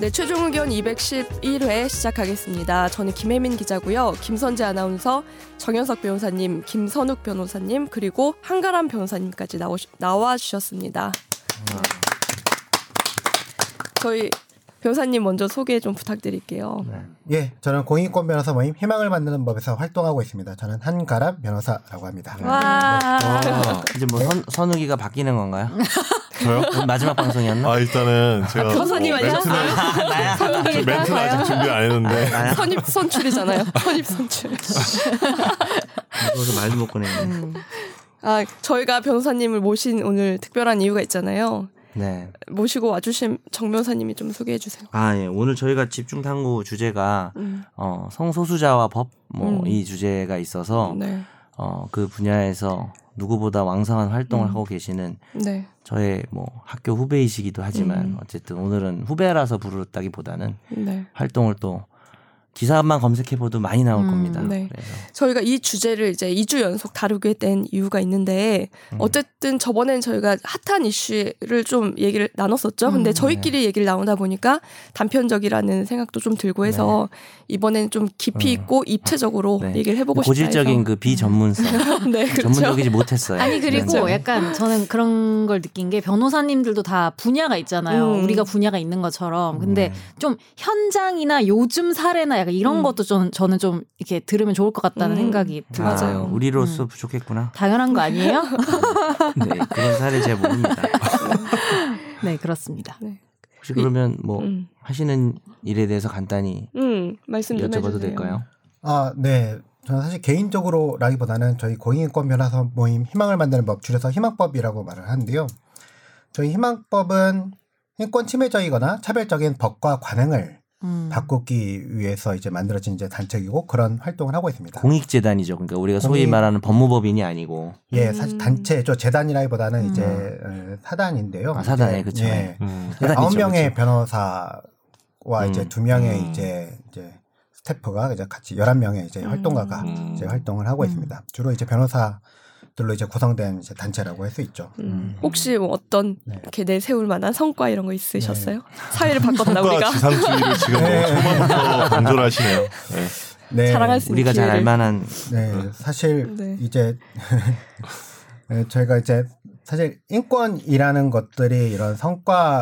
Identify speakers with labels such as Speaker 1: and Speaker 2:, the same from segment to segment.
Speaker 1: 네, 최종 의견 211회 시작하겠습니다. 저는 김혜민 기자고요. 김선재 아나운서, 정현석 변호사님, 김선욱 변호사님, 그리고 한가람 변호사님까지 나오 나와주셨습니다. 저희 변호사님 먼저 소개 좀 부탁드릴게요.
Speaker 2: 예, 저는 공인권 변호사 모임 희망을 만드는 법에서 활동하고 있습니다. 저는 한가람 변호사라고 합니다.
Speaker 1: 와,
Speaker 3: 아, 이제 뭐 선, 선우기가 바뀌는 건가요? 저요? 마지막 방송이었나?
Speaker 4: 아 일단은 제가
Speaker 1: 변호사님 아, 안녕하세요.
Speaker 4: 저 멘트는 아직 준비 안 했는데
Speaker 1: 선입 선출이잖아요. 선입 선출.
Speaker 3: 그래서 아, 말도 못 꺼내네.
Speaker 1: 아, 저희가 변호사님을 모신 오늘 특별한 이유가 있잖아요.
Speaker 3: 네.
Speaker 1: 모시고 와주신 정 변호사님이 좀 소개해 주세요.
Speaker 3: 아, 예. 오늘 저희가 집중 탐구 주제가
Speaker 1: 음.
Speaker 3: 어, 성소수자와 법 뭐
Speaker 1: 음.
Speaker 3: 이 주제가 있어서
Speaker 1: 네,
Speaker 3: 어, 그 분야에서 누구보다 왕성한 활동을 하고 계시는
Speaker 1: 네.
Speaker 3: 저의 뭐 학교 후배이시기도 하지만 어쨌든 오늘은 후배라서 부르다기보다는
Speaker 1: 네.
Speaker 3: 활동을 또 기사만 검색해봐도 많이 나올 겁니다.
Speaker 1: 네.
Speaker 3: 그래서
Speaker 1: 저희가 이 주제를 이제 2주 연속 다루게 된 이유가 있는데
Speaker 3: 음.
Speaker 1: 어쨌든 저번엔 저희가 핫한 이슈를 좀 얘기를 나눴었죠.
Speaker 3: 음.
Speaker 1: 근데
Speaker 3: 네.
Speaker 1: 저희끼리 얘기를 나누다 보니까 단편적이라는 생각도 좀 들고 해서 이번엔 좀 깊이 있고 입체적으로
Speaker 3: 음. 네.
Speaker 1: 얘기를 해보고 싶다.
Speaker 3: 고질적인 그 비전문성
Speaker 1: 해서. 네, 그렇죠.
Speaker 3: 전문적이지 못했어요.
Speaker 5: 아니 그리고
Speaker 3: 네.
Speaker 5: 약간 저는 그런 걸 느낀 게 변호사님들도 다 분야가 있잖아요.
Speaker 1: 음.
Speaker 5: 우리가 분야가 있는 것처럼. 근데
Speaker 3: 음.
Speaker 5: 좀 현장이나 요즘 사례나 약간 이런
Speaker 1: 음.
Speaker 5: 것도 좀, 저는 좀 이렇게 들으면 좋을 것 같다는
Speaker 1: 음.
Speaker 5: 생각이
Speaker 3: 아,
Speaker 5: 들어요.
Speaker 1: 맞아요.
Speaker 3: 우리로서 부족했구나.
Speaker 5: 당연한 거 아니에요?
Speaker 3: 음. 네, 그런 사례 잘 모릅니다.
Speaker 5: 네 그렇습니다.
Speaker 3: 혹시 그러면 뭐
Speaker 1: 음.
Speaker 3: 하시는 일에 대해서 간단히
Speaker 1: 음, 말씀 좀
Speaker 3: 여쭤봐도
Speaker 1: 해주세요.
Speaker 3: 될까요?
Speaker 2: 아, 네. 저는 사실 개인적으로라기보다는 저희 공인권 변호사 모임 희망을 만드는 법, 줄여서 희망법이라고 말을 하는데요. 저희 희망법은 인권 침해적이거나 차별적인 법과 관행을
Speaker 5: 음.
Speaker 2: 바꾸기 위해서 이제 만들어진 이제 단체이고 그런 활동을 하고 있습니다.
Speaker 3: 공익재단이죠. 그러니까 우리가 소위
Speaker 2: 공익-
Speaker 3: 말하는 법무법인이 아니고
Speaker 2: 예,
Speaker 1: 음.
Speaker 2: 사실 단체죠. 재단이라기보다는
Speaker 5: 음.
Speaker 2: 이제 어, 사단인데요.
Speaker 3: 아, 사단에,
Speaker 2: 이제,
Speaker 3: 그쵸.
Speaker 2: 예.
Speaker 4: 음.
Speaker 3: 사단이죠,
Speaker 2: 아홉 명의
Speaker 3: 그쵸?
Speaker 2: 변호사와
Speaker 3: 음.
Speaker 2: 이제 두 명의
Speaker 5: 음.
Speaker 2: 이제 이제 스태프가 이제 같이 1 1 명의 이제
Speaker 5: 음.
Speaker 2: 활동가가
Speaker 4: 음.
Speaker 2: 이제 활동을 하고
Speaker 5: 음.
Speaker 2: 있습니다. 주로 이제 변호사들로 이제 구성된 이제 단체라고 할 수 있죠.
Speaker 1: 음. 혹시 뭐 어떤
Speaker 2: 네.
Speaker 1: 이렇게 내세울 만한 성과 이런 거 있으셨어요?
Speaker 3: 네.
Speaker 1: 사회를 바꿨다
Speaker 4: 평가
Speaker 1: 우리가
Speaker 4: 지상주의를 지금
Speaker 2: 네.
Speaker 4: 너무 초반부터 강조하시네요. 네.
Speaker 2: 네,
Speaker 1: 자랑할 수
Speaker 3: 그렇죠?
Speaker 1: 있는
Speaker 3: 우리가 잘
Speaker 1: 기회를.
Speaker 3: 알만한 음.
Speaker 2: 네, 사실
Speaker 1: 네.
Speaker 2: 이제 네, 저희가 이제 사실 인권이라는 것들이 이런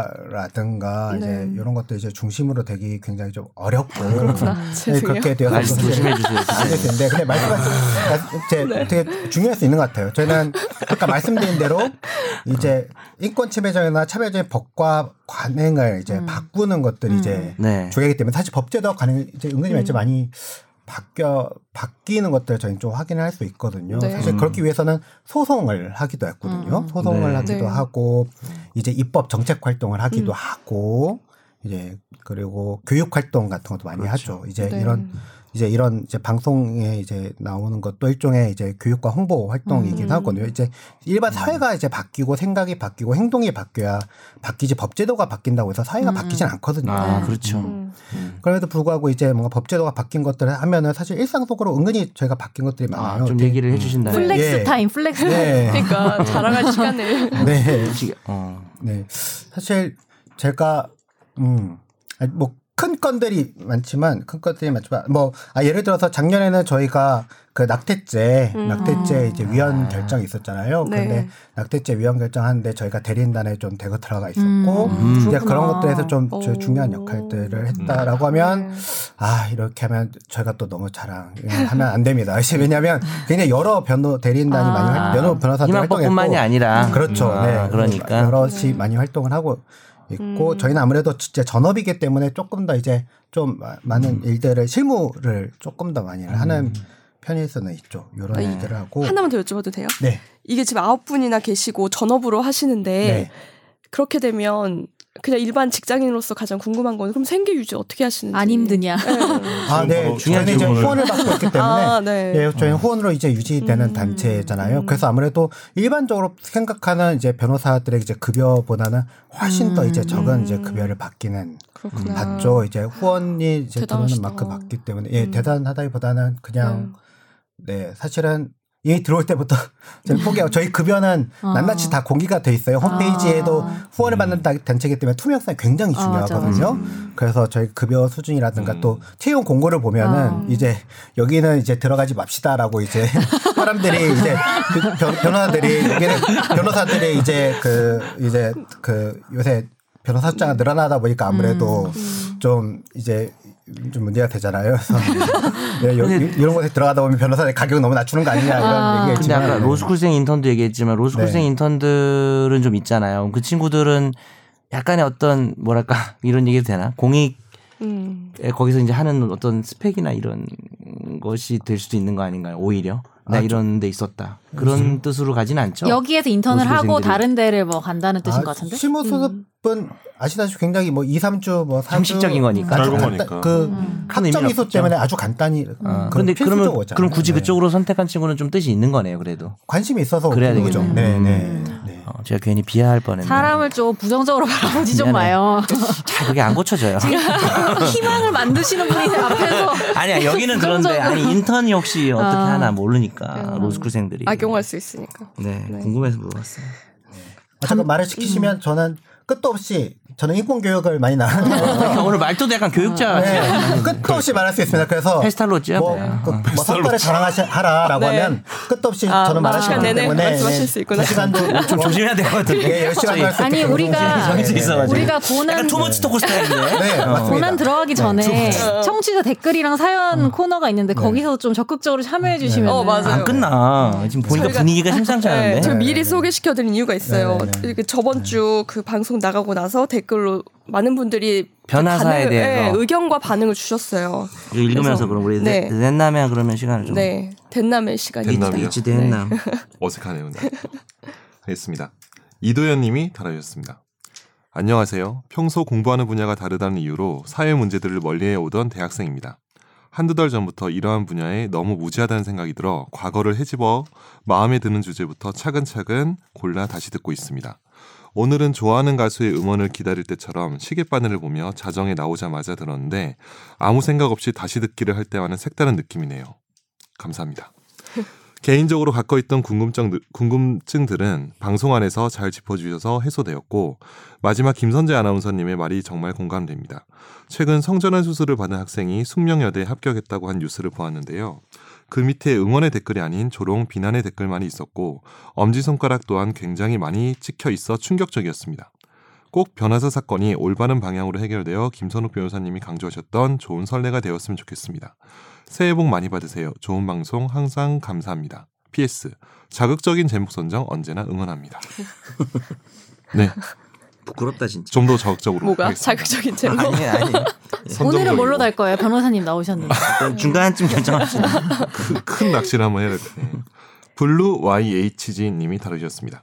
Speaker 2: 성과라든가
Speaker 1: 네. 아,
Speaker 2: 이제 이런 것들 이제 중심으로 되기 굉장히 좀 어렵고
Speaker 1: 그렇구나.
Speaker 2: 네,
Speaker 1: 죄송해요.
Speaker 2: 그렇게 되어서
Speaker 3: 말씀
Speaker 2: 사실
Speaker 3: 조심해 주세요.
Speaker 2: 안
Speaker 3: 진짜.
Speaker 2: 됐는데 근데 말씀하신 제 되게 중요할 수 있는 것 같아요. 저희는 아까 말씀드린 대로 이제 인권 침해적이나 차별적인 법과 관행을 이제
Speaker 5: 음.
Speaker 2: 바꾸는 것들이
Speaker 5: 음.
Speaker 2: 이제
Speaker 3: 네.
Speaker 2: 조약이기 때문에 사실 법제도 관행 이제 은근히
Speaker 1: 음.
Speaker 2: 이제 많이 바뀌어 바뀌는 것들 저희는 좀 확인을 할 수 있거든요.
Speaker 1: 네.
Speaker 2: 사실
Speaker 4: 음.
Speaker 2: 그렇기 위해서는 소송을 하기도 했거든요.
Speaker 5: 음.
Speaker 2: 소송을
Speaker 3: 네.
Speaker 2: 하기도
Speaker 1: 네.
Speaker 2: 하고 이제 입법 정책 활동을 하기도
Speaker 1: 음.
Speaker 2: 하고 이제 그리고 교육 활동 같은 것도 많이 하죠. 이제
Speaker 1: 네.
Speaker 2: 이런 이제 이런 이제 방송에 이제 나오는 것도 일종의 이제 교육과 홍보 활동이기도
Speaker 1: 음.
Speaker 2: 하거든요. 이제
Speaker 3: 음.
Speaker 2: 일반 사회가 이제 바뀌고 생각이 바뀌고 행동이 바뀌어야 바뀌지 법제도가 바뀐다고 해서 사회가
Speaker 5: 음.
Speaker 2: 바뀌진 않거든요.
Speaker 3: 아
Speaker 5: 네.
Speaker 3: 그렇죠.
Speaker 1: 음.
Speaker 3: 음.
Speaker 2: 그럼에도 불구하고 이제 뭔가 법제도가 바뀐 것들을 하면은 사실 일상 속으로 은근히 저희가 바뀐 것들이 많아요.
Speaker 3: 아좀 얘기를 해주신다. 면
Speaker 5: 플렉스
Speaker 2: 예.
Speaker 5: 타임 플렉스 타임.
Speaker 2: 네.
Speaker 1: 그러니까 자랑할 시간을
Speaker 2: 네.
Speaker 3: 어.
Speaker 2: 네. 사실 제가 음. 아니, 뭐큰 건들이 많지만 큰 건들이 많지만 뭐 아, 예를 들어서 작년에는 저희가 그 낙태죄
Speaker 1: 음.
Speaker 2: 낙태죄 이제 위헌
Speaker 3: 아.
Speaker 2: 결정이 있었잖아요.
Speaker 1: 네.
Speaker 2: 근데 낙태죄 위헌 결정하는데 저희가 대리인단에 좀 대거 들어가 있었고
Speaker 3: 음.
Speaker 2: 이제 그런
Speaker 5: 그렇구나.
Speaker 2: 것들에서 좀 저-
Speaker 1: 오. 네.
Speaker 2: 중요한 역할들을 했다라고 하면 아 이렇게 하면 저희가 또 너무 자랑하면 안 됩니다. 이제 왜냐하면 굉장히 여러 변호 대리인단이
Speaker 5: 아.
Speaker 2: 많이 활- 변호 변호사들
Speaker 3: 희망법뿐만이
Speaker 2: 활동했고
Speaker 3: 아니라
Speaker 2: 그렇죠.
Speaker 3: 음, 아,
Speaker 2: 네.
Speaker 3: 그러니까
Speaker 2: 여럿이 많이 활동을 하고 있고
Speaker 1: 음.
Speaker 2: 저희는 아무래도 진짜 전업이기 때문에 조금 더 이제 좀 마-
Speaker 3: 음.
Speaker 2: 많은 일들을 실무를 조금 더 많이 하는 편일 수는 있죠. 이런
Speaker 3: 네.
Speaker 2: 일들을 하고
Speaker 1: 하나만 뭐 더 여쭤봐도 돼요?
Speaker 2: 네.
Speaker 1: 이게 지금 아홉 분이나 계시고 전업으로 하시는데
Speaker 2: 네.
Speaker 1: 그렇게 되면 그냥 일반 직장인으로서 가장 궁금한 건 그럼 생계 유지 어떻게 하시는지
Speaker 5: 안 힘드냐?
Speaker 3: 어.
Speaker 2: 아, 네.
Speaker 4: 바로
Speaker 2: 저희는 이제
Speaker 4: 질문을-
Speaker 2: 후원을 받고 있기 때문에
Speaker 1: 아, 네.
Speaker 2: 예, 저희
Speaker 3: 어.
Speaker 2: 는 후원으로 이제 유지되는
Speaker 5: 음.
Speaker 2: 단체잖아요. 그래서 아무래도 일반적으로 생각하는 이제 변호사들의 이제 급여보다는 훨씬 더 이제 적은
Speaker 1: 음.
Speaker 2: 이제 급여를 받기는
Speaker 1: 그렇구나.
Speaker 2: 받죠. 이제 후원이 이제 들어오는
Speaker 1: 대단하시다.
Speaker 2: 만큼 받기 때문에 예,
Speaker 1: 음.
Speaker 2: 대단하다기보다는 그냥
Speaker 1: 음.
Speaker 2: 네 사실은 얘기 들어올 때부터 저희 포기하고 저희 급여는
Speaker 5: 아.
Speaker 2: 낱낱이 다 공개가 돼 있어요. 홈페이지에도
Speaker 5: 아.
Speaker 2: 후원을 받는 다- 단체이기 때문에 투명성이 굉장히
Speaker 5: 아,
Speaker 2: 중요하거든요. 그래서 저희 급여 수준이라든가 또 채용 공고를 보면은
Speaker 5: 아.
Speaker 2: 이제 여기는 이제 들어가지 맙시다라고 이제 사람들이 이제 그 변, 변호사들이 여기는 변호사들이 이제 그 이제 그 요새 변호사 숫자가 늘어나다 보니까
Speaker 5: 음,
Speaker 2: 아무래도 좀 이제 좀 문제가 되잖아요. 그래서 예, 여- 이- 이런 곳에 들어가다 보면 변호사의 가격 너무 낮추는 거 아니냐 이런
Speaker 5: 아.
Speaker 3: 근데
Speaker 2: 얘기했지만
Speaker 3: 아까 로스쿨생 인턴도 얘기했지만 로스쿨생
Speaker 2: 네.
Speaker 3: 인턴들은 좀 있잖아요. 그 친구들은 약간의 어떤 뭐랄까 이런 얘기도 되나 공익
Speaker 1: 음.
Speaker 3: 에, 거기서 이제 하는 어떤 스펙이나 이런 것이 될 수도 있는 거 아닌가요? 오히려 나 이런 데 있었다 그런
Speaker 2: 그렇죠.
Speaker 3: 뜻으로 가진 않죠.
Speaker 5: 여기에서 인턴을
Speaker 3: 모습의
Speaker 5: 하고
Speaker 3: 생들이. 아, 네.
Speaker 5: 다른 데를 뭐 간다는 뜻인 것 같은데. 음.
Speaker 2: 심호 수습은 아, 아시다시피 굉장히 뭐 2, 3주 뭐 3주
Speaker 3: 형식적인 거니까.
Speaker 4: 짧은
Speaker 2: 간단-
Speaker 4: 거니까.
Speaker 2: 그
Speaker 3: 큰 의미는
Speaker 2: 학점 이소
Speaker 3: 없죠.
Speaker 2: 때문에 아주 간단히
Speaker 3: 아,
Speaker 2: 그런
Speaker 3: 근데
Speaker 2: 필수적
Speaker 3: 그러면
Speaker 2: 거잖아요.
Speaker 3: 그럼 굳이
Speaker 2: 네.
Speaker 3: 그쪽으로 선택한 친구는 좀 뜻이 있는 거네요, 그래도.
Speaker 2: 관심이 있어서
Speaker 3: 그래야
Speaker 2: 그런 거죠.
Speaker 3: 되겠네요.
Speaker 2: 네, 네.
Speaker 5: 음.
Speaker 2: 네.
Speaker 3: 어, 제가 괜히 비하할 뻔했네요.
Speaker 5: 사람을 좀 부정적으로 바라보지 좀
Speaker 3: 미안해.
Speaker 5: 마요.
Speaker 3: 잘 그게 안 고쳐져요.
Speaker 5: 희망을 만드시는 분이 앞에서
Speaker 3: 아니야 여기는 그런데
Speaker 5: 긍정적으로.
Speaker 3: 아니 인턴이 혹시 어떻게
Speaker 5: 아.
Speaker 3: 하나 모르니까
Speaker 1: 음.
Speaker 3: 로스쿨생들이
Speaker 1: 악용할 수 있으니까.
Speaker 3: 네,
Speaker 1: 네.
Speaker 3: 궁금해서 물어봤어요.
Speaker 2: 잠깐 말을 시키시면 저는 끝도 없이 저는 인권 교육을 많이 나왔는데
Speaker 3: 오늘 말투도 약간 교육자 같아요.
Speaker 2: 네, 끝도 없이 말할 수 있습니다. 그래서
Speaker 3: 페스탈로지야.
Speaker 2: 뭐,
Speaker 3: 뭐야.
Speaker 2: 그, 뭐 성과를 자랑하라라고
Speaker 1: 네.
Speaker 2: 하면 끝도 없이
Speaker 1: 아,
Speaker 2: 저는 말할 수
Speaker 1: 시간
Speaker 2: 있기
Speaker 1: 내내
Speaker 2: 때문에
Speaker 1: 말씀하실 수 있구나.
Speaker 2: 두 시간도
Speaker 3: 좀 조심해야 될 것 같아요.
Speaker 2: 예, 10시간 할수
Speaker 5: 아니, 우리가-
Speaker 3: 있어가지고.
Speaker 5: 우리가 고난
Speaker 3: 약간 투머치 토크 스타일인데.
Speaker 2: 네, 맞습니다.
Speaker 5: 고난
Speaker 4: 네.
Speaker 5: 들어가기 전에
Speaker 1: 네.
Speaker 5: 청취자 댓글이랑 사연
Speaker 4: 음.
Speaker 5: 코너가 있는데 거기서 좀 적극적으로
Speaker 4: 네.
Speaker 5: 참여해 주시면
Speaker 1: 어, 맞아요.
Speaker 3: 안 끝나. 지금 보니까
Speaker 1: 저희가-
Speaker 3: 분위기가 심상치
Speaker 1: 네,
Speaker 3: 않은데.
Speaker 1: 저 미리 소개시켜드린 이유가 있어요.
Speaker 2: 네, 네, 네.
Speaker 1: 이렇게 저번 주 그 방송 나가고 나서 댓글로 많은 분들이
Speaker 3: 변화사에
Speaker 1: 반응을-
Speaker 3: 대해서.
Speaker 1: 네, 의견과 반응을 주셨어요.
Speaker 3: 이거 읽으면서
Speaker 1: 그래서-
Speaker 3: 그럼 우리
Speaker 1: 네.
Speaker 3: 넷남이야 그러면
Speaker 2: 그렇죠.
Speaker 3: 시간을 좀.
Speaker 1: 네, 된남의 시간이
Speaker 4: 덴남이요?
Speaker 1: 있죠.
Speaker 3: 있지 넷남.
Speaker 4: 어색하네요. 근데. 알겠습니다. 이도현님이 달아주셨습니다. 안녕하세요. 평소 공부하는 분야가 다르다는 이유로 사회 문제들을 멀리해오던 대학생입니다. 한두 달 전부터 이러한 분야에 너무 무지하다는 생각이 들어 과거를 헤집어 마음에 드는 주제부터 차근차근 골라 다시 듣고 있습니다. 오늘은 좋아하는 가수의 음원을 기다릴 때처럼 시계바늘을 보며 자정에 나오자마자 들었는데 아무 생각 없이 다시 듣기를 할 때와는 색다른 느낌이네요. 감사합니다. 개인적으로 갖고 있던 궁금증, 궁금증들은 방송 안에서 잘 짚어주셔서 해소되었고 마지막 김선재 아나운서님의 말이 정말 공감됩니다. 최근 성전환 수술을 받은 학생이 숙명여대에 합격했다고 한 뉴스를 보았는데요. 그 밑에 응원의 댓글이 아닌 조롱 비난의 댓글만이 있었고 엄지손가락 또한 굉장히 많이 찍혀 있어 충격적이었습니다. 꼭 변화사 사건이 올바른 방향으로 해결되어 김선욱 변호사님이 강조하셨던 좋은 선례가 되었으면 좋겠습니다. 새해 복 많이 받으세요. 좋은 방송 항상 감사합니다. PS 자극적인 제목 선정 언제나 응원합니다. 네,
Speaker 3: 부끄럽다 진짜.
Speaker 4: 좀 더 자극적으로
Speaker 1: 뭐가
Speaker 4: 하겠습니다.
Speaker 1: 자극적인 제목.
Speaker 3: 아니 아니.
Speaker 5: 오늘은
Speaker 4: 선정적이고
Speaker 5: 뭘로 달 거예요? 변호사님 나오셨는데.
Speaker 3: 중간쯤 결정합시다.
Speaker 4: 큰- 큰 낚시를 한번 해야 될 것 같아요. 블루 YHG님이 다루셨습니다.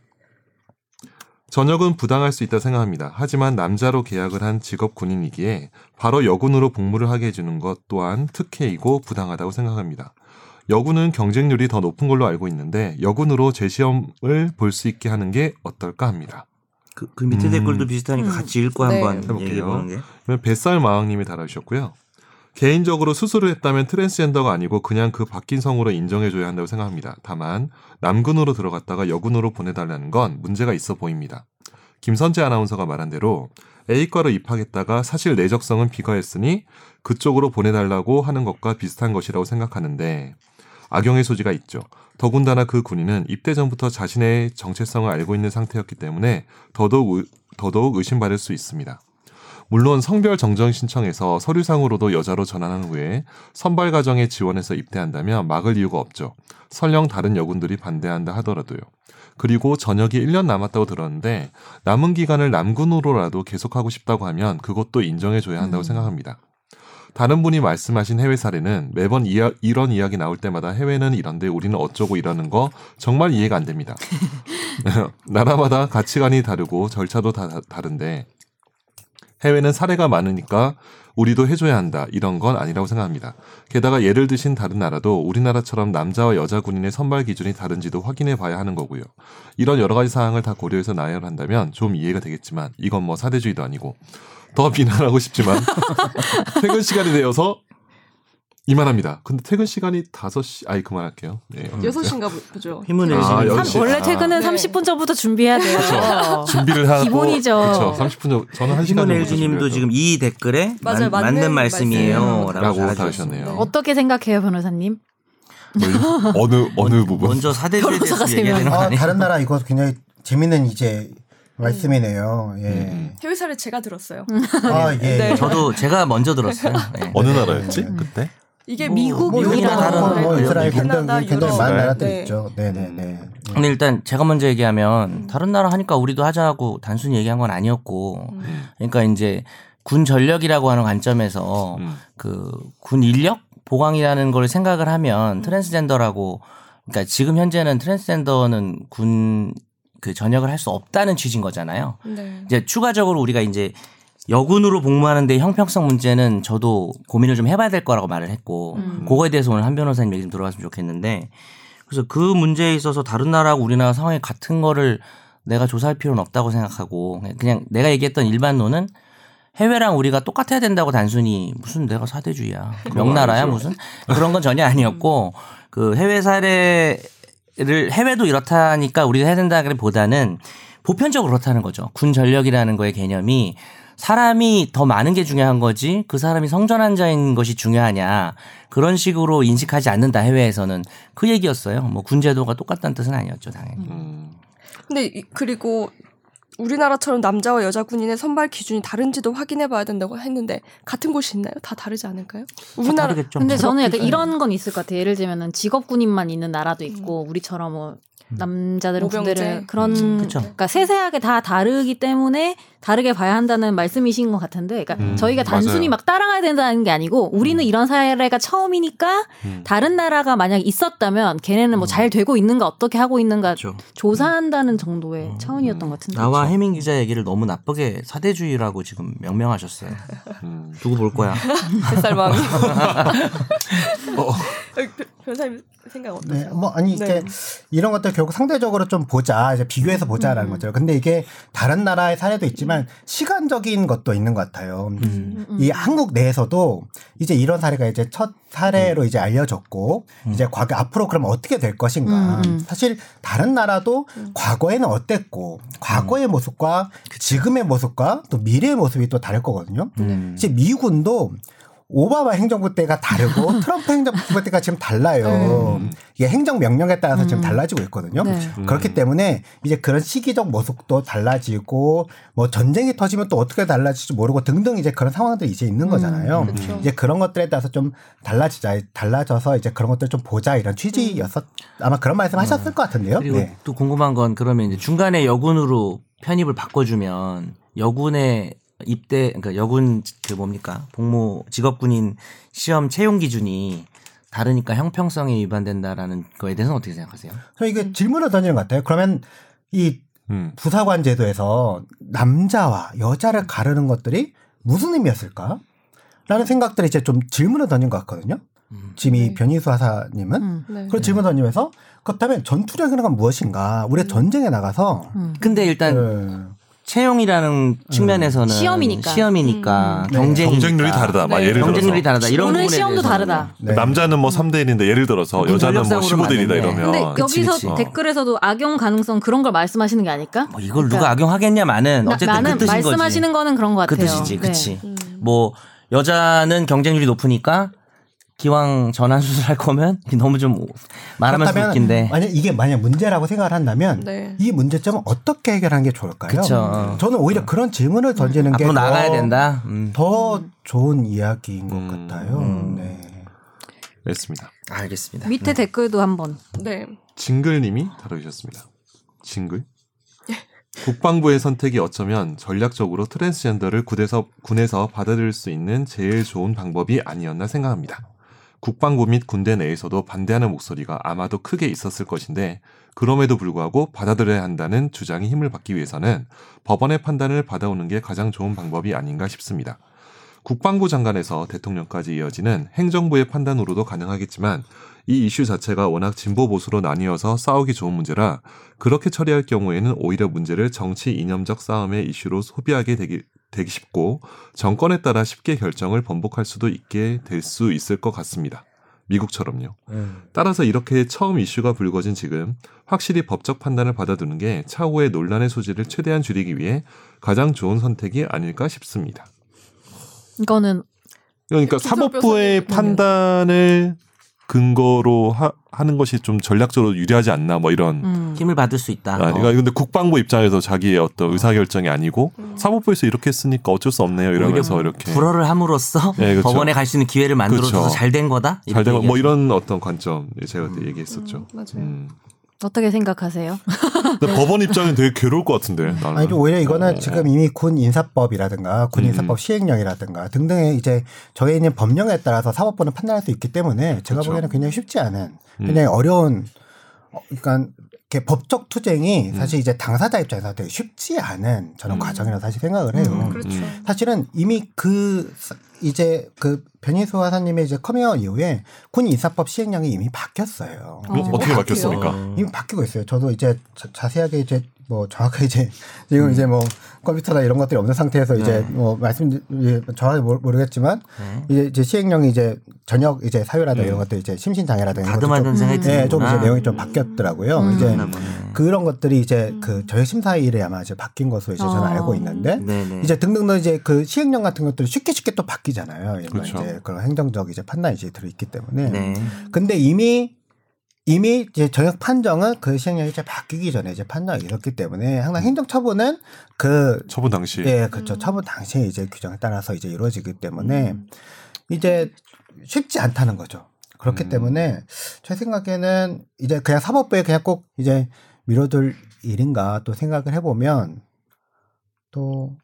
Speaker 4: 전역은 부당할 수 있다 생각합니다. 하지만 남자로 계약을 한 직업 군인이기에 바로 여군으로 복무를 하게 해주는 것 또한 특혜이고 부당하다고 생각합니다. 여군은 경쟁률이 더 높은 걸로 알고 있는데 여군으로 재시험을 볼 수 있게 하는 게 어떨까 합니다.
Speaker 3: 그, 그 밑에
Speaker 4: 음.
Speaker 3: 댓글도 비슷하니까 같이 읽고
Speaker 1: 네.
Speaker 3: 한번
Speaker 4: 해볼게요.
Speaker 3: 얘기해 보는 게.
Speaker 4: 그러면 뱃살 마왕님이 달아주셨고요. 개인적으로 수술을 했다면 트랜스젠더가 아니고 그냥 그 바뀐 성으로 인정해줘야 한다고 생각합니다. 다만 남군으로 들어갔다가 여군으로 보내달라는 건 문제가 있어 보입니다. 김선재 아나운서가 말한 대로 A과로 입학했다가 사실 내적성은 B과였으니 그쪽으로 보내달라고 하는 것과 비슷한 것이라고 생각하는데 악용의 소지가 있죠. 더군다나 그 군인은 입대 전부터 자신의 정체성을 알고 있는 상태였기 때문에 더더욱, 의- 더더욱 의심받을 수 있습니다. 물론 성별 정정 신청에서 서류상으로도 여자로 전환한 후에 선발 과정에 지원해서 입대한다면 막을 이유가 없죠. 설령 다른 여군들이 반대한다 하더라도요. 그리고 전역이 1년 남았다고 들었는데 남은 기간을 남군으로라도 계속하고 싶다고 하면 그것도 인정해줘야 한다고 생각합니다. 다른 분이 말씀하신 해외 사례는 매번 이야- 이런 이야기 나올 때마다 해외는 이런데 우리는 어쩌고 이러는 거 정말 이해가 안 됩니다. 나라마다 가치관이 다르고 절차도 다 다- 다른데 해외는 사례가 많으니까 우리도 해줘야 한다 이런 건 아니라고 생각합니다. 게다가 예를 드신 다른 나라도 우리나라처럼 남자와 여자 군인의 선발 기준이 다른지도 확인해 봐야 하는 거고요. 이런 여러 가지 사항을 다 고려해서 나열한다면 좀 이해가 되겠지만 이건 뭐 사대주의도 아니고 더 비난하고 싶지만 퇴근 시간이 되어서 이만합니다. 근데 퇴근 시간이 5시, 아이, 그만할게요. 예.
Speaker 1: 6시인가 보죠.
Speaker 6: 힘을
Speaker 4: 아,
Speaker 6: 내시는
Speaker 4: 역시.
Speaker 5: 삼- 원래 퇴근은
Speaker 1: 네.
Speaker 5: 30분 전부터 준비해야 돼요.
Speaker 4: 준비를 하고.
Speaker 5: 기본이죠.
Speaker 4: 그렇죠. 30분 전, 저는 한시간
Speaker 6: 힘은
Speaker 4: 정도.
Speaker 6: LG님도 지금 이 댓글에
Speaker 1: 맞아요.
Speaker 6: 맞,
Speaker 1: 맞는
Speaker 6: 는
Speaker 1: 말씀이에요.
Speaker 6: 말씀이에요.
Speaker 4: 라고
Speaker 6: 라고
Speaker 4: 잘하셨네요. 뭐
Speaker 1: 네.
Speaker 5: 어떻게 생각해요, 변호사님?
Speaker 4: 어느, 어느 부분?
Speaker 6: 먼저 4대주에 대해서
Speaker 5: 변호사가
Speaker 6: 얘기해야 되는 거
Speaker 2: 아,
Speaker 6: 아니에요?
Speaker 2: 다른 나라 이거 굉장히 재밌는 이제 말씀이네요. 예.
Speaker 4: 음.
Speaker 1: 해외사를 제가 들었어요.
Speaker 2: 아, 예.
Speaker 1: 네.
Speaker 6: 저도 제가 먼저 들었어요. 네.
Speaker 4: 어느 나라였지? 그때?
Speaker 1: 이게
Speaker 6: 뭐,
Speaker 2: 뭐
Speaker 5: 미국이랑
Speaker 2: 미국이나
Speaker 6: 다른
Speaker 2: 뭐,
Speaker 6: 나라,
Speaker 2: 뭐
Speaker 1: 네.
Speaker 2: 이스라엘 굉장히
Speaker 1: 캐나다,
Speaker 2: 굉장히
Speaker 1: 유럽.
Speaker 2: 많은 나라들
Speaker 1: 네.
Speaker 2: 있죠. 네, 네, 네.
Speaker 6: 근데 일단 제가 먼저 얘기하면 다른 나라 하니까 우리도 하자고 단순히 얘기한 건 아니었고 그러니까 이제 군 전력이라고 하는 관점에서
Speaker 4: 음.
Speaker 6: 그 군 인력 보강이라는 걸 생각을 하면 트랜스젠더라고 그러니까 지금 현재는 트랜스젠더는 군 그 전역을 할 수 없다는 취지인 거잖아요.
Speaker 1: 네.
Speaker 6: 이제 추가적으로 우리가 이제 여군으로 복무하는데 형평성 문제는 저도 고민을 좀 해봐야 될 거라고 말을 했고
Speaker 5: 음.
Speaker 6: 그거에 대해서 오늘 한 변호사님 얘기 좀 들어봤으면 좋겠는데 그래서 그 문제에 있어서 다른 나라하고 우리나라 상황이 같은 거를 내가 조사할 필요는 없다고 생각하고 그냥- 그냥 내가 얘기했던 일반론은 해외랑 우리가 똑같아야 된다고 단순히 무슨 내가 사대주의야 명나라야
Speaker 4: 아니죠.
Speaker 6: 무슨 그런 건 전혀 아니었고 그 해외 사례를 해외도 이렇다니까 우리가 해야 된다기보다는 보편적으로 그렇다는 거죠 군 전력이라는 거의 개념이 사람이 더 많은 게 중요한 거지 그 사람이 성전한 자인 것이 중요하냐 그런 식으로 인식하지 않는다 해외에서는 그 얘기였어요 뭐 군제도가 똑같다는 뜻은 아니었죠 당연히
Speaker 4: 음.
Speaker 1: 근데 이- 그리고 우리나라처럼 남자와 여자 군인의 선발 기준이 다른지도 확인해 봐야 된다고 했는데 같은 곳이 있나요? 다 다르지 않을까요? 우리나라
Speaker 6: 다르겠죠.
Speaker 5: 근데 저는 약간
Speaker 6: 그렇겠죠.
Speaker 5: 이런 건 있을 것 같아요. 예를 들면은 직업 군인만 있는 나라도 있고 우리처럼 뭐 남자들은
Speaker 1: 음. 모병제.
Speaker 5: 군대를 그런
Speaker 4: 음,
Speaker 6: 음. 그쵸.
Speaker 5: 그러니까 세세하게 다 다르기 때문에 다르게 봐야 한다는 말씀이신 것 같은데, 그러니까
Speaker 4: 음,
Speaker 5: 저희가 단순히
Speaker 4: 맞아요.
Speaker 5: 막 따라가야 된다는 게 아니고
Speaker 6: 음.
Speaker 5: 우리는 이런 사례가 처음이니까
Speaker 4: 음.
Speaker 5: 다른 나라가 만약 있었다면 걔네는 뭐 잘 되고 있는가 어떻게 하고 있는가
Speaker 6: 음. 그렇죠.
Speaker 5: 조사한다는 정도의 차원이었던 것
Speaker 6: 음.
Speaker 5: 같은데.
Speaker 6: 나와 해민 기자 얘기를 너무 나쁘게 사대주의라고 지금 명명하셨어요.
Speaker 4: 음.
Speaker 6: 누구 볼 거야?
Speaker 1: 뱃살마음이. 그 변사님 생각
Speaker 2: 네,
Speaker 1: 어떠세요?
Speaker 2: 뭐 아니 이게
Speaker 1: 네.
Speaker 2: 이런 것들 결국 상대적으로 좀 보자, 이제 비교해서 보자라는 거죠. 근데 이게 다른 나라의 사례도 있지만 시간적인 것도 있는 것 같아요. 이 한국 내에서도 이제 이런 사례가 이제 첫 사례로 이제 알려졌고 이제 과거 앞으로 그럼 어떻게 될 것인가.
Speaker 5: 음, 음.
Speaker 2: 사실 다른 나라도 과거에는 어땠고 과거의 모습과 지금의 모습과 또 미래의 모습이 또 다를 거거든요.
Speaker 6: 음.
Speaker 2: 이제 미군도 오바마 행정부 때가 다르고 트럼프 행정부 때가 지금 달라요. 이게 행정 명령에 따라서 지금 달라지고 있거든요.
Speaker 5: 네.
Speaker 2: 그렇기 때문에 이제 그런 시기적 모습도 달라지고 뭐 전쟁이 터지면 또 어떻게 달라질지 모르고 등등 이제 그런 상황들이 이제 있는 거잖아요. 음.
Speaker 1: 그렇죠.
Speaker 2: 이제 그런 것들에 따라서 좀 달라지자 달라져서 이제 그런 것들 좀 보자 이런 취지였었 아마 그런 말씀 하셨을 것 같은데요.
Speaker 6: 그리고
Speaker 2: 네.
Speaker 6: 또 궁금한 건 그러면 이제 중간에 여군으로 편입을 바꿔주면 여군의 입대 그러니까 여군 그 뭡니까 복무 직업군인 시험 채용 기준이 다르니까 형평성에 위반된다라는 거에 대해서는 어떻게 생각하세요?
Speaker 2: 그럼 이게 질문을 던지는 것 같아요. 그러면 이
Speaker 4: 음.
Speaker 2: 부사관 제도에서 남자와 여자를 가르는 것들이 무슨 의미였을까? 라는 생각들이 이제 좀 질문을 던진 것 같거든요.
Speaker 6: 음.
Speaker 2: 지금 이
Speaker 1: 네.
Speaker 2: 변희수 하사님은.
Speaker 5: 음,
Speaker 1: 네.
Speaker 2: 그런 질문 던지면서 그렇다면 전투력이라는 건 무엇인가? 우리 전쟁에 나가서
Speaker 5: 음.
Speaker 6: 근데 일단
Speaker 2: 음,
Speaker 6: 채용이라는 측면에서는
Speaker 5: 시험이니까.
Speaker 6: 시험이니까
Speaker 1: 음.
Speaker 2: 네.
Speaker 6: 경쟁이니까.
Speaker 4: 경쟁률이 다르다. 막
Speaker 1: 네.
Speaker 4: 예를 들어서.
Speaker 6: 그러니까. 경쟁률이 다르다. 이런
Speaker 5: 오늘
Speaker 6: 부분에
Speaker 5: 시험도
Speaker 6: 대해서는.
Speaker 5: 다르다.
Speaker 2: 네.
Speaker 4: 남자는 뭐 3대 1인데 예를 들어서
Speaker 6: 그건
Speaker 4: 여자는 뭐
Speaker 6: 전력상으로
Speaker 4: 15대1이다
Speaker 6: 맞는데.
Speaker 4: 이러면.
Speaker 5: 네. 근데
Speaker 6: 어, 그치,
Speaker 5: 여기서
Speaker 6: 그치.
Speaker 5: 댓글에서도 악용 가능성 그런 걸 말씀하시는 게 아닐까?
Speaker 6: 뭐 이걸 누가 악용하겠냐마는
Speaker 5: 그러니까 나-
Speaker 6: 어쨌든
Speaker 5: 나는
Speaker 6: 그 뜻인 거지.
Speaker 5: 말씀하시는 거는 그런 것
Speaker 6: 그
Speaker 5: 같아요. 네.
Speaker 6: 뜻이지, 그치.
Speaker 1: 음.
Speaker 6: 뭐 여자는 경쟁률이 높으니까 기왕 전환 수술할 거면 너무 좀 말하면서 웃긴데.
Speaker 2: 만약 이게 만약 문제라고 생각을 한다면
Speaker 1: 네.
Speaker 2: 이 문제점은 어떻게 해결하는 게 좋을까요?
Speaker 6: 그쵸. 음.
Speaker 2: 저는 오히려 그런 질문을 던지는 게
Speaker 6: 앞으로
Speaker 2: 더-
Speaker 6: 나가야 된다. 음.
Speaker 2: 더 좋은 이야기인 것
Speaker 4: 음.
Speaker 2: 같아요. 네.
Speaker 4: 어, 했습니다.
Speaker 6: 알겠습니다.
Speaker 5: 밑에 댓글도 한번.
Speaker 1: 네.
Speaker 4: 징글님이 다루셨습니다. 징글? 국방부의 선택이 어쩌면 전략적으로 트랜스젠더를 군에서, 군에서 받아들일 수 있는 제일 좋은 방법이 아니었나 생각합니다. 국방부 및 군대 내에서도 반대하는 목소리가 아마도 크게 있었을 것인데 그럼에도 불구하고 받아들여야 한다는 주장의 힘을 받기 위해서는 법원의 판단을 받아오는 게 가장 좋은 방법이 아닌가 싶습니다. 국방부 장관에서 대통령까지 이어지는 행정부의 판단으로도 가능하겠지만 이 이슈 자체가 워낙 진보 보수로 나뉘어서 싸우기 좋은 문제라 그렇게 처리할 경우에는 오히려 문제를 정치 이념적 싸움의 이슈로 소비하게 되기 되기 쉽고 정권에 따라 쉽게 결정을 번복할 수도 있게 될 수 있을 것 같습니다. 미국처럼요.
Speaker 2: 음.
Speaker 4: 따라서 이렇게 처음 이슈가 불거진 지금 확실히 법적 판단을 받아두는 게 차후의 논란의 소지를 최대한 줄이기 위해 가장 좋은 선택이 아닐까 싶습니다.
Speaker 5: 이거는
Speaker 4: 그러니까
Speaker 5: 네,
Speaker 1: 기소
Speaker 4: 사법부의
Speaker 1: 변호사님.
Speaker 4: 판단을 근거로 하, 는 것이 좀 전략적으로 유리하지 않나 뭐 이런
Speaker 5: 음.
Speaker 3: 힘을 받을 수 있다.
Speaker 4: 아,
Speaker 3: 어.
Speaker 4: 그러니까 근데 국방부 입장에서 자기의 어떤 의사결정이 아니고
Speaker 1: 음.
Speaker 4: 사법부에서 이렇게 했으니까 어쩔 수 없네요 이러면서
Speaker 3: 오히려 뭐
Speaker 4: 이렇게
Speaker 3: 불허를 함으로써
Speaker 4: 예, 그렇죠.
Speaker 3: 법원에 갈 수 있는 기회를 만들어줘서
Speaker 4: 그렇죠.
Speaker 3: 잘 된 거다.
Speaker 4: 잘
Speaker 3: 이렇게
Speaker 4: 되고
Speaker 3: 얘기하죠.
Speaker 4: 뭐 이런 어떤 관점 제가 그때 얘기했었죠.
Speaker 1: 음, 맞아요.
Speaker 4: 음.
Speaker 5: 어떻게 생각하세요?
Speaker 4: 근데 법원 입장은 되게 괴로울 것 같은데. 나는.
Speaker 2: 아니 좀 오히려 이거는
Speaker 4: 어.
Speaker 2: 지금 이미 군 인사법이라든가 군
Speaker 4: 음.
Speaker 2: 인사법 시행령이라든가 등등의 이제 저희 있는 법령에 따라서 사법부는 판단할 수 있기 때문에 제가
Speaker 4: 그렇죠.
Speaker 2: 보기에는 굉장히 쉽지 않은
Speaker 4: 음.
Speaker 2: 굉장히 어려운 어, 그러니까 이렇게 법적 투쟁이 사실 이제 당사자 입장에서 되게 쉽지 않은 저는
Speaker 4: 음.
Speaker 2: 과정이라고 사실 생각을 해요.
Speaker 5: 음,
Speaker 1: 그렇죠.
Speaker 4: 음.
Speaker 2: 사실은 이미 그 사- 이제 그 변희수 하사님의 이제 커밍아웃 이후에 군 인사법 시행령이 이미 바뀌었어요.
Speaker 5: 어,
Speaker 2: 이제
Speaker 4: 어떻게
Speaker 2: 바뀌어요.
Speaker 4: 바뀌었습니까?
Speaker 6: 음.
Speaker 2: 이미 바뀌고 있어요. 저도 이제 자, 자세하게 이제 뭐 정확하게 이제 지금 이제 뭐 컴퓨터나 이런 것들이 없는 상태에서 이제 뭐 말씀 예, 정확히 모르- 모르겠지만
Speaker 3: 네.
Speaker 2: 이제, 이제 시행령이 이제 전역 이제 사유라든가
Speaker 4: 음.
Speaker 2: 이런 것들 이제 심신 장애라든가 이런 것들
Speaker 3: 다듬어둔 생각이
Speaker 5: 음.
Speaker 2: 좀, 예, 좀 이제
Speaker 3: 드는구나.
Speaker 2: 내용이 좀 바뀌었더라고요.
Speaker 5: 음.
Speaker 2: 이제
Speaker 3: 그렇나 보네.
Speaker 2: 그런 것들이 이제 그 저희 심사일에 아마 이제 바뀐 것으로 이제 저는
Speaker 5: 아.
Speaker 2: 알고 있는데
Speaker 6: 음.
Speaker 3: 네네.
Speaker 2: 이제 등등등 이제 그 시행령 같은 것들이 쉽게 쉽게 또 바뀌잖아요. 이런
Speaker 4: 그렇죠.
Speaker 2: 이제 그런 행정적 이제 판단이 이제 들어있기 때문에
Speaker 3: 네.
Speaker 2: 근데 이미 이미 이제 정역 판정은 그 시행령이 이제 바뀌기 전에 이제 판정이 있었기 때문에
Speaker 4: 음.
Speaker 2: 항상 행정처분은 그
Speaker 4: 처분 당시.
Speaker 3: 네.
Speaker 2: 예, 그렇죠.
Speaker 1: 음.
Speaker 2: 처분 당시에 이제 규정에 따라서 이제 이루어지기 때문에 이제 쉽지 않다는 거죠. 그렇기
Speaker 4: 음.
Speaker 2: 때문에 제 생각에는 이제 그냥 사법부에 그냥 꼭 이제 밀어둘 일인가 또 생각을 해보면 또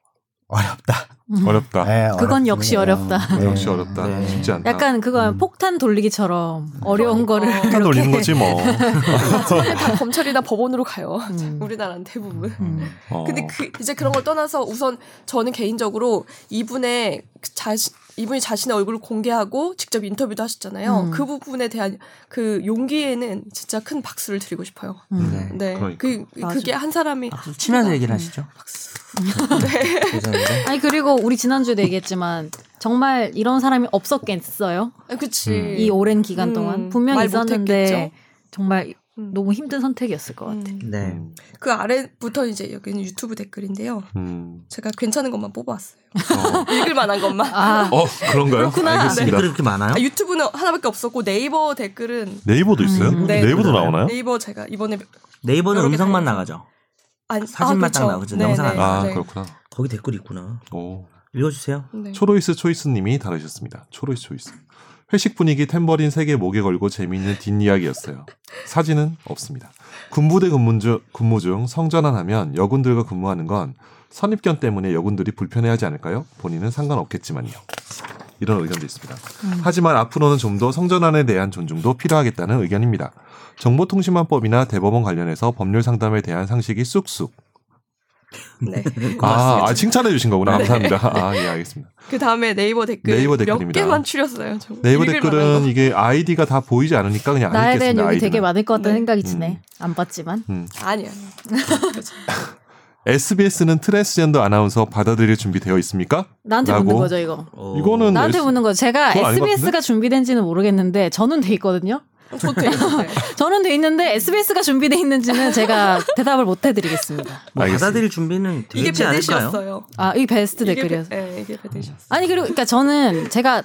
Speaker 2: 어렵다.
Speaker 4: 어렵다.
Speaker 2: 예,
Speaker 5: 그건 역시
Speaker 2: 어렵습니다.
Speaker 5: 어렵다.
Speaker 2: 예.
Speaker 4: 아. 음, 역시 어렵다.
Speaker 3: 네.
Speaker 4: 쉽지 않다.
Speaker 5: 약간 그거
Speaker 3: 음.
Speaker 5: 폭탄 돌리기처럼 어려운 거를
Speaker 1: 폭탄
Speaker 4: 판
Speaker 5: 이렇게-
Speaker 4: 돌리는 거지 뭐.
Speaker 1: 다 검찰이나 법원으로 가요.
Speaker 5: 음.
Speaker 1: 우리나라는 대부분.
Speaker 5: 음.
Speaker 4: 어.
Speaker 1: 근데 그 이제 그런 걸 떠나서 우선 저는 개인적으로 이분의 그 자신 이분이 자신의 얼굴을 공개하고 직접 인터뷰도 하셨잖아요.
Speaker 5: 음.
Speaker 1: 그 부분에 대한 그 용기에는 진짜 큰 박수를 드리고 싶어요.
Speaker 5: 음.
Speaker 3: 네.
Speaker 1: 네,
Speaker 4: 그러니까.
Speaker 1: 그
Speaker 5: 맞아.
Speaker 1: 그게 한 사람이
Speaker 3: 박수
Speaker 5: 음.
Speaker 3: 치면서 얘기를 하시죠.
Speaker 1: 네.
Speaker 3: 죄송한데.
Speaker 5: 아니 그리고 우리 지난주에도 얘기했지만 정말 이런 사람이 없었겠어요?
Speaker 1: 아, 그치
Speaker 4: 음.
Speaker 5: 이 오랜 기간
Speaker 1: 음,
Speaker 5: 동안 분명히
Speaker 1: 말
Speaker 5: 있었는데
Speaker 1: 못했겠죠?
Speaker 5: 정말
Speaker 1: 음.
Speaker 5: 너무 힘든 선택이었을 것 같아.
Speaker 1: 음.
Speaker 3: 네.
Speaker 4: 음.
Speaker 1: 그 아래부터 이제 여기는 유튜브 댓글인데요.
Speaker 4: 음.
Speaker 1: 제가 괜찮은 것만 뽑아왔어요.
Speaker 4: 어.
Speaker 1: 읽을 만한 것만.
Speaker 5: 아,
Speaker 4: 어, 그런가요?
Speaker 5: 그렇구나.
Speaker 4: 알겠습니다.
Speaker 3: 댓글이 그렇게 많아요?
Speaker 1: 아, 유튜브는 하나밖에 없었고 네이버 댓글은
Speaker 4: 네이버도 있어요?
Speaker 5: 음.
Speaker 1: 네.
Speaker 4: 네이버도 나오나요?
Speaker 1: 네이버 제가 이번에
Speaker 3: 네이버는
Speaker 1: 여러 개
Speaker 3: 음성만
Speaker 1: 다
Speaker 3: 나가죠.
Speaker 1: 안 아,
Speaker 3: 사진만 딱 나오죠. 영상 안
Speaker 4: 아,
Speaker 1: 네.
Speaker 4: 그렇구나.
Speaker 3: 거기 댓글이 있구나.
Speaker 4: 오.
Speaker 3: 읽어주세요.
Speaker 1: 네.
Speaker 4: 초로이스 초이스님이 다루셨습니다. 초로이스 초이스. 회식 분위기 탬버린 세개 목에 걸고 재미있는 뒷이야기였어요. 사진은 없습니다. 군부대 근무 중, 근무 중 성전환하면 여군들과 근무하는 건 선입견 때문에 여군들이 불편해하지 않을까요? 본인은 상관없겠지만요. 이런 의견도 있습니다.
Speaker 1: 음.
Speaker 4: 하지만 앞으로는 좀 더 성전환에 대한 존중도 필요하겠다는 의견입니다. 정보통신망법이나 대법원 관련해서 법률 상담에 대한 상식이 쑥쑥.
Speaker 1: 네.
Speaker 4: 아,
Speaker 3: 고맙습니다.
Speaker 4: 아, 칭찬해 주신 거구나. 감사합니다. 아, 예, 알겠습니다.
Speaker 1: 그 다음에 네이버 댓글
Speaker 4: 네이버
Speaker 1: 몇
Speaker 4: 댓글입니다.
Speaker 1: 개만 추렸어요. 저
Speaker 4: 네이버
Speaker 1: 읽을 만한
Speaker 4: 댓글은
Speaker 1: 거.
Speaker 4: 이게 아이디가 다 보이지 않으니까 그냥 안
Speaker 5: 나에 대한
Speaker 4: 읽겠습니다.
Speaker 5: 욕이
Speaker 4: 아이디는.
Speaker 5: 되게 많을 것 같다는
Speaker 1: 네.
Speaker 5: 생각이 드네. 안 봤지만.
Speaker 4: 음.
Speaker 1: 아니 아니.
Speaker 4: SBS는 트랜스젠더 아나운서 받아들일 준비 되어 있습니까?
Speaker 5: 나한테
Speaker 4: 라고.
Speaker 5: 묻는 거죠, 이거.
Speaker 3: 어,
Speaker 4: 이거는
Speaker 5: 나한테 묻는 거. 제가
Speaker 4: 음, 그건 아닌 것
Speaker 5: SBS가 준비된지는 모르겠는데 저는 돼 있거든요.
Speaker 1: 저도 있는데.
Speaker 5: 저는 돼
Speaker 1: 음.
Speaker 5: 있는데 SBS가 준비돼 있는지는 제가 대답을 못 해드리겠습니다.
Speaker 3: 뭐
Speaker 4: 알겠습니다.
Speaker 3: 받아들일 준비는
Speaker 1: 이게
Speaker 3: 되지 않을까요?
Speaker 1: 배드시였어요.
Speaker 5: 아, 이 베스트
Speaker 1: 이게
Speaker 5: 댓글이었어.
Speaker 1: 베- 네, 이게 배드시였어요.
Speaker 5: 아니 그리고 그러니까 저는 제가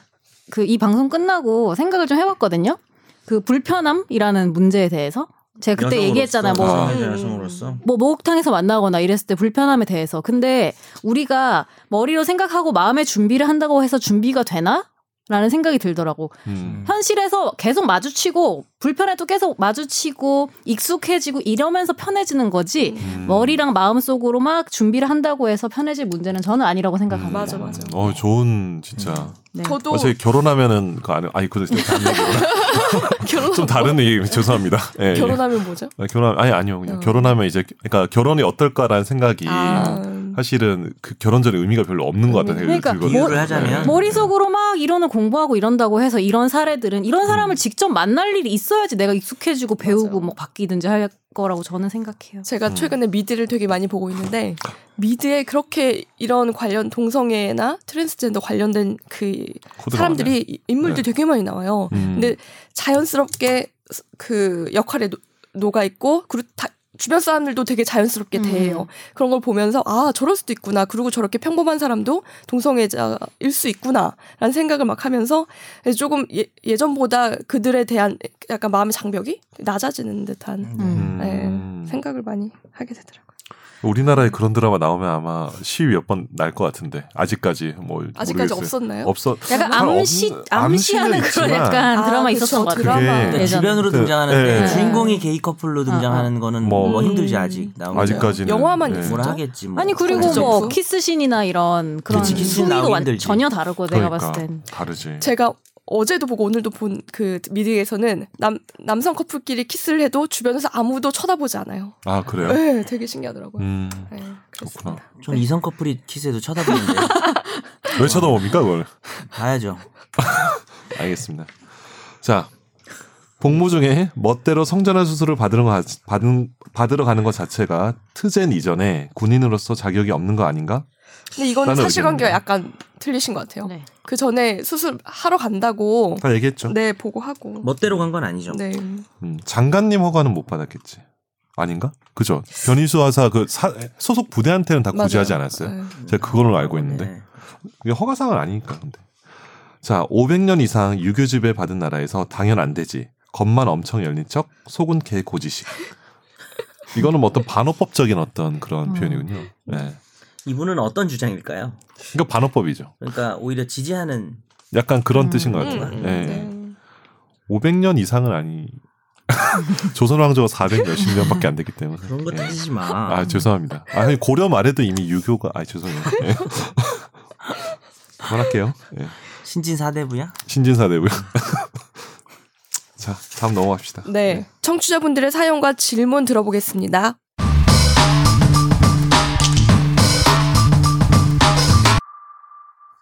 Speaker 5: 그 이 방송 끝나고 생각을 좀 해봤거든요. 그 불편함이라는 문제에 대해서 제가 그때
Speaker 3: 여성으로서,
Speaker 5: 얘기했잖아요. 뭐
Speaker 4: 아.
Speaker 3: 성애자 여성으로서.
Speaker 5: 뭐 목욕탕에서 만나거나 이랬을 때 불편함에 대해서 근데 우리가 머리로 생각하고 마음의 준비를 한다고 해서 준비가 되나? 라는 생각이 들더라고.
Speaker 4: 음.
Speaker 5: 현실에서 계속 마주치고 불편해도 계속 마주치고 익숙해지고 이러면서 편해지는 거지
Speaker 4: 음.
Speaker 5: 머리랑 마음 속으로 막 준비를 한다고 해서 편해질 문제는 저는 아니라고
Speaker 4: 음.
Speaker 5: 생각합니다.
Speaker 1: 맞아, 맞아.
Speaker 4: 어, 좋은
Speaker 3: 음.
Speaker 4: 진짜.
Speaker 5: 네.
Speaker 1: 저도
Speaker 4: 어차피 결혼하면은 그 아니, 아니 그좀
Speaker 1: 결혼
Speaker 4: 다른 얘기 죄송합니다. 예, 예.
Speaker 1: 결혼하면 뭐죠?
Speaker 4: 아, 결혼 아니 아니요 그냥
Speaker 1: 어.
Speaker 4: 결혼하면 이제 그러니까 결혼이 어떨까라는 생각이
Speaker 5: 아.
Speaker 3: 음.
Speaker 4: 사실은 그 결혼 전에 의미가 별로 없는 것 같다는 생각이
Speaker 5: 그러니까
Speaker 4: 들거든요.
Speaker 3: 비유를 하자면
Speaker 5: 머릿속으로 막 이런 공부하고 이런다고 해서 이런 사례들은 이런 사람을 직접 만날 일이 있어야지 내가 익숙해지고 배우고
Speaker 1: 맞아요.
Speaker 5: 막 바뀌든지 할 거라고 저는 생각해요.
Speaker 1: 제가
Speaker 4: 음.
Speaker 1: 최근에 미드를 되게 많이 보고 있는데 미드에 그렇게 이런 관련 동성애나 트랜스젠더 관련된 그
Speaker 4: 코드가 많아요. 네.
Speaker 1: 사람들이 이- 인물들이 되게 많이 나와요.
Speaker 4: 음.
Speaker 1: 근데 자연스럽게 스- 그 역할에 노- 녹아 있고 그리고 다- 주변 사람들도 되게 자연스럽게
Speaker 5: 음.
Speaker 1: 대해요. 그런 걸 보면서 아 저럴 수도 있구나. 그리고 저렇게 평범한 사람도 동성애자일 수 있구나라는 생각을 막 하면서 조금 예, 예전보다 그들에 대한 약간 마음의 장벽이 낮아지는 듯한
Speaker 5: 음.
Speaker 1: 네, 생각을 많이 하게 되더라고요.
Speaker 4: 우리나라에 그런 드라마 나오면 아마 시위 몇 번 날 것 같은데 아직까지 뭐
Speaker 1: 아직까지
Speaker 4: 모르겠어요.
Speaker 1: 아, 없었나요?
Speaker 4: 없어
Speaker 5: 약간
Speaker 4: 잘
Speaker 5: 암시
Speaker 4: 없는-
Speaker 5: 암시하는
Speaker 4: 암시는
Speaker 5: 그런
Speaker 4: 있지만
Speaker 5: 약간
Speaker 1: 아,
Speaker 5: 드라마
Speaker 1: 그쵸.
Speaker 5: 있었던 것 같아요.
Speaker 1: 드라마.
Speaker 4: 그게
Speaker 3: 그러니까
Speaker 5: 예전에. 아,
Speaker 3: 주변으로
Speaker 4: 네.
Speaker 3: 등장하는데
Speaker 4: 네.
Speaker 3: 주인공이 게이 커플로 등장하는 거는
Speaker 4: 뭐.
Speaker 3: 뭐, 힘들지
Speaker 1: 음. 네.
Speaker 3: 아직 나오기
Speaker 1: 아직까지
Speaker 3: 전에.
Speaker 4: 아직까지는
Speaker 1: 영화만
Speaker 4: 예.
Speaker 1: 있어요.
Speaker 3: 뭐라 하겠지 뭐.
Speaker 5: 아니 그리고
Speaker 1: 그렇죠.
Speaker 5: 뭐 키스신이나 이런 그런
Speaker 4: 그치,
Speaker 3: 키스신
Speaker 5: 순위도
Speaker 3: 나오기
Speaker 5: 완-
Speaker 3: 힘들지.
Speaker 5: 전혀 다르고 내가
Speaker 4: 그러니까.
Speaker 5: 봤을 땐
Speaker 4: 다르지.
Speaker 1: 제가 어제도 보고 오늘도 본 그 미드에서는 남 남성 커플끼리 키스를 해도 주변에서 아무도 쳐다보지 않아요.
Speaker 4: 아 그래요?
Speaker 1: 네, 되게 신기하더라고요.
Speaker 4: 음.
Speaker 1: 네,
Speaker 4: 그렇구나.
Speaker 1: 그렇습니다.
Speaker 3: 좀 이성 커플이 키스해도 쳐다보는데
Speaker 4: 왜 쳐다봅니까 그걸?
Speaker 3: 봐야죠.
Speaker 4: 알겠습니다. 자 복무 중에 멋대로 성전환 수술을 받으러, 가, 받은, 받으러 가는 것 자체가 트젠 이전에 군인으로서 자격이 없는 거 아닌가?
Speaker 1: 근데 이건
Speaker 4: 나는
Speaker 1: 사실관계가
Speaker 4: 의견이
Speaker 1: 약간 틀리신 것 같아요.
Speaker 5: 네.
Speaker 1: 그 전에 수술 하러 간다고
Speaker 4: 다 얘기했죠.
Speaker 1: 네 보고 하고
Speaker 4: 뭐?
Speaker 3: 멋대로 간 건 아니죠.
Speaker 1: 네
Speaker 4: 음, 장관님 허가는 못 받았겠지. 아닌가? 그죠? 변희수하사 그 사- 소속 부대한테는 다
Speaker 1: 맞아요.
Speaker 4: 구제하지 않았어요.
Speaker 1: 네.
Speaker 4: 제가 그걸로 알고 있는데.
Speaker 3: 네.
Speaker 4: 이게 허가상은 아니니까 근데. 자, 500년 이상 유교 지배 받은 나라에서 당연 안 되지. 겉만 엄청 열린 척, 속은 개 고지식. 이거는 뭐 어떤 반어법적인 어떤 그런
Speaker 5: 음.
Speaker 4: 표현이군요. 네.
Speaker 3: 이분은 어떤 주장일까요?
Speaker 4: 그러니까 반어법이죠.
Speaker 3: 그러니까 오히려 지지하는
Speaker 4: 약간 그런
Speaker 5: 음.
Speaker 4: 뜻인 것
Speaker 1: 음,
Speaker 4: 같아요.
Speaker 1: 음,
Speaker 4: 네.
Speaker 1: 네.
Speaker 4: 500년 이상은 아니. 조선 왕조가 400 몇십 년밖에 안 됐기 때문에.
Speaker 3: 그런 거
Speaker 4: 예.
Speaker 3: 따지지 마.
Speaker 6: 음.
Speaker 4: 아 죄송합니다. 아 형님, 고려 말해도 이미 유교가 아 죄송해요. 예. 그만할게요. 예.
Speaker 3: 신진 사대부야?
Speaker 4: 신진사대고요. 자 다음 넘어갑시다.
Speaker 1: 네. 청취자분들의 사연과 질문 들어보겠습니다.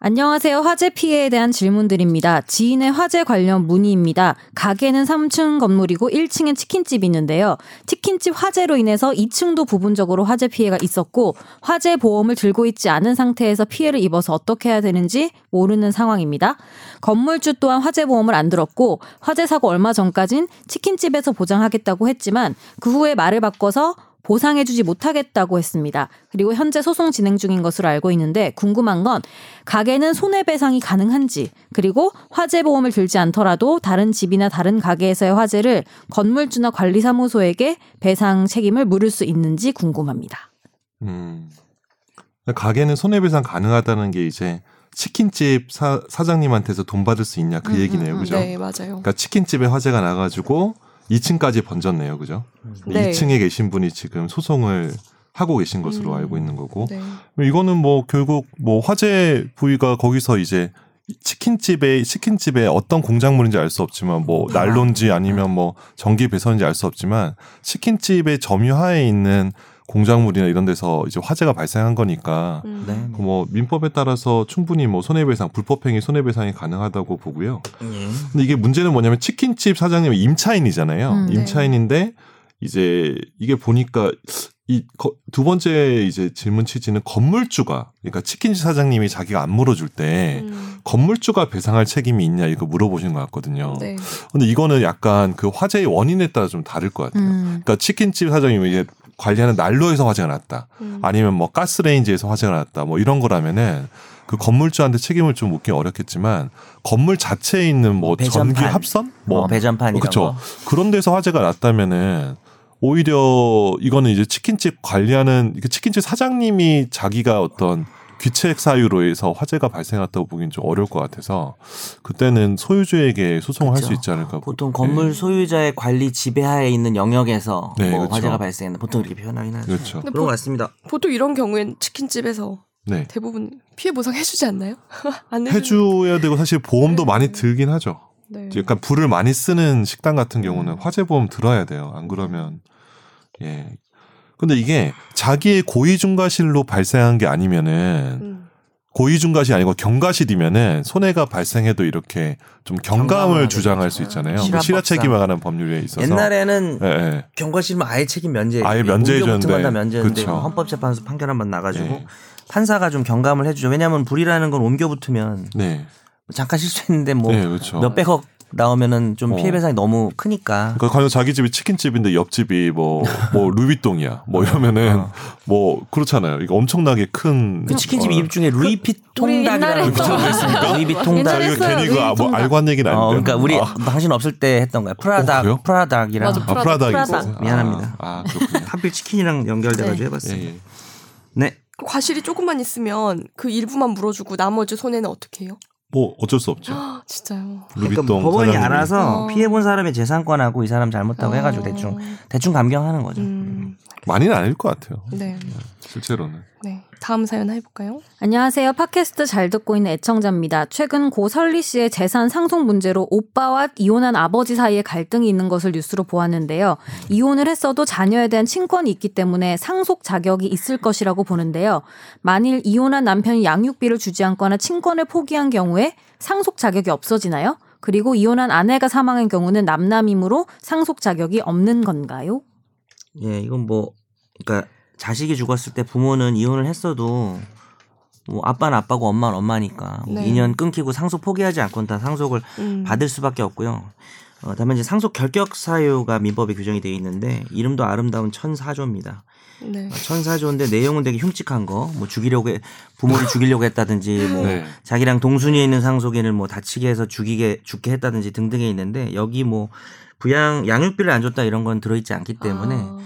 Speaker 5: 안녕하세요. 화재 피해에 대한 질문드립니다. 지인의 화재 관련 문의입니다. 가게는 3층 건물이고 1층엔 치킨집이 있는데요. 치킨집 화재로 인해서 2층도 부분적으로 화재 피해가 있었고 화재 보험을 들고 있지 않은 상태에서 피해를 입어서 어떻게 해야 되는지 모르는 상황입니다. 건물주 또한 화재 보험을 안 들었고 화재 사고 얼마 전까진 치킨집에서 보장하겠다고 했지만 그 후에 말을 바꿔서 보상해주지 못하겠다고 했습니다. 그리고 현재 소송 진행 중인 것으로 알고 있는데 궁금한 건 가게는 손해배상이 가능한지 그리고 화재보험을 들지 않더라도 다른 집이나 다른 가게에서의 화재를 건물주나 관리사무소에게 배상 책임을 물을 수 있는지 궁금합니다.
Speaker 4: 음. 가게는 손해배상 가능하다는 게 이제 치킨집 사, 사장님한테서 돈 받을 수 있냐 그
Speaker 5: 음,
Speaker 4: 얘기네요,
Speaker 5: 음,
Speaker 4: 그죠?
Speaker 1: 네 맞아요.
Speaker 4: 그러니까 치킨집에 화재가 나가지고 2층까지 번졌네요, 그죠?
Speaker 1: 네.
Speaker 4: 2층에 계신 분이 지금 소송을 하고 계신 것으로
Speaker 1: 음.
Speaker 4: 알고 있는 거고
Speaker 1: 네.
Speaker 4: 이거는 뭐 결국 뭐 화재 부위가 거기서 이제 치킨집에 치킨집에 어떤 공작물인지 알 수 없지만 뭐
Speaker 3: 아.
Speaker 4: 난로인지 아니면 뭐 전기 배선인지 알 수 없지만 치킨집의 점유하에 있는 공작물이나 이런 데서 이제 화재가 발생한 거니까
Speaker 1: 음.
Speaker 3: 네.
Speaker 4: 뭐 민법에 따라서 충분히 뭐 손해배상 불법행위 손해배상이 가능하다고 보고요.
Speaker 3: 예.
Speaker 4: 근데 이게 문제는 뭐냐면 치킨집 사장님은 임차인이잖아요.
Speaker 5: 음, 네.
Speaker 4: 임차인인데 이제 이게 보니까 이 두 번째 이제 질문 취지는 건물주가 그러니까 치킨집 사장님이 자기가 안 물어줄 때
Speaker 1: 음.
Speaker 4: 건물주가 배상할 책임이 있냐 이거 물어보신 것 같거든요.
Speaker 1: 네.
Speaker 4: 근데 이거는 약간 그 화재의 원인에 따라 좀 다를 것 같아요.
Speaker 5: 음.
Speaker 4: 그러니까 치킨집 사장님이 이제 관리하는 난로에서 화재가 났다.
Speaker 1: 음.
Speaker 4: 아니면 뭐 가스레인지에서 화재가 났다 뭐 이런 거라면은 그 건물주한테 책임을 좀 묻기 어렵겠지만 건물 자체에 있는 뭐
Speaker 3: 어, 배전판.
Speaker 4: 전기 합선
Speaker 3: 뭐
Speaker 6: 어,
Speaker 4: 뭐
Speaker 3: 배전판 이런
Speaker 4: 그쵸.
Speaker 3: 거.
Speaker 4: 그런 데서 화재가 났다면은 오히려 이거는 이제 치킨집 관리하는 그 치킨집 사장님이 자기가 어떤 귀책 사유로 해서 화재가 발생했다고 보기엔 좀 어려울 것 같아서 그때는 소유주에게 소송을 할 수
Speaker 3: 그쵸. 아,
Speaker 4: 있지 않을까
Speaker 3: 보통
Speaker 4: 네.
Speaker 3: 건물 소유자의 관리 지배하에 있는 영역에서
Speaker 4: 네,
Speaker 3: 뭐
Speaker 4: 그쵸.
Speaker 3: 화재가 발생했나 보통 이렇게 표현하긴 하죠.
Speaker 4: 그렇죠.
Speaker 5: 뭐
Speaker 1: 근데
Speaker 3: 그런
Speaker 1: 보-
Speaker 3: 것 같습니다.
Speaker 1: 보통 이런 경우엔 치킨집에서
Speaker 4: 네.
Speaker 1: 대부분 피해 보상 해주지 않나요? 안 해주-
Speaker 4: 해줘야 되고 사실
Speaker 3: 음.
Speaker 4: 보험도 많이 들긴 하죠.
Speaker 1: 네.
Speaker 4: 약간 불을 많이 쓰는 식당 같은 경우는
Speaker 1: 음.
Speaker 4: 화재 보험 들어야 돼요. 안 그러면 예. 근데 이게 자기의 고의 중과실로 발생한 게 아니면은
Speaker 1: 음.
Speaker 4: 고의중과시 아니고 경과실이면은 손해가 발생해도 이렇게 좀 경감을
Speaker 3: 경감을
Speaker 4: 주장할
Speaker 3: 하게
Speaker 4: 수
Speaker 3: 되죠.
Speaker 4: 있잖아요. 뭐
Speaker 3: 실화법상.
Speaker 4: 실화 책임에 관한 법률에 있어서
Speaker 6: 옛날에는
Speaker 4: 예, 예.
Speaker 6: 경과실은 아예 책임 면제,
Speaker 4: 아예
Speaker 6: 공격
Speaker 4: 면제해줬는데.
Speaker 6: 같은 건다 면제였는데 뭐
Speaker 4: 그쵸.
Speaker 6: 헌법재판소 판결 한 번 나가지고
Speaker 4: 네.
Speaker 6: 판사가 좀 경감을 해주죠. 왜냐하면 불이라는 건 옮겨 붙으면
Speaker 4: 네.
Speaker 6: 잠깐 실수했는데 뭐
Speaker 4: 네, 그렇죠.
Speaker 6: 몇백억 나오면은 좀
Speaker 4: 어.
Speaker 6: 피해 배상이 너무 크니까
Speaker 4: 그러니까 과연 자기 집이 치킨집인데 옆집이 뭐, 뭐, 루비똥이야. 뭐 이러면은, 뭐, 그렇잖아요. 이거 엄청나게 큰. 어,
Speaker 3: 그 치킨집 이름 중에
Speaker 5: 우리 옛날에
Speaker 3: 루이피통닭이라는
Speaker 5: 했던
Speaker 3: 있습니까?
Speaker 6: 루이비통닭.
Speaker 4: 아,
Speaker 5: 옛날에
Speaker 4: 이거
Speaker 5: 했어요.
Speaker 4: 괜히 그거 아, 뭐
Speaker 5: 루이비통닭.
Speaker 4: 알고 한 얘기는
Speaker 6: 어,
Speaker 4: 아닌데.
Speaker 6: 그러니까 우리
Speaker 4: 아,
Speaker 6: 당신 없을 때 했던 거야. 프라닭,
Speaker 4: 그래요?
Speaker 6: 프라닭이랑
Speaker 5: 맞아,
Speaker 4: 아,
Speaker 5: 프라닭,
Speaker 4: 프라다 이거.
Speaker 5: 프라다.
Speaker 4: 있어요?
Speaker 6: 미안합니다.
Speaker 4: 아, 아, 그렇군요.
Speaker 6: 하필 치킨이랑 연결돼가지고
Speaker 1: 네.
Speaker 6: 해봤어요.
Speaker 4: 예, 예.
Speaker 6: 네.
Speaker 1: 그 과실이 조금만 있으면 그 일부만 물어주고 나머지 손해는 어떻게 해요?
Speaker 4: 뭐, 어쩔 수 없죠.
Speaker 1: 아, 진짜요.
Speaker 6: 그러니까
Speaker 4: 루비똥.
Speaker 6: 법원이
Speaker 4: 사장님이.
Speaker 6: 알아서
Speaker 1: 어.
Speaker 6: 피해본 사람의 재산권하고 이 사람 잘못다고 해가지고
Speaker 1: 어.
Speaker 6: 대충 대충 감경하는 거죠.
Speaker 1: 음,
Speaker 4: 많이는 아닐 것 같아요.
Speaker 1: 네,
Speaker 4: 실제로는.
Speaker 1: 네. 다음 사연 해볼까요?
Speaker 5: 안녕하세요. 팟캐스트 잘 듣고 있는 애청자입니다. 최근 고 설리 씨의 재산 상속 문제로 오빠와 이혼한 아버지 사이에 갈등이 있는 것을 뉴스로 보았는데요. 이혼을 했어도 자녀에 대한 친권이 있기 때문에 상속 자격이 있을 것이라고 보는데요. 만일 이혼한 남편이 양육비를 주지 않거나 친권을 포기한 경우에 상속 자격이 없어지나요? 그리고 이혼한 아내가 사망한 경우는 남남이므로 상속 자격이 없는 건가요?
Speaker 6: 예, 이건 뭐, 그러니까 자식이 죽었을 때 부모는 이혼을 했어도 뭐 아빠는 아빠고 엄마는 엄마니까 뭐
Speaker 1: 네.
Speaker 6: 인연 끊기고 상속 포기하지 않고는 다 상속을
Speaker 1: 음.
Speaker 6: 받을 수밖에 없고요. 어, 다만 이제 상속 결격 사유가 민법에 규정이 되어 있는데 이름도 아름다운 천사조입니다.
Speaker 1: 네.
Speaker 6: 천사조인데 내용은 되게 흉측한 거, 뭐 죽이려고 해- 부모를 죽이려고 했다든지 뭐
Speaker 4: 네.
Speaker 6: 자기랑 동순위에 있는 상속인을 뭐 다치게 해서 죽이게 죽게 했다든지 등등에 있는데 여기 뭐 부양 양육비를 안 줬다 이런 건 들어있지 않기 때문에
Speaker 1: 아.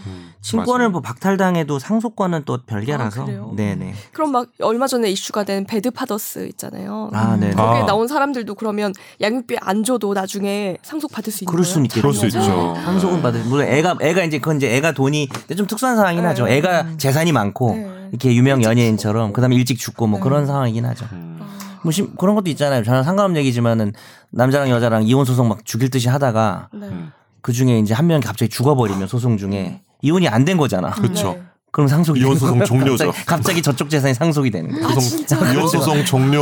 Speaker 6: 친권을
Speaker 4: 음, 맞아요.
Speaker 6: 뭐 박탈당해도 상속권은 또
Speaker 1: 아,
Speaker 6: 별개라서
Speaker 1: 그래요? 음.
Speaker 6: 네네
Speaker 1: 그럼 막 얼마 전에 이슈가 된 배드 파더스 있잖아요. 음.
Speaker 6: 아 네네
Speaker 4: 아.
Speaker 1: 거기에 나온 사람들도 그러면 양육비 안 줘도 나중에 상속 받을 수 있는
Speaker 6: 그럴 수는 있겠죠 아,
Speaker 4: 그럴 수 있죠. 네.
Speaker 6: 상속은 받을 물론 애가 애가 이제 그건 이제 애가 돈이 근데 좀 특수한 상황이긴
Speaker 1: 네.
Speaker 6: 하죠 애가 재산이 많고
Speaker 1: 네.
Speaker 6: 이렇게 유명 연예인처럼 그다음에 일찍 죽고 뭐
Speaker 1: 네.
Speaker 6: 그런 상황이긴 하죠
Speaker 4: 음.
Speaker 6: 뭐 심- 그런 것도 있잖아요 저는 상관없는 얘기지만은 남자랑 여자랑 이혼 소송 막 죽일 듯이 하다가
Speaker 1: 네.
Speaker 4: 음.
Speaker 6: 그 중에 이제 한 명이 갑자기 죽어버리면 소송 중에 이혼이 안 된 거잖아
Speaker 4: 그렇죠.
Speaker 6: 그럼 상속이
Speaker 4: 이혼
Speaker 6: 되는
Speaker 4: 소송
Speaker 6: 거예요.
Speaker 4: 종료죠.
Speaker 6: 갑자기, 갑자기 저쪽 재산이 상속이 되는 거예요
Speaker 4: 소송, 이혼 소송 종료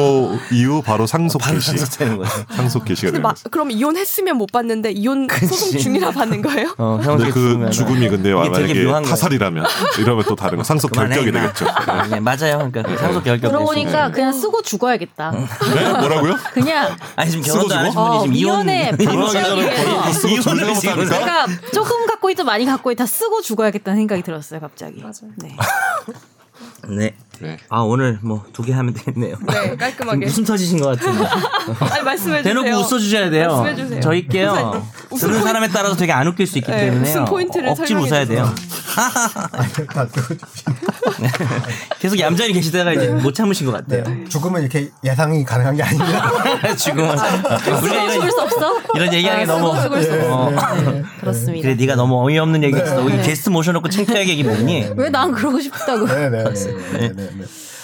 Speaker 4: 이후 바로 상속
Speaker 6: 바로
Speaker 4: 개시.
Speaker 6: 상속되는 거죠
Speaker 4: 상속 개시가
Speaker 1: 근데
Speaker 4: 되는
Speaker 1: 막
Speaker 4: 거죠.
Speaker 1: 그럼 이혼했으면 못 받는데 이혼 소송 중이라 받는 거예요?
Speaker 6: 어,
Speaker 4: 근데
Speaker 6: 형식이
Speaker 4: 그
Speaker 6: 죽으면은.
Speaker 4: 죽음이 근데
Speaker 6: 이게 되게
Speaker 4: 만약에
Speaker 6: 묘한 거예요. 어,
Speaker 4: 타살이라면 이러면 또 다른 거 상속
Speaker 6: 그만해,
Speaker 4: 결격이
Speaker 6: 이마.
Speaker 4: 되겠죠.
Speaker 6: 아, 네, 맞아요. 그러니까 그 상속 결격.
Speaker 5: 들어보니까 그냥 쓰고 죽어야겠다.
Speaker 4: 네? 뭐라고요?
Speaker 5: 그냥
Speaker 6: 아니 지금 결혼도 안 하신
Speaker 5: 죽어?
Speaker 6: 분이 지금
Speaker 5: 어,
Speaker 6: 이혼
Speaker 5: 미연에
Speaker 4: 뭐
Speaker 5: 반짝이게.
Speaker 4: 쓰고
Speaker 6: 이혼을
Speaker 4: 죽는
Speaker 6: 지금
Speaker 4: 사람이다?
Speaker 5: 내가 조금 갖고 있든 많이 갖고 있다 쓰고 죽어야겠다는 생각이 들었어요 갑자기.
Speaker 1: 맞아요.
Speaker 5: 네.
Speaker 6: 네.
Speaker 4: 네.
Speaker 6: 아 오늘 뭐 두 개 하면 되겠네요.
Speaker 1: 네, 깔끔하게.
Speaker 6: 무슨 터지신 것 같은데.
Speaker 1: 아니 말씀해 주세요.
Speaker 6: 대놓고 웃어주셔야 돼요.
Speaker 1: 말씀해주세요.
Speaker 6: 저희께요.
Speaker 1: 웃음
Speaker 6: 듣는
Speaker 1: 포인트-
Speaker 6: 사람에 따라서 되게 안 웃길 수 있기
Speaker 1: 네,
Speaker 6: 때문에
Speaker 1: 웃음 포인트를
Speaker 6: 억지로
Speaker 1: 설명해
Speaker 6: 웃어야 돼요.
Speaker 2: 다 쓰고
Speaker 6: 계속 얌전히 계시다가 이제 못 참으신 것 같아요.
Speaker 2: 네, 죽음은 이렇게 예상이 가능한 게 아닙니다.
Speaker 6: 지금
Speaker 5: 쓰고 죽을 수 없어?
Speaker 6: 이런 얘기하기
Speaker 5: 아,
Speaker 6: 너무
Speaker 5: 쓰고 죽을 수
Speaker 6: 어,
Speaker 5: 네, 그렇습니다.
Speaker 6: 그래 네가 너무 어이없는 얘기 했어. 우리
Speaker 1: 네.
Speaker 6: 게스트 모셔놓고 창피하게 아, 얘기 뭐니?
Speaker 5: 왜 난 그러고 싶다고?
Speaker 6: 네,
Speaker 2: 네네네네네. 네.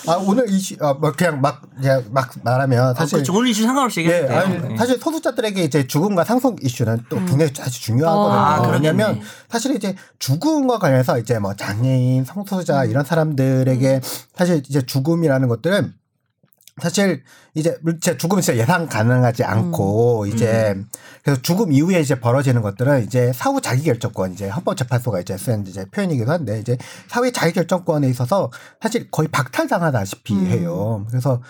Speaker 2: 아 오늘 이슈 아, 뭐 그냥 막 그냥 막 말하면
Speaker 6: 아,
Speaker 2: 사실
Speaker 6: 그렇죠. 오늘 이슈 상관없이
Speaker 2: 예,
Speaker 6: 얘기해도 돼요.
Speaker 2: 아니,
Speaker 6: 네.
Speaker 2: 사실 소득자들에게 이제 죽음과 상속 이슈는 또 굉장히 아주 중요하거든요.
Speaker 5: 아,
Speaker 6: 그러겠네.
Speaker 2: 왜냐면 사실 이제 죽음과 관련해서 이제 뭐 장애인, 성소수자
Speaker 6: 음.
Speaker 2: 이런 사람들에게 사실 이제 죽음이라는 것들은 사실 이제 제 죽음 진짜 예상 가능하지
Speaker 6: 음.
Speaker 2: 않고 이제 그래서 죽음 이후에 이제 벌어지는 것들은 이제 사후 자기결정권 이제 헌법재판소가 이제 쓴 이제 표현이기도 한데 이제 사후 자기결정권에 있어서 사실 거의 박탈당하다시피
Speaker 6: 음.
Speaker 2: 해요. 그래서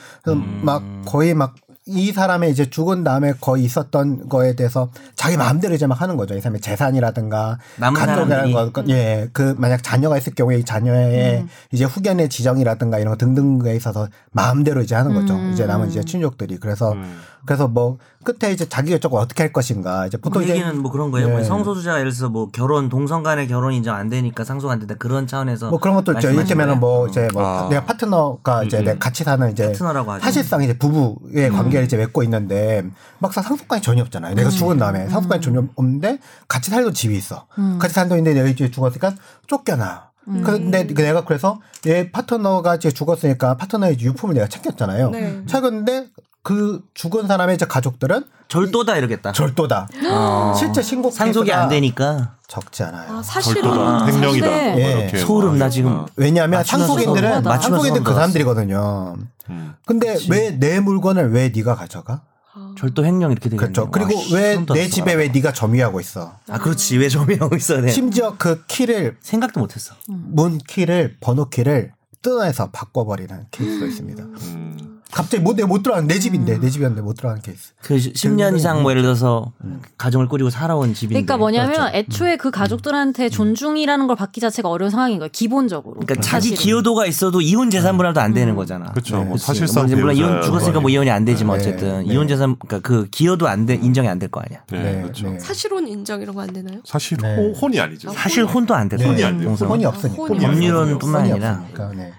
Speaker 2: 막 거의 막 이 사람의 이제 죽은 다음에 거의 있었던 거에 대해서 자기 마음대로 이제 막 하는 거죠. 이 사람의 재산이라든가
Speaker 6: 남은
Speaker 2: 간접이라는
Speaker 6: 사람들이.
Speaker 2: 거, 예, 그 만약 자녀가 있을 경우에 이 자녀의 이제 후견의 지정이라든가 이런 거 등등에 있어서 마음대로 이제 하는 거죠. 이제 남은 이제 친족들이 그래서
Speaker 6: 음.
Speaker 2: 그래서 뭐 끝에 이제 자기 결정을 어떻게 할 것인가 이제 보통
Speaker 6: 그
Speaker 2: 이제
Speaker 6: 얘기는 뭐 그런 거예요. 뭐
Speaker 2: 네.
Speaker 6: 성소수자가 예를 들어서 뭐 결혼 동성 간의 결혼 인정 안 되니까 상속 안 된다 그런 차원에서
Speaker 2: 뭐 그런 것도 있죠.
Speaker 6: 말씀하신
Speaker 2: 이를테면은
Speaker 6: 거예요? 음,
Speaker 2: 뭐 이제 뭐
Speaker 4: 아.
Speaker 2: 내가 파트너가 이제 내가 같이 사는 이제
Speaker 6: 파트너라고 하죠.
Speaker 2: 사실상 이제 부부의
Speaker 6: 음.
Speaker 2: 관계를 이제 맺고 있는데 막상 상속관이 전혀 없잖아요. 내가 죽은 다음에 상속관이 전혀 없는데 같이 살던 집이 있어.
Speaker 6: 음.
Speaker 2: 같이 살던 있는데 내가 이제 죽었으니까 쫓겨나. 근데 내가 그래서 얘 파트너가 이제 죽었으니까 파트너의 유품을 내가 챙겼잖아요.
Speaker 1: 네.
Speaker 2: 챙겼는데 그 죽은 사람의 이제 가족들은
Speaker 6: 절도다 이러겠다.
Speaker 2: 절도다.
Speaker 6: 아. 어.
Speaker 2: 실제 신고
Speaker 6: 상속이
Speaker 2: 케이스가
Speaker 6: 안 되니까
Speaker 2: 적지 않아요.
Speaker 1: 아,
Speaker 4: 절도다,
Speaker 1: 사실은
Speaker 4: 횡령이다.
Speaker 5: 사실은- 네.
Speaker 4: 뭐
Speaker 2: 예.
Speaker 4: 이렇게
Speaker 6: 네. 소름 나
Speaker 4: 나와요.
Speaker 6: 지금
Speaker 4: 아.
Speaker 2: 왜냐하면
Speaker 6: 맞추면서
Speaker 2: 상속인들은
Speaker 6: 맞추면서
Speaker 2: 상속인들 그
Speaker 6: 나왔어.
Speaker 2: 사람들이거든요.
Speaker 4: 음.
Speaker 2: 근데 왜 내 물건을 왜 네가 가져가?
Speaker 1: 아.
Speaker 6: 절도 횡령 이렇게 되겠네요.
Speaker 2: 그렇죠.
Speaker 6: 와,
Speaker 2: 그리고
Speaker 6: 씨,
Speaker 2: 왜
Speaker 6: 소름
Speaker 2: 내
Speaker 6: 돋았어.
Speaker 2: 집에 왜 네가 점유하고 있어?
Speaker 6: 아 그렇지 왜 점유하고 있어야 돼?
Speaker 2: 심지어 그 키를
Speaker 6: 생각도 못했어.
Speaker 2: 문 키를 번호 키를 뜯어내서 바꿔버리는 케이스가 있습니다.
Speaker 4: 음.
Speaker 2: 갑자기 못, 내못 들어가는 내 집인데 내 집이었는데 못 들어가는 케이스.
Speaker 6: 그 10년 이상 뭐 예를 들어서 가정을 꾸리고 살아온 집인데.
Speaker 5: 그러니까 뭐냐면
Speaker 2: 그렇죠.
Speaker 6: 음.
Speaker 5: 애초에 그 가족들한테 존중이라는 걸 받기 자체가 어려운 상황인 거예요. 기본적으로.
Speaker 6: 그러니까 자기
Speaker 5: 뭐 사실은. 음.
Speaker 6: 기여도가 있어도 이혼 재산분할도 안 되는 거잖아.
Speaker 4: 그렇죠. 뭐
Speaker 6: 그치.
Speaker 4: 사실상
Speaker 6: 뭐 물론 이혼
Speaker 4: 배우자의
Speaker 6: 죽었으니까 뭐
Speaker 4: 거니까.
Speaker 6: 이혼이 안 되지만
Speaker 2: 네,
Speaker 6: 어쨌든
Speaker 2: 네.
Speaker 6: 이혼 재산 그러니까 그 기여도 안 돼 인정이 안 될 거 아니야.
Speaker 4: 네, 그렇죠.
Speaker 1: 사실혼 인정 이런 거 안 되나요?
Speaker 4: 사실
Speaker 2: 네.
Speaker 4: 호- 혼이 아니죠.
Speaker 6: 사실 혼도 안 돼.
Speaker 2: 네.
Speaker 4: 혼이 안 돼요.
Speaker 6: 동성.
Speaker 2: 혼이 없으니까.
Speaker 1: 혼이
Speaker 6: 법률론뿐만
Speaker 2: 혼이
Speaker 6: 아니라.
Speaker 2: 없으니까, 네.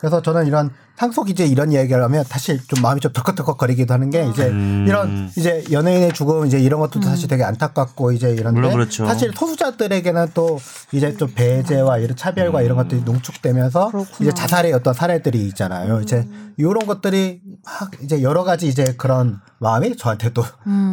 Speaker 2: 그래서 저는 이런 상속 이제 이런 이야기를 하면 사실 좀 마음이 좀 덜컥덜컥 거리기도 하는 게 이제
Speaker 4: 음.
Speaker 2: 이런 이제 연예인의 죽음 이제 이런 것도 사실 되게 안타깝고 이제 이런데
Speaker 6: 물론 그렇죠.
Speaker 2: 사실 소수자들에게는 또 이제 좀 배제와 이런 차별과 이런
Speaker 6: 음.
Speaker 2: 것들이 농축되면서 이제 자살의 어떤 사례들이 있잖아요. 이제 이런 것들이 막 이제 여러 가지 이제 그런 마음이 저한테도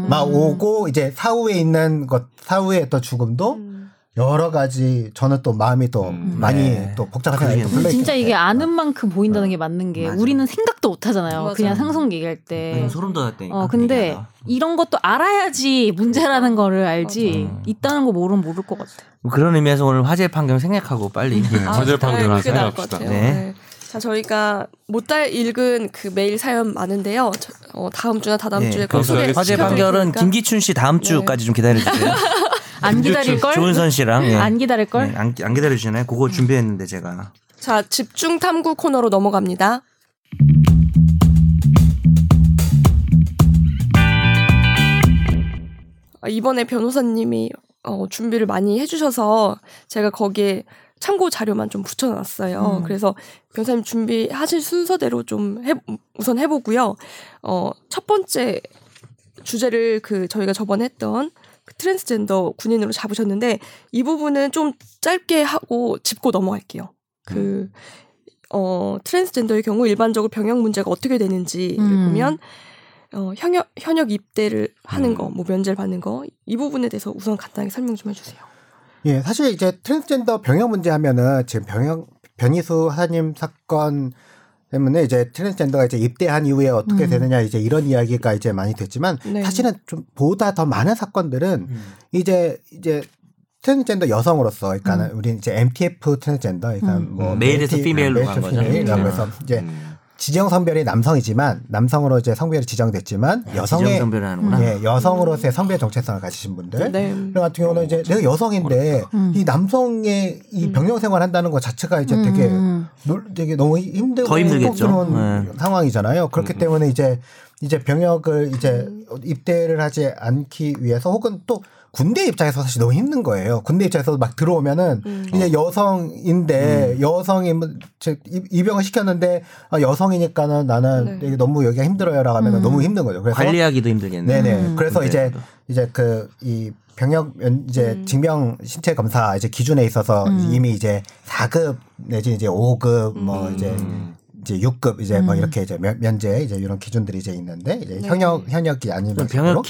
Speaker 2: 막 오고 이제 사후에 있는 것 사후에 또 죽음도 여러 가지 저는 또 마음이 또
Speaker 4: 음.
Speaker 2: 많이
Speaker 6: 네.
Speaker 2: 또 복잡한 생각이 또
Speaker 6: 그러겠네.
Speaker 2: 흘러
Speaker 5: 음, 진짜
Speaker 2: 있어요.
Speaker 5: 이게 아는 만큼 보인다는 게 맞는 게
Speaker 6: 음. 맞아.
Speaker 5: 우리는 생각도 못 하잖아요.
Speaker 1: 맞아.
Speaker 5: 그냥 상속 얘기할 때.
Speaker 6: 음, 소름 돋았다니까. 음.
Speaker 5: 어 근데
Speaker 6: 얘기하다.
Speaker 5: 이런 것도 알아야지 문제라는 거를 알지
Speaker 6: 맞아.
Speaker 5: 있다는 거 모르면 모를 것 같아.
Speaker 6: 뭐 그런 의미에서 오늘 화재 판결 생략하고 빨리.
Speaker 4: 네.
Speaker 1: 아,
Speaker 4: 화재
Speaker 1: 네,
Speaker 4: 판결 하나
Speaker 1: 그게 나을 것
Speaker 4: 생각합시다.
Speaker 1: 같아요.
Speaker 6: 네.
Speaker 1: 네. 자 저희가 못 다 읽은 그 메일 사연 많은데요. 저- 어, 다음 주나 다다음
Speaker 6: 네,
Speaker 1: 주에 그
Speaker 6: 그럼
Speaker 1: 소개
Speaker 6: 화재
Speaker 1: 시켜드릴
Speaker 6: 판결은
Speaker 1: 테니까.
Speaker 6: 김기춘 씨 다음
Speaker 1: 네.
Speaker 6: 주까지 좀 기다려 주세요.
Speaker 5: 안 기다릴 걸?
Speaker 6: 그렇죠. 조은선 씨랑 예.
Speaker 5: 안 기다릴 걸?
Speaker 6: 네, 안, 안 기다려 주시나요? 그거 준비했는데 제가.
Speaker 1: 자 집중 탐구 코너로 넘어갑니다. 아, 이번에 변호사님이 어, 준비를 많이 해주셔서 제가 거기에 참고 자료만 좀 붙여놨어요.
Speaker 5: 음.
Speaker 1: 그래서 변호사님 준비하신 순서대로 좀 해, 우선 해보고요. 어, 첫 번째 주제를 그 저희가 저번에 했던 그 트랜스젠더 군인으로 잡으셨는데 이 부분은 좀 짧게 하고 짚고 넘어갈게요. 그, 어, 트랜스젠더의 경우 일반적으로 병역 문제가 어떻게 되는지를
Speaker 5: 음.
Speaker 1: 보면 어, 현역, 현역 입대를 하는
Speaker 4: 음.
Speaker 1: 거, 뭐 면제를 받는 거, 이 부분에 대해서 우선 간단하게 설명 좀 해주세요.
Speaker 2: 예, 사실 이제 트랜스젠더 병역 문제 하면은 지금 병역 변희수 하사님 사건 때문에 이제 트랜스젠더가 이제 입대한 이후에 어떻게
Speaker 5: 음.
Speaker 2: 되느냐 이제 이런 이야기가 이제 많이 됐지만
Speaker 1: 네.
Speaker 2: 사실은 좀 보다 더 많은 사건들은
Speaker 6: 음.
Speaker 2: 이제 이제 트랜스젠더 여성으로서 그러니까 우리 이제 MTF 트랜스젠더 그러니까
Speaker 5: 음.
Speaker 2: 뭐
Speaker 6: 음, 메일에서
Speaker 2: MT
Speaker 6: 피메일로
Speaker 2: 메일에서
Speaker 6: 간 거죠.
Speaker 2: 피메일이라고
Speaker 6: 음.
Speaker 2: 해서 이제
Speaker 4: 음.
Speaker 2: 지정 성별이 남성이지만 남성으로 이제 성별이 지정됐지만
Speaker 6: 아, 지정
Speaker 2: 여성의
Speaker 6: 성별을 하는구나.
Speaker 2: 예, 여성으로서의 성별 정체성을 가지신 분들
Speaker 1: 네.
Speaker 2: 그런 같은 경우는 이제 내가
Speaker 6: 그렇죠.
Speaker 2: 여성인데
Speaker 5: 음.
Speaker 2: 이 남성의
Speaker 6: 음.
Speaker 2: 이 병영 생활 한다는 것 자체가 이제 되게
Speaker 5: 음.
Speaker 2: 놀, 되게 너무 힘들고
Speaker 6: 더 힘들겠죠.
Speaker 2: 그런
Speaker 6: 네.
Speaker 2: 상황이잖아요. 그렇기 때문에 이제 이제 병역을 이제 입대를 하지 않기 위해서 혹은 또 군대 입장에서 사실 너무 힘든 거예요. 군대 입장에서 막 들어오면은
Speaker 6: 음.
Speaker 2: 이제 여성인데 여성이 뭐 즉, 입- 입영을 시켰는데 아, 여성이니까는 나는
Speaker 1: 네.
Speaker 2: 이게 너무 여기가 힘들어요라고 하면 은 너무 힘든 거죠. 그래서
Speaker 6: 음. 관리하기도 힘들겠네.
Speaker 2: 네네. 그래서 이제
Speaker 6: 군대에서도.
Speaker 2: 이제 그 이 병역 면- 이제 징병 신체 검사 이제 기준에 있어서 이미 이제 4급 내지 이제 5급 뭐 이제 이제 6급 이제 뭐 이렇게 이제 면- 면제 이제 이런 기준들이 이제 있는데 이제 현역 현역이 아닌
Speaker 6: 그럼 병역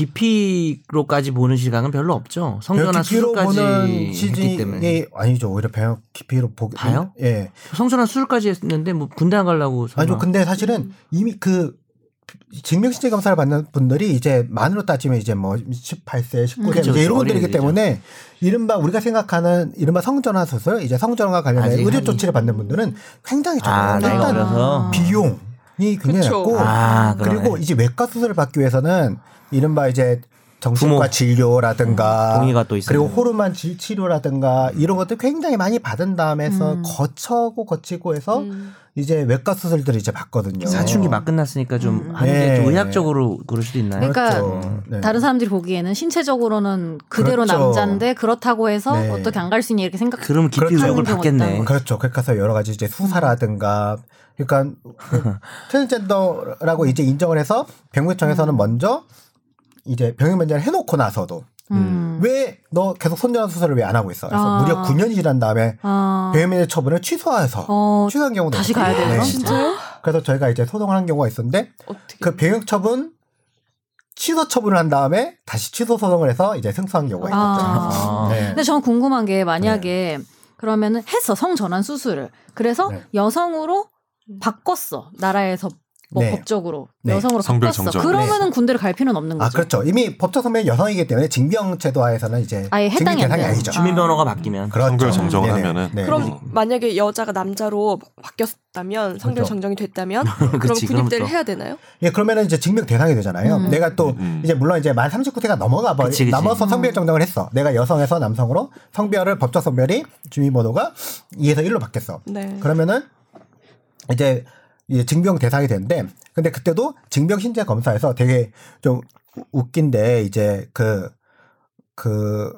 Speaker 6: 깊이로까지 보는 시각은 별로 없죠. 성전환 수술까지 했기 때문에
Speaker 2: 시즌이 예. 아니죠. 오히려 병역 깊이로 보기
Speaker 6: 다요?
Speaker 2: 예.
Speaker 6: 성전환 수술까지 했는데 뭐 군대 안 가려고 설마.
Speaker 2: 아니죠. 근데 사실은 이미 그 증명신체 검사를 받는 분들이 이제 만으로 따지면 이제 뭐 18세, 19세
Speaker 6: 그쵸,
Speaker 2: 이제 이런
Speaker 6: 그쵸.
Speaker 2: 분들이기
Speaker 6: 그렇죠. 어린애들이죠.
Speaker 2: 때문에 이른바 우리가 생각하는 이른바 성전환 수술, 이제 성전환과 관련된
Speaker 6: 아직
Speaker 2: 의료
Speaker 6: 아니.
Speaker 2: 조치를 받는 분들은 굉장히 적어요.
Speaker 6: 아 나이가
Speaker 2: 일단
Speaker 6: 어려서
Speaker 2: 비용이 굉장히
Speaker 1: 그쵸.
Speaker 2: 낮고
Speaker 6: 아
Speaker 2: 그리고
Speaker 6: 그러네.
Speaker 2: 이제 외과 수술을 받기 위해서는 이른바 이제 정신과
Speaker 6: 부모. 음,
Speaker 2: 진료라든가
Speaker 6: 동의가 또 있어요.
Speaker 2: 그리고 호르몬 지- 치료라든가 이런 것들 굉장히 많이 받은 다음에 해서 거쳐고 거치고 해서
Speaker 1: 음.
Speaker 2: 이제 외과 수술들을 이제 받거든요.
Speaker 6: 사춘기 막 끝났으니까 좀 하는
Speaker 2: 어. 네.
Speaker 6: 게좀 의학적으로 그럴 수도 있나요?
Speaker 5: 그러니까
Speaker 2: 그렇죠. 네.
Speaker 5: 다른 사람들이 보기에는 신체적으로는 그대로
Speaker 2: 그렇죠.
Speaker 5: 남자인데 그렇다고 해서
Speaker 2: 네.
Speaker 5: 어떻게 안 갈 수 있냐 이렇게 생각.
Speaker 6: 그럼 깊이
Speaker 5: 그렇죠.
Speaker 6: 의욕을
Speaker 5: 하는 경우가
Speaker 6: 받겠네.
Speaker 5: 있다고.
Speaker 2: 그렇죠. 그래서 여러 가지 이제 수사라든가 그러니까 그 트랜스젠더라고 이제 인정을 해서 병무청에서는 먼저 이제 병역 면제를 해놓고 나서도
Speaker 5: 음.
Speaker 2: 왜 너 계속 손전환 수술을 왜 안 하고 있어? 그래서
Speaker 5: 아.
Speaker 2: 무려 9년이 지난 다음에
Speaker 5: 아,
Speaker 2: 병역 면제 처분을 취소해서
Speaker 5: 어,
Speaker 2: 취소한 경우도
Speaker 5: 다시
Speaker 2: 있거든요.
Speaker 5: 가야 돼요?
Speaker 2: 네.
Speaker 1: 진짜요?
Speaker 2: 그래서 저희가 이제 소송을 한 경우가 있었는데
Speaker 1: 어떻게?
Speaker 2: 그 병역 처분 취소 처분을 한 다음에 다시 취소 소송을 해서 이제 승소한 경우가 있었죠.
Speaker 5: 아.
Speaker 2: 네.
Speaker 5: 근데 저는 궁금한 게 만약에 그러면은 했어 성전환 수술을 그래서
Speaker 2: 네.
Speaker 5: 여성으로 바꿨어 나라에서 뭐
Speaker 2: 네.
Speaker 5: 법적으로
Speaker 2: 네.
Speaker 5: 여성으로
Speaker 4: 성별
Speaker 5: 바꿨어.
Speaker 4: 정정.
Speaker 5: 그러면은 군대를 갈 필요는 없는
Speaker 2: 아
Speaker 5: 거죠.
Speaker 2: 그렇죠. 이미 법적 성별이 여성이기 때문에 징병 제도하에서는 이제
Speaker 5: 아예 해당이
Speaker 2: 징병
Speaker 5: 안
Speaker 2: 대상이
Speaker 5: 돼요.
Speaker 2: 아니죠.
Speaker 5: 아.
Speaker 6: 네. 주민 변호가 바뀌면
Speaker 2: 그렇죠.
Speaker 4: 성별 정정을
Speaker 2: 네네.
Speaker 4: 하면은.
Speaker 2: 네.
Speaker 1: 그럼
Speaker 4: 어.
Speaker 1: 만약에 여자가 남자로 바뀌었다면 성별
Speaker 2: 그렇죠.
Speaker 1: 정정이 됐다면 그럼
Speaker 6: 그치, 그럼
Speaker 1: 군입대를
Speaker 6: 또.
Speaker 1: 해야 되나요?
Speaker 2: 예, 그러면은 이제 징병 대상이 되잖아요.
Speaker 5: 음.
Speaker 2: 내가 또
Speaker 4: 음.
Speaker 2: 이제 물론 이제 만 39세가 넘어가 버리
Speaker 6: 그치, 음. 그치.
Speaker 2: 넘어서 성별 정정을 했어. 내가 여성에서 남성으로 성별을 법적 성별이 주민번호가 2에서 1로 바뀌었어.
Speaker 1: 네.
Speaker 2: 그러면은 이제 이제 징병 대상이 되는데 근데 그때도 징병 신체 검사에서 되게 좀 우- 웃긴데 이제 그 그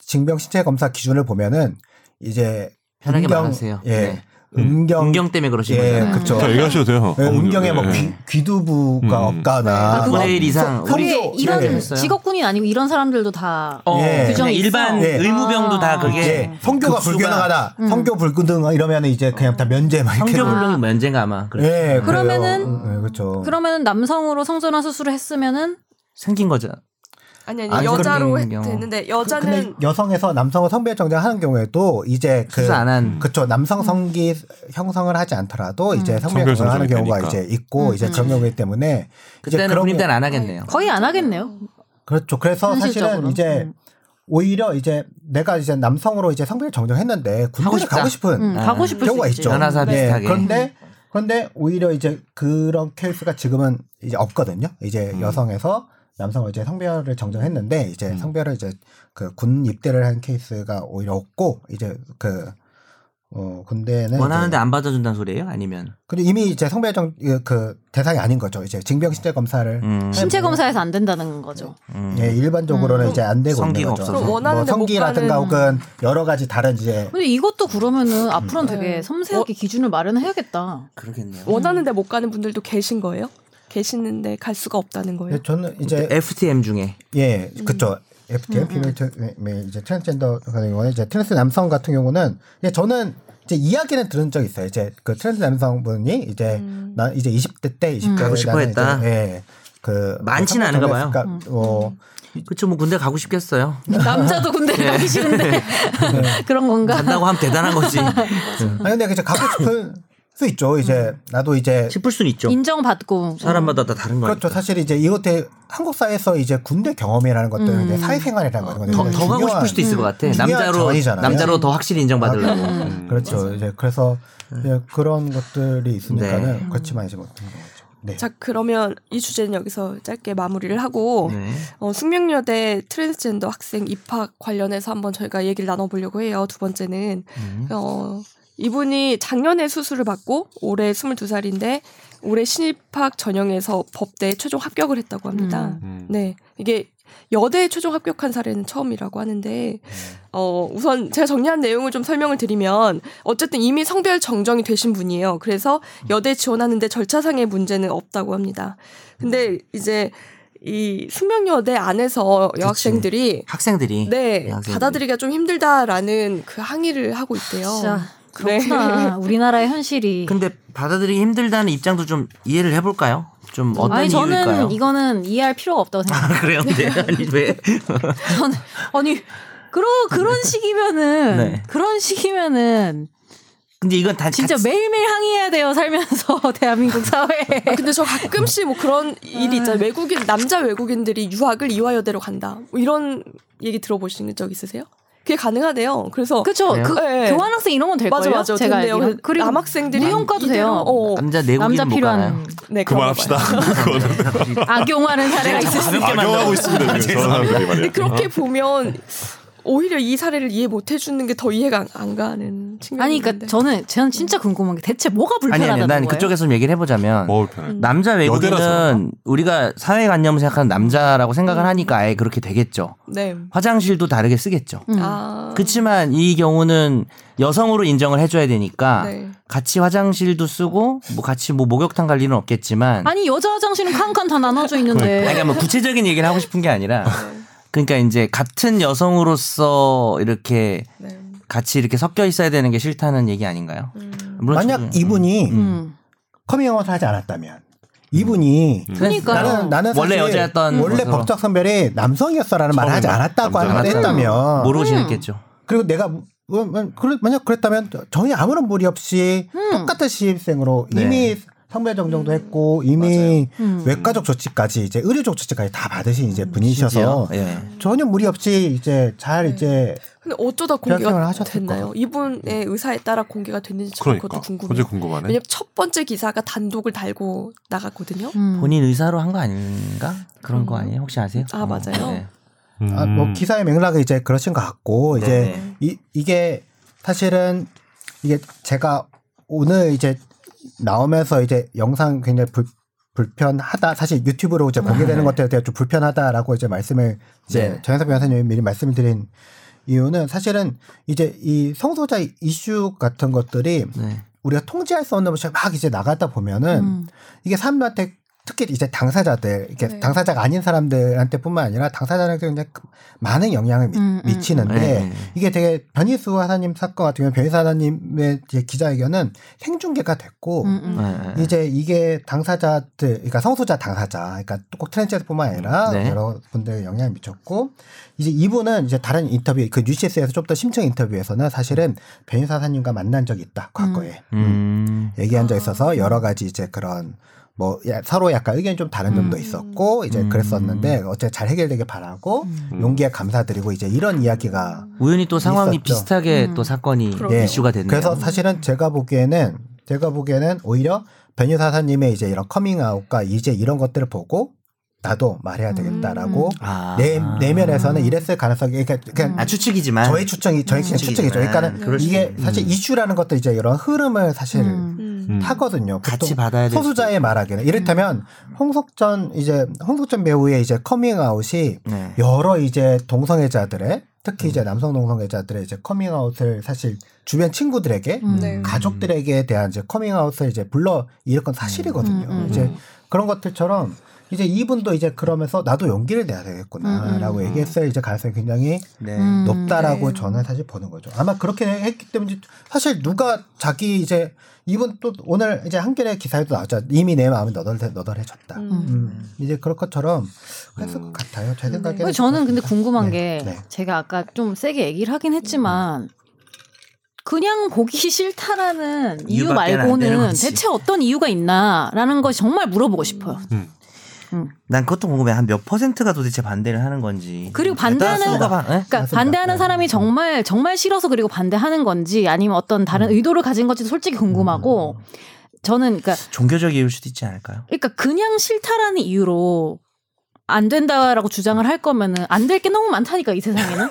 Speaker 2: 징병 신체 검사 기준을 보면은 이제
Speaker 6: 편하게
Speaker 2: 음경-
Speaker 6: 말하세요.
Speaker 2: 예.
Speaker 6: 네.
Speaker 2: 음경
Speaker 6: 음경 때문에 그러신
Speaker 2: 예,
Speaker 6: 거잖아요.
Speaker 2: 그렇죠.
Speaker 4: 자, 얘기하셔도 돼요.
Speaker 2: 예,
Speaker 4: 어머니,
Speaker 2: 음경에 뭐
Speaker 4: 예.
Speaker 2: 귀, 귀두부가
Speaker 4: 그러니까 음.
Speaker 2: 없거나
Speaker 5: 아, 그거
Speaker 2: 뭐
Speaker 6: 일일 이상
Speaker 2: 소-
Speaker 5: 우리
Speaker 2: 소리도-
Speaker 5: 이런
Speaker 2: 예.
Speaker 5: 직업군인 아니고 이런 사람들도 다
Speaker 6: 어,
Speaker 2: 예.
Speaker 6: 그냥
Speaker 5: 규정이 있어.
Speaker 6: 일반
Speaker 2: 예.
Speaker 6: 의무병도 다
Speaker 5: 아.
Speaker 6: 그게
Speaker 2: 예, 성교가
Speaker 6: 급수가-
Speaker 2: 불균형하다,
Speaker 5: 음.
Speaker 2: 성교 불균등 이러면 이제 그냥 다 면제 막 이렇게.
Speaker 6: 성교 불능이 면제가 아마 그렇-
Speaker 2: 예,
Speaker 5: 그러면은-
Speaker 2: 그렇죠.
Speaker 5: 그러면은 남성으로 성전환 수술을 했으면은
Speaker 6: 생긴 거죠.
Speaker 2: 그-
Speaker 1: 아니 아니
Speaker 2: 아니,
Speaker 1: 여자로
Speaker 6: 그런
Speaker 1: 해-
Speaker 6: 경우.
Speaker 1: 되는데
Speaker 2: 근데
Speaker 1: 여자는
Speaker 2: 여성에서 남성을 성별 정정하는 경우에도 이제 그
Speaker 6: 수사 안 한
Speaker 2: 그쵸 남성 성기 형성을 하지 않더라도 이제 성별
Speaker 4: 성별
Speaker 2: 정정하는
Speaker 4: 정정이
Speaker 2: 경우가
Speaker 4: 되니까.
Speaker 2: 이제 있고
Speaker 5: 음,
Speaker 2: 이제
Speaker 5: 음.
Speaker 2: 그런 경우이기 때문에
Speaker 6: 그때는
Speaker 2: 그런
Speaker 6: 군입대는 안 하겠네요.
Speaker 5: 거의 안 하겠네요.
Speaker 2: 그렇죠. 그래서
Speaker 5: 현실적으로.
Speaker 2: 사실은 이제
Speaker 5: 음.
Speaker 2: 오히려 이제 내가 이제 남성으로 이제 성별 정정했는데 군대를
Speaker 6: 싶다.
Speaker 2: 가고 싶은
Speaker 5: 음, 가고
Speaker 6: 아,
Speaker 5: 싶을
Speaker 2: 경우가
Speaker 5: 수 있지.
Speaker 2: 있죠.
Speaker 6: 변호사
Speaker 2: 네,
Speaker 6: 비슷하게.
Speaker 2: 그런데 그런데 오히려 이제 그런 케이스가 지금은 이제 없거든요. 이제
Speaker 4: 음.
Speaker 2: 여성에서 남성을 이제 성별을 정정했는데 이제
Speaker 4: 음.
Speaker 2: 성별을 이제 그 군 입대를 한 케이스가 오히려 없고 이제 그 어, 군대는
Speaker 6: 원하는데
Speaker 2: 이제
Speaker 6: 안 받아준다는 소리예요? 아니면
Speaker 2: 그리고 이미 이제 성별 정그 대상이 아닌 거죠. 이제 징병 신체 검사를
Speaker 6: 음,
Speaker 5: 신체 검사에서 안 된다는 거죠.
Speaker 6: 음.
Speaker 2: 예, 일반적으로는
Speaker 1: 음.
Speaker 2: 이제 안 되고 있는
Speaker 6: 성기가
Speaker 2: 거죠. 뭐
Speaker 6: 없어서.
Speaker 1: 그럼 원하는데 못
Speaker 2: 성기라든가
Speaker 1: 가는-
Speaker 2: 혹은 여러 가지 다른 이제
Speaker 5: 근데 이것도 그러면은 앞으로는 되게
Speaker 1: 네.
Speaker 5: 섬세하게 기준을 마련해야겠다.
Speaker 6: 그러겠네요.
Speaker 2: 어,
Speaker 1: 원하는데 못 가는 분들도 계신 거예요? 계시는데 갈 수가 없다는 거예요?
Speaker 2: 예, 저는 이제
Speaker 6: FTM 중에
Speaker 2: 예,
Speaker 6: 음.
Speaker 2: 그쵸. FTM 피메일 트랜 네, 이제 트랜스젠더 같은 경우는 이제 트랜스 남성 같은 경우는 이제 저는 이제 이야기는 들은 적 있어요. 이제 그 트랜스 남성분이 이제
Speaker 1: 음.
Speaker 2: 나 이제 20대 때 20대
Speaker 6: 가고 싶어 했다.
Speaker 2: 예. 그
Speaker 6: 많지는 않은가 음. 봐요.
Speaker 2: 어,
Speaker 6: 그쵸 뭐 군대 가고 싶겠어요.
Speaker 5: 네. 남자도 군대 를 가기 싫은데 그런 건가?
Speaker 6: 간다고 하면 대단한 거지
Speaker 2: 네.
Speaker 6: 음.
Speaker 2: 아니 근데 이제 가고 싶을 수 있죠. 이제 나도 이제
Speaker 6: 싶을 순 있죠.
Speaker 5: 인정받고 음.
Speaker 6: 사람마다 다 다른 거니까.
Speaker 2: 그렇죠. 사실 이제 이것도 한국 사회에서 이제 군대 경험이라는
Speaker 6: 음.
Speaker 2: 것들은 이제 사회생활이라는 거죠.
Speaker 6: 더, 더 가고
Speaker 2: 중요한-
Speaker 6: 싶을 수도 있을 것 같아.
Speaker 2: 중요한
Speaker 6: 남자로
Speaker 2: 자원이잖아요.
Speaker 6: 남자로 더 확실히 인정받으려고.
Speaker 2: 아,
Speaker 4: 음.
Speaker 2: 그렇죠. 이제 그래서 이제 그런 것들이 있으니까는
Speaker 6: 네.
Speaker 2: 그렇지만 이제 못한 거죠. 네.
Speaker 1: 자 그러면 이 주제는 여기서 짧게 마무리를 하고
Speaker 6: 네.
Speaker 1: 어, 숙명여대 트랜스젠더 학생 입학 관련해서 한번 저희가 얘기를 나눠보려고 해요. 두 번째는
Speaker 6: 음.
Speaker 1: 어, 이분이 작년에 수술을 받고 올해 22살인데 올해 신입학 전형에서 법대에 최종 합격을 했다고 합니다.
Speaker 4: 음.
Speaker 1: 네, 이게 여대에 최종 합격한 사례는 처음이라고 하는데 어, 우선 제가 정리한 내용을 좀 설명을 드리면 어쨌든 이미 성별 정정이 되신 분이에요. 그래서 여대 지원하는데 절차상의 문제는 없다고 합니다. 근데 이제 이 숙명여대 안에서 여학생들이
Speaker 6: 학생들이
Speaker 1: 네
Speaker 6: 여학생들이.
Speaker 1: 받아들이기가 좀 힘들다라는 그 항의를 하고 있대요.
Speaker 5: 아, 진짜
Speaker 1: 네.
Speaker 5: 그렇구나. 우리나라의 현실이.
Speaker 6: 근데 받아들이기 힘들다는 입장도 좀 이해를 해볼까요? 좀 어떤
Speaker 5: 아니 저는
Speaker 6: 이유일까요?
Speaker 5: 이거는 이해할 필요가 없다고 생각해요.
Speaker 6: 그래요, 네. 아니 왜?
Speaker 5: 저는 아니 그런 그런 식이면은
Speaker 6: 네.
Speaker 5: 그런 식이면은
Speaker 6: 근데 이건 다
Speaker 5: 진짜
Speaker 6: 같이-
Speaker 5: 매일매일 항의해야 돼요 살면서 대한민국 사회에.
Speaker 1: 아, 근데 저 가끔씩 뭐 그런 일이 있잖아요. 외국인 남자 외국인들이 유학을 이화여대로 간다. 뭐 이런 얘기 들어보신 적 있으세요? 그게 가능하대요. 그래서
Speaker 5: 그쵸.
Speaker 6: 그래요?
Speaker 5: 그
Speaker 1: 네.
Speaker 5: 교환학생 이런 건 될
Speaker 1: 맞아
Speaker 5: 거예요.
Speaker 1: 맞아.
Speaker 5: 제가
Speaker 1: 된대요.
Speaker 5: 알기로.
Speaker 1: 그래서
Speaker 5: 그리고
Speaker 1: 남학생들이
Speaker 5: 무용과도
Speaker 1: 이대로-
Speaker 5: 돼요.
Speaker 1: 어,
Speaker 6: 남자 내국인은
Speaker 5: 남자
Speaker 6: 못
Speaker 5: 필요한
Speaker 6: 가나요?
Speaker 1: 네, 그런가
Speaker 4: 그만합시다.
Speaker 1: 봐요.
Speaker 5: 악용하는 사례가 있을 수 있어요.
Speaker 4: 악용하고 있습니다. 지금 저런 사람들이 말이야.
Speaker 1: 근데 그렇게 보면 오히려 이 사례를 이해 못 해주는 게 더 이해가 안, 안 가는 측면이
Speaker 5: 아니
Speaker 1: 있는데.
Speaker 5: 그러니까 저는 저는 진짜 궁금한 게 대체 뭐가
Speaker 6: 아니
Speaker 5: 불편하다는
Speaker 6: 아니 난
Speaker 5: 거예요?
Speaker 6: 그쪽에서 좀 얘기를 해보자면
Speaker 4: 먹을 어, 편해.
Speaker 6: 남자 외국인은
Speaker 4: 뭐, 여대라서.
Speaker 6: 우리가 사회관념을 생각하는 남자라고 생각을 하니까 아예 그렇게 되겠죠.
Speaker 1: 네.
Speaker 6: 화장실도 다르게 쓰겠죠.
Speaker 5: 음.
Speaker 1: 아.
Speaker 6: 그렇지만 이 경우는 여성으로 인정을 해줘야 되니까
Speaker 1: 네.
Speaker 6: 같이 화장실도 쓰고 뭐 같이 뭐 목욕탕 갈 일은 없겠지만
Speaker 5: 아니 여자 화장실은 칸칸 다 나눠져 있는데.
Speaker 6: 그러니까 뭐 구체적인 얘기를 하고 싶은 게 아니라
Speaker 1: 네.
Speaker 6: 그러니까 이제 같은 여성으로서 이렇게
Speaker 1: 네.
Speaker 6: 같이 이렇게 섞여 있어야 되는 게 싫다는 얘기 아닌가요?
Speaker 1: 음.
Speaker 6: 물론
Speaker 2: 만약
Speaker 6: 저도-
Speaker 2: 이분이
Speaker 5: 음.
Speaker 2: 커밍아웃을 하지 않았다면 이분이
Speaker 5: 그러니까
Speaker 2: 나는 나는
Speaker 6: 음. 원래
Speaker 2: 사실
Speaker 6: 여자였던
Speaker 2: 원래
Speaker 6: 것으로.
Speaker 2: 법적 선별이 남성이었어라는 말을 하지
Speaker 4: 처음에
Speaker 2: 않았다고
Speaker 4: 남자
Speaker 2: 하는데
Speaker 4: 알았다고.
Speaker 2: 했다면
Speaker 6: 모르고 지냈겠죠.
Speaker 2: 그리고 내가 음,
Speaker 6: 음.
Speaker 5: 음.
Speaker 2: 음, 그래- 만약 그랬다면 전혀 아무런 무리 없이 똑같은 시입생으로
Speaker 6: 네.
Speaker 2: 이미 성별 정정도 했고 이미
Speaker 5: 음.
Speaker 2: 외과적 조치까지 이제 의료적 조치까지 다 받으신 이제 분이셔서 네.
Speaker 6: 심지어, 예.
Speaker 2: 전혀 무리 없이 이제 잘 이제
Speaker 1: 근데 어쩌다
Speaker 2: 변경을
Speaker 1: 공개가
Speaker 2: 하셨을 네.
Speaker 1: 됐나요? 이분의 의사에 따라 공개가 됐는지 저는
Speaker 4: 그러니까
Speaker 1: 그것도
Speaker 4: 어제
Speaker 1: 궁금해요.
Speaker 4: 궁금하네.
Speaker 1: 왜냐면 첫 번째 기사가 단독을 달고 나갔거든요.
Speaker 5: 음.
Speaker 6: 본인 의사로 한 거 아닌가? 그런 거
Speaker 1: 그런가?
Speaker 6: 아니에요? 혹시 아세요? 네.
Speaker 1: 아, 맞아요?
Speaker 4: 음.
Speaker 2: 아, 뭐 기사의 맥락이 이제 그러신 것 같고 이제
Speaker 6: 네.
Speaker 2: 이, 이게 사실은 이게 제가 오늘 이제 나오면서 이제 영상 굉장히 불, 불편하다 사실 유튜브로 이제 공개되는 것들에 대해 좀 불편하다라고 이제 말씀을 이제
Speaker 6: 네.
Speaker 2: 정현석 변호사님이 미리 말씀을 드린 이유는 사실은 이제 이 성소자 이슈 같은 것들이
Speaker 6: 네.
Speaker 2: 우리가 통제할 수 없는 것이 막 이제 나가다 보면은
Speaker 5: 음.
Speaker 2: 이게 사람들한테 특히 이제 당사자들, 이렇게
Speaker 1: 네.
Speaker 2: 당사자가 아닌 사람들한테뿐만 아니라 당사자한테 굉장히 큰- 많은 영향을 미,
Speaker 5: 음, 음,
Speaker 2: 치는데
Speaker 6: 네.
Speaker 2: 이게 되게 변희수 하사님 사건 같은 경우 변희수 하사님의 이제 기자회견은 생중계가 됐고
Speaker 5: 음, 음.
Speaker 6: 네.
Speaker 2: 이제 이게 당사자들, 그러니까 성소자 당사자, 그러니까 꼭 트랜스뿐만 아니라
Speaker 6: 네.
Speaker 2: 여러 분들에 영향을 미쳤고 이제 이분은 이제 다른 인터뷰, 그 뉴시스에서 좀 더 심층 인터뷰에서는 사실은 변희수 하사님과 만난 적이 있다 과거에.
Speaker 6: 음.
Speaker 2: 얘기한 적 있어서 여러 가지 이제 그런 뭐 야- 서로 약간 의견이 좀 다른 점도
Speaker 1: 음.
Speaker 2: 있었고 이제
Speaker 6: 음.
Speaker 2: 그랬었는데 어째 잘 해결되길 바라고
Speaker 4: 음.
Speaker 2: 용기에 감사드리고 이제 이런 이야기가
Speaker 6: 우연히 또 상황이
Speaker 2: 있었죠.
Speaker 6: 비슷하게
Speaker 5: 음.
Speaker 6: 또 사건이
Speaker 1: 그러게요.
Speaker 6: 이슈가 됐네요.
Speaker 2: 그래서 사실은 제가 보기에는 제가 보기에는 오히려 변희사사님의 이제 이런 커밍아웃과 이제 이런 것들을 보고 나도 말해야 되겠다라고
Speaker 6: 아.
Speaker 2: 내 내면에서는 이랬을 가능성이 그러니까 그냥
Speaker 6: 아 추측이지만
Speaker 2: 저의 추정이 저의
Speaker 6: 음.
Speaker 2: 그냥 추측이죠. 그러니까는
Speaker 1: 그럴 수
Speaker 2: 이게 사실 이슈라는 것도 이제 이런 흐름을 사실
Speaker 5: 음.
Speaker 1: 음.
Speaker 4: 음.
Speaker 2: 타거든요.
Speaker 6: 같이
Speaker 2: 보통
Speaker 6: 받아야 될
Speaker 2: 소수자의 말하기는 이를테면 홍석천 이제 홍석천 배우의 이제 커밍아웃이
Speaker 6: 수도 있- 네.
Speaker 2: 여러 이제 동성애자들의 특히 이제 남성 동성애자들의 이제 커밍아웃을 사실 주변 친구들에게
Speaker 5: 음.
Speaker 1: 네.
Speaker 2: 가족들에게 대한 이제 커밍아웃을 이제 불러 일으킨 사실이거든요.
Speaker 5: 음, 음,
Speaker 2: 이제
Speaker 4: 음.
Speaker 2: 그런 것들처럼 이제 이분도 이제 그러면서 나도 용기를 내야 되겠구나라고
Speaker 5: 음, 음.
Speaker 2: 얘기했을 이제 가능성이 굉장히
Speaker 6: 네.
Speaker 5: 음.
Speaker 2: 높다라고
Speaker 1: 네.
Speaker 2: 저는 사실 보는 거죠. 아마 그렇게 했기 때문에 사실 누가 자기 이제 이분 또 오늘 이제 한겨레 기사에도 나왔죠. 이미 내 마음이 너덜 너덜해졌다.
Speaker 1: 음.
Speaker 5: 음.
Speaker 2: 음, 이제 그럴 것처럼 했을 것
Speaker 4: 음.
Speaker 2: 같아요. 제
Speaker 1: 음.
Speaker 2: 생각에는.
Speaker 5: 근데 네. 뭐 저는 근데 궁금한
Speaker 2: 네,
Speaker 5: 게
Speaker 2: 네.
Speaker 5: 제가 아까 좀 세게 얘기를 하긴 했지만 그냥 보기 싫다라는 이유
Speaker 6: 이유밖에 안 되는
Speaker 5: 말고는
Speaker 6: 거지.
Speaker 5: 대체 어떤 이유가 있나라는 것이 정말 물어보고 싶어요.
Speaker 4: 음.
Speaker 6: 난 그것도 궁금해. 한 몇 퍼센트가 도대체 반대를 하는 건지.
Speaker 5: 그리고 반대하는
Speaker 6: 대다수가 반- 네?
Speaker 5: 그러니까
Speaker 2: 맞습니다.
Speaker 5: 반대하는
Speaker 2: 네.
Speaker 5: 사람이 정말 정말 싫어서 그리고 반대하는 건지 아니면 어떤 다른
Speaker 6: 음.
Speaker 5: 의도를 가진 건지도 솔직히 궁금하고 저는 그러니까
Speaker 6: 종교적 이유일 수도 있지 않을까요?
Speaker 5: 그러니까 그냥 싫다라는 이유로 안 된다라고 주장을 할 거면은 안 될 게 너무 많다니까 이 세상에는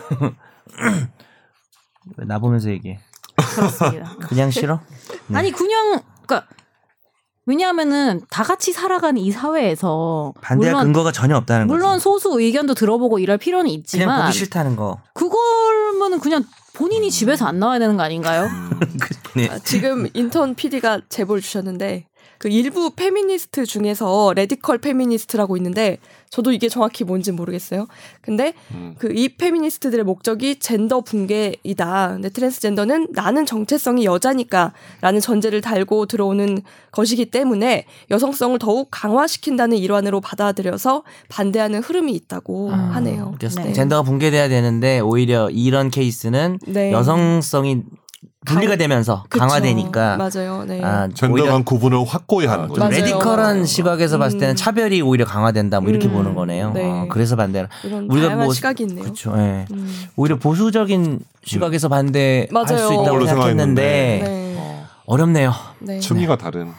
Speaker 6: 나 보면서 얘기해.
Speaker 5: 그렇습니다.
Speaker 6: 그냥 싫어? 네.
Speaker 5: 아니 그냥 그러니까 왜냐하면은 다 같이 살아가는 이 사회에서
Speaker 6: 반대할
Speaker 5: 물론
Speaker 6: 근거가 전혀 없다는 거지.
Speaker 5: 물론 소수 의견도 들어보고 이럴 필요는
Speaker 6: 그냥
Speaker 5: 있지만
Speaker 6: 보기 싫다는 음. 거.
Speaker 5: 그걸면은 그냥 본인이 집에서 안 나와야 되는 거 아닌가요?
Speaker 4: 음,
Speaker 6: 네.
Speaker 1: 아, 지금 인턴 PD가 제보를 주셨는데 그 일부 페미니스트 중에서 레디컬 페미니스트라고 있는데 저도 이게 정확히 뭔지 는 모르겠어요. 근데
Speaker 4: 음.
Speaker 1: 그 이 페미니스트들의 목적이 젠더 붕괴이다. 근데 트랜스젠더는 나는 정체성이 여자니까라는 전제를 달고 들어오는 것이기 때문에 여성성을 더욱 강화시킨다는 일환으로 받아들여서 반대하는 흐름이 있다고 하네요.
Speaker 6: 그러니까
Speaker 1: 네.
Speaker 6: 젠더가 붕괴돼야 되는데 오히려 이런 케이스는
Speaker 1: 네.
Speaker 6: 여성성이 분리가
Speaker 1: 강-
Speaker 6: 되면서
Speaker 1: 그쵸.
Speaker 6: 강화되니까
Speaker 1: 맞아요. 네.
Speaker 6: 아, 오히려
Speaker 4: 젠더간 구분을 확고히 하는
Speaker 6: 좀 어.
Speaker 4: 거죠.
Speaker 1: 맞아요.
Speaker 6: 레디컬한 시각에서 봤을 때는
Speaker 1: 음.
Speaker 6: 차별이 오히려 강화된다 뭐 이렇게
Speaker 1: 음.
Speaker 6: 보는 거네요.
Speaker 1: 네.
Speaker 6: 어, 그래서 반대를
Speaker 1: 이런
Speaker 6: 우리가
Speaker 1: 다양한
Speaker 6: 뭐-
Speaker 1: 시각이 있네요.
Speaker 6: 그렇죠. 예.
Speaker 1: 음.
Speaker 6: 오히려 보수적인 시각에서 반대할
Speaker 1: 맞아요.
Speaker 6: 수 있다고
Speaker 1: 그걸로
Speaker 6: 생각했는데
Speaker 4: 생각했는데.
Speaker 1: 네.
Speaker 4: 어,
Speaker 6: 어렵네요.
Speaker 1: 네.
Speaker 4: 춤이가 다른.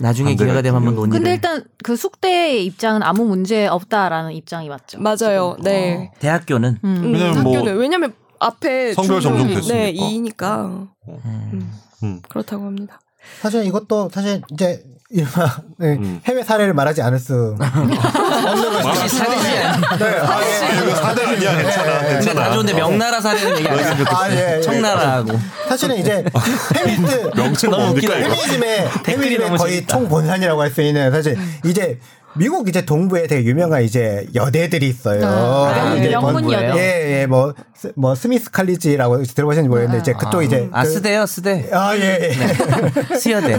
Speaker 6: 나중에
Speaker 4: 반대가
Speaker 6: 기회가 되면 한번
Speaker 4: 있군요.
Speaker 6: 논의를.
Speaker 5: 근데 일단 그 숙대의 입장은 아무 문제 없다라는 입장이 맞죠.
Speaker 1: 맞아요. 네.
Speaker 6: 대학교는
Speaker 5: 음.
Speaker 1: 음,
Speaker 4: 어. 왜냐면 뭐
Speaker 1: 학교는 왜냐면 앞에
Speaker 4: 성별
Speaker 1: 중요한-
Speaker 4: 정정됐으니까.
Speaker 1: 네, 2이니까
Speaker 6: 음.
Speaker 4: 음.
Speaker 1: 그렇다고 합니다.
Speaker 2: 사실 이것도 사실 이제 이른바, 네,
Speaker 4: 음.
Speaker 2: 해외 사례를 말하지 않을 수 없는 것이죠.
Speaker 6: 사대시 아니야.
Speaker 2: 네, 아,
Speaker 4: 아, 이거 사대 아니야. 괜찮아.
Speaker 6: 근데 다 좋은데 명나라 사례는 얘기 안 했으면 좋겠어.
Speaker 2: 아, 예, 예.
Speaker 6: 청나라하고.
Speaker 2: 사실은 이제 그 페미니스트
Speaker 4: 명칭
Speaker 6: 너무
Speaker 4: 뭡니까
Speaker 6: 웃기다,
Speaker 4: 이거?
Speaker 2: 페미니즘의
Speaker 6: 댓글이
Speaker 2: 페미니즘의
Speaker 6: 너무
Speaker 2: 거의
Speaker 6: 재밌다.
Speaker 2: 총 본산이라고 할 수 있는 사실 이제 미국 이제 동부에 되게 유명한 이제 여대들이 있어요.
Speaker 5: 아,
Speaker 2: 이제
Speaker 5: 영문
Speaker 2: 번-
Speaker 5: 여대.
Speaker 2: 예, 예, 뭐, 스- 뭐 스미스 칼리지라고 들어보셨는지 모르겠는데 이제 그쪽 이제
Speaker 6: 아 네.
Speaker 2: 그-
Speaker 6: 쓰대요 쓰대.
Speaker 2: 아, 예, 예.
Speaker 6: 수여대.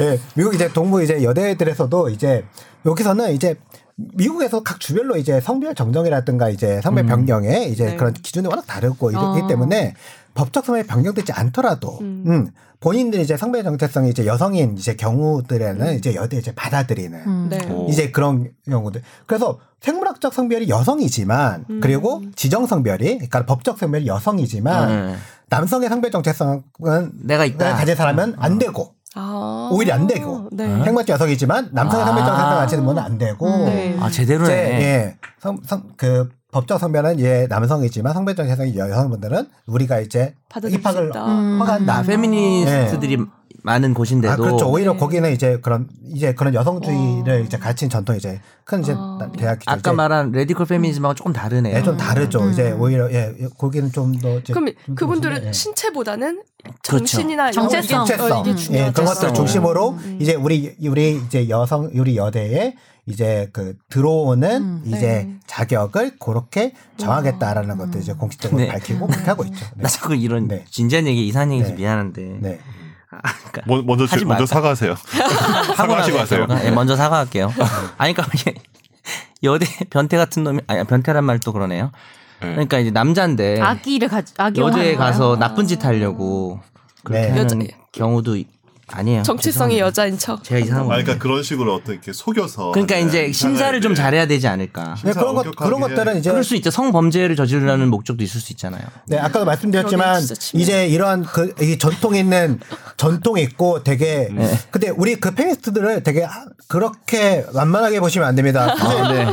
Speaker 2: 예, 미국 이제 동부 이제 여대들에서도 이제 여기서는 이제 미국에서 각 주별로 이제 성별 정정이라든가 이제 성별 변경에 이제
Speaker 1: 네.
Speaker 2: 그런 기준이 워낙 다르고 이렇기
Speaker 5: 어.
Speaker 2: 때문에 법적 성별이 변경되지 않더라도
Speaker 1: 음.
Speaker 2: 음. 본인들이 이제 성별 정체성이 이제 여성인 이제
Speaker 1: 음.
Speaker 2: 경우들에는 이제 여대 이제 받아들이는
Speaker 5: 음.
Speaker 1: 네.
Speaker 4: 오.
Speaker 2: 이제 그런 경우들. 그래서 생물학적 성별이 여성이지만
Speaker 1: 음.
Speaker 2: 그리고 지정 성별이 그러니까 법적 성별이 여성이지만
Speaker 6: 음.
Speaker 2: 남성의 성별 정체성은
Speaker 6: 내가 있다.
Speaker 2: 아, 가진 사람은 안 되고
Speaker 1: 아.
Speaker 2: 오히려 안 되고.
Speaker 1: 네.
Speaker 6: 어?
Speaker 2: 생물학적 여성이지만 남성의
Speaker 6: 아.
Speaker 2: 성별 정체성을 가지는 분은 안 되고
Speaker 5: 음.
Speaker 1: 네.
Speaker 6: 아
Speaker 2: 이제
Speaker 6: 제대로네.
Speaker 2: 예. 성, 성, 그 법적 성별은 예 남성이지만 성별 정체성이 여성분들은 우리가 이제
Speaker 1: 받아들일 수
Speaker 2: 입학을
Speaker 1: 있다.
Speaker 5: 음.
Speaker 2: 허가한다.
Speaker 6: 아, 페미니스트들이
Speaker 1: 예.
Speaker 6: 많은 곳인데도
Speaker 2: 네. 아 그렇죠. 오히려
Speaker 1: 네.
Speaker 2: 거기는 이제 그런 이제 그런 여성주의를
Speaker 1: 어.
Speaker 2: 이제 가르친 전통 이제 큰 이제
Speaker 1: 어.
Speaker 2: 대학이죠.
Speaker 6: 아까 말한 레디컬 페미니즘하고 조금 다르네요.
Speaker 2: 예, 좀 다르죠.
Speaker 5: 음.
Speaker 2: 이제 오히려 예 거기는 좀더 예.
Speaker 1: 그럼
Speaker 6: 예.
Speaker 1: 그분들은 신체보다는 정신이나 이런
Speaker 5: 정체성.
Speaker 1: 게- 어, 이게
Speaker 2: 그렇죠. 정체성.
Speaker 1: 중요하다.
Speaker 2: 예, 그런 것들
Speaker 6: 음. 정체성.
Speaker 2: 중심으로
Speaker 1: 음.
Speaker 2: 이제 우리 우리 이제 여성 우리 여대에 이제 그 들어오는
Speaker 5: 음.
Speaker 2: 이제
Speaker 1: 네. 음.
Speaker 2: 자격을 그렇게 정하겠다라는 것도 이제 공식적으로
Speaker 6: 네.
Speaker 2: 밝히고 그렇게 하고 있죠. 네.
Speaker 6: 나 자꾸 이런
Speaker 2: 네.
Speaker 6: 진지한 얘기, 이상한 얘기해서
Speaker 2: 네.
Speaker 6: 미안한데 아, 그러니까
Speaker 2: 네. 뭐
Speaker 4: 뭐,
Speaker 7: 먼- 먼저
Speaker 6: 하지
Speaker 7: 지- 먼저
Speaker 6: 말까?
Speaker 7: 사과하세요.
Speaker 4: 네.
Speaker 6: 하고 나서
Speaker 7: 사과하시고 하세요.
Speaker 6: 제가- 예, 먼저 사과할게요. 아니 그러니까 이게 여대 변태 같은 놈이 아니 변태란 말 또 그러네요.
Speaker 7: 네.
Speaker 6: 그러니까 이제 남자인데
Speaker 5: 아기를 가 아기용
Speaker 6: 여대에
Speaker 5: 하는 거예요?
Speaker 6: 가서 나쁜 짓 하려고 그렇게
Speaker 2: 네.
Speaker 6: 하는
Speaker 1: 여자-
Speaker 6: 경우도 이- 아니에요.
Speaker 1: 정체성이
Speaker 6: 죄송합니다.
Speaker 1: 여자인 척.
Speaker 6: 제가
Speaker 7: 아,
Speaker 6: 이상한 거.
Speaker 7: 그러니까 그런 식으로 어떤 이렇게 속여서
Speaker 6: 그러니까
Speaker 7: 하는
Speaker 6: 이제 심사를 좀
Speaker 4: 네.
Speaker 7: 이상한
Speaker 6: 잘해야 되지 않을까.
Speaker 2: 네, 그런 것
Speaker 7: 엄격하게
Speaker 2: 그런 것들은 이제
Speaker 6: 그럴 수 있죠. 성범죄를 저지르려는 목적도 있을 수 있잖아요.
Speaker 2: 네, 아까도 말씀드렸지만
Speaker 1: 여기 진짜 치명.
Speaker 2: 이제 이런 그 이 전통 있는 전통 있고 되게 근데 우리 그 페미니스트들을 되게 아, 그렇게 만만하게 보시면 안 됩니다.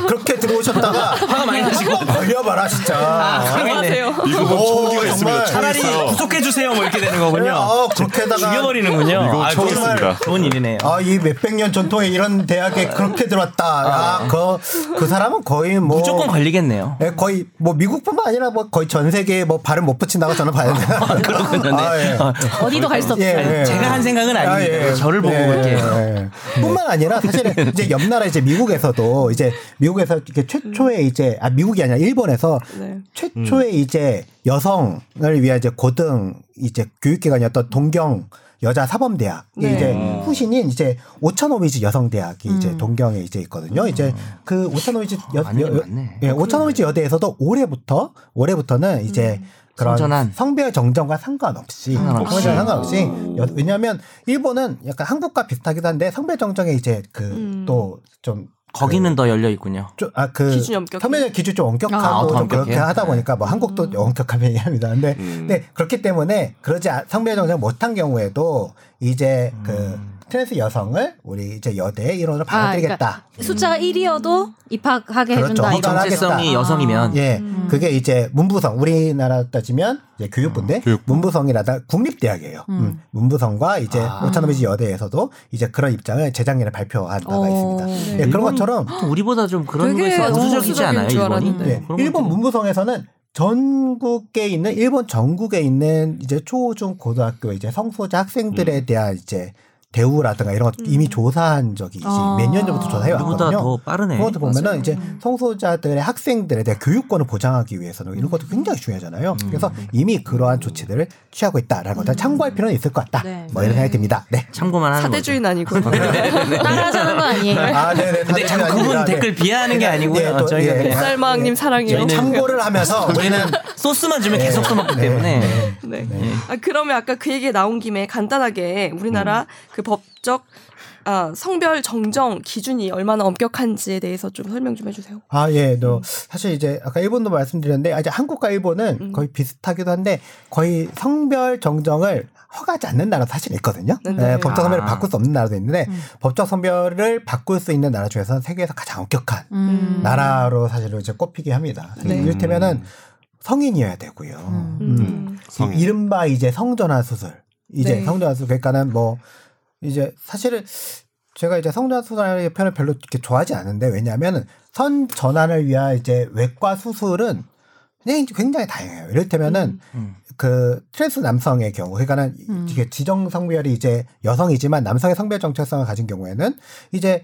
Speaker 2: 그렇게 들어오셨다가 아, 네. 화가 많이 나시고 아, 걸려봐라 진짜.
Speaker 1: 아, 그러세요.
Speaker 4: 뭐
Speaker 7: 이거
Speaker 2: 오,
Speaker 7: 총기가 있습니다.
Speaker 2: 정말.
Speaker 7: 총이 있어요.
Speaker 6: 아, 네. 구속해 주세요. 뭐 이렇게 되는
Speaker 2: 어, 그렇게다가
Speaker 6: 죽여버리는군요.
Speaker 7: 이거
Speaker 6: 아,
Speaker 7: 처음
Speaker 6: 정말
Speaker 7: 있습니다.
Speaker 6: 좋은 일이네요.
Speaker 2: 아, 이 몇백 년 전통의 이런 대학에 그렇게 들어왔다. 아, 그, 그 사람은 거의 뭐.
Speaker 6: 무조건 걸리겠네요.
Speaker 2: 예, 거의 뭐 미국뿐만 아니라 뭐 거의 전 세계에 뭐 발음 못 붙인다고 저는 봐야 되나.
Speaker 6: 그렇군요. 네.
Speaker 2: 아, 예.
Speaker 5: 어디도 갈 수 없어요.
Speaker 2: 예, 예.
Speaker 6: 제가 한 생각은
Speaker 2: 아,
Speaker 6: 아닙니다.
Speaker 2: 예.
Speaker 6: 저를 보고
Speaker 2: 예,
Speaker 6: 그렇게
Speaker 2: 예, 예. 뿐만 아니라 사실은 이제 옆 나라 이제 미국에서도 이제 미국에서 이렇게 최초의 이제 아 미국이 아니라 일본에서
Speaker 1: 네.
Speaker 2: 최초의
Speaker 6: 음.
Speaker 2: 이제 여성을 위한 이제 고등 이제 교육기관이었던 동경 여자 사범대학 이
Speaker 1: 네.
Speaker 2: 이제
Speaker 6: 아.
Speaker 2: 후신인 이제 오차노미즈 여성대학이
Speaker 1: 음.
Speaker 2: 이제 동경에 이제 있거든요. 이제 그 오차노미즈 여,
Speaker 6: 음. 아니,
Speaker 2: 여-
Speaker 6: 맞네.
Speaker 2: 예, 오차노미즈 여대에서도 올해부터 올해부터는 이제
Speaker 1: 음.
Speaker 2: 그런
Speaker 6: 선전한.
Speaker 2: 성별 정정과 상관없이
Speaker 6: 상관없이.
Speaker 2: 성별 상관없이
Speaker 1: 아.
Speaker 2: 여- 왜냐하면 일본은 약간 한국과 비슷하기도 한데 성별 정정에 이제 그
Speaker 1: 음.
Speaker 2: 또 좀
Speaker 6: 거기는 더 열려 있군요.
Speaker 2: 아그
Speaker 1: 기준이 엄격해요?
Speaker 2: 성별 기준 좀 엄격하고
Speaker 6: 아, 더
Speaker 2: 좀
Speaker 6: 엄격해요?
Speaker 2: 그렇게 하다 보니까 뭐 한국도 엄격한 편입니다. 근데
Speaker 4: 음.
Speaker 2: 네, 그렇기 때문에 그러지 않- 성별 정정 못한 경우에도 이제 그 트랜스 여성을 우리 이제 여대 일원으로 받아들이겠다.
Speaker 5: 숫자가 1이어도
Speaker 2: 음.
Speaker 5: 입학하게
Speaker 2: 그렇죠.
Speaker 5: 해준다 이거.
Speaker 2: 허가를
Speaker 6: 네. 정체성이
Speaker 5: 하겠다.
Speaker 6: 여성이면
Speaker 2: 예, 그게 이제 문부성 우리나라 따지면 이제 음, 교육부인데
Speaker 4: 교육부.
Speaker 2: 문부성이라다 국립대학이에요. 음. 문부성과 이제 오차노미지 여대에서도 이제 그런 입장을 재작년에 발표한 바가
Speaker 5: 어.
Speaker 2: 있습니다. 예, 그런
Speaker 6: 일본이
Speaker 2: 것처럼
Speaker 6: 좀 우리보다 좀 그런
Speaker 1: 되게
Speaker 6: 거에 있어서 수적이지
Speaker 1: 수적인
Speaker 6: 않아요,
Speaker 1: 줄
Speaker 6: 일본이?
Speaker 1: 알았는데.
Speaker 2: 예,
Speaker 6: 네, 그런
Speaker 2: 일본
Speaker 6: 것도-
Speaker 2: 문부성에서는 전국에 있는 일본 전국에 있는 이제 초중 고등학교 이제 성소자 학생들에
Speaker 6: 음.
Speaker 2: 대한 이제 대우라든가 이런 것 이미 조사한 적이
Speaker 5: 음. 아. 음.
Speaker 2: 몇 년 전부터 조사해
Speaker 6: 우리보다
Speaker 2: 왔거든요.
Speaker 6: 더 빠르네.
Speaker 2: 그것도 보면은 이제 성소자들의 학생들에 대한 교육권을 보장하기 위해서는 이런
Speaker 5: 음.
Speaker 2: 것도 굉장히 중요하잖아요.
Speaker 6: 음.
Speaker 2: 그래서 이미 그러한 조치들을 취하고 있다라는 것을 참고할 필요는 있을 것 같다.
Speaker 5: 음. 네.
Speaker 2: 뭐 이런 생각이 듭니다. 네.
Speaker 6: 참고만 하는 거죠. 네.
Speaker 1: 사대주의는 아니고. 네.
Speaker 5: 따라하자는 건 아니에요.
Speaker 2: 아, 네, 네.
Speaker 6: 근데 자꾸 그분 댓글 비하하는 게 아니고요. 저희가
Speaker 2: 예,
Speaker 6: 그냥
Speaker 1: 쌀마왕님 사랑해요.
Speaker 2: 참고를 하면서 우리는
Speaker 6: 소스만 주면
Speaker 2: 네.
Speaker 6: 계속 써먹기 때문에
Speaker 1: 네. 아, 그러면 아까 그 얘기 나온 김에 간단하게 우리나라
Speaker 6: 음.
Speaker 1: 그 법적 아, 성별 정정 기준이 얼마나 엄격한지에 대해서 좀 설명 좀 해주세요.
Speaker 2: 아, 예, 너 사실 이제 아까 일본도 말씀드렸는데 아, 이제 한국과 일본은
Speaker 1: 음.
Speaker 2: 거의 비슷하기도 한데 거의 성별 정정을 허가하지 않는 나라 사실 있거든요.
Speaker 1: 네.
Speaker 2: 예, 법적 성별을
Speaker 6: 아.
Speaker 2: 바꿀 수 없는 나라도 있는데 법적 성별을 바꿀 수 있는 나라 중에서 세계에서 가장 엄격한
Speaker 5: 음.
Speaker 2: 나라로 사실은 이제 꼽히게 합니다.
Speaker 1: 네.
Speaker 2: 이를테면은 성인이어야 되고요.
Speaker 5: 음.
Speaker 1: 음.
Speaker 4: 성인.
Speaker 2: 이른바 이제 성전환 수술. 이제
Speaker 1: 네.
Speaker 2: 성전환 수술 그러니까는 뭐 이제 사실은 제가 이제 성전환 수술의 편을 별로 이렇게 좋아하지 않은데 왜냐하면 선 전환을 위한 이제 외과 수술은 굉장히, 굉장히 다양해요. 이를테면은
Speaker 6: 음.
Speaker 2: 그 트랜스 남성의 경우, 그러니까는
Speaker 5: 음.
Speaker 2: 이게 지정 성별이 이제 여성이지만 남성의 성별 정체성을 가진 경우에는 이제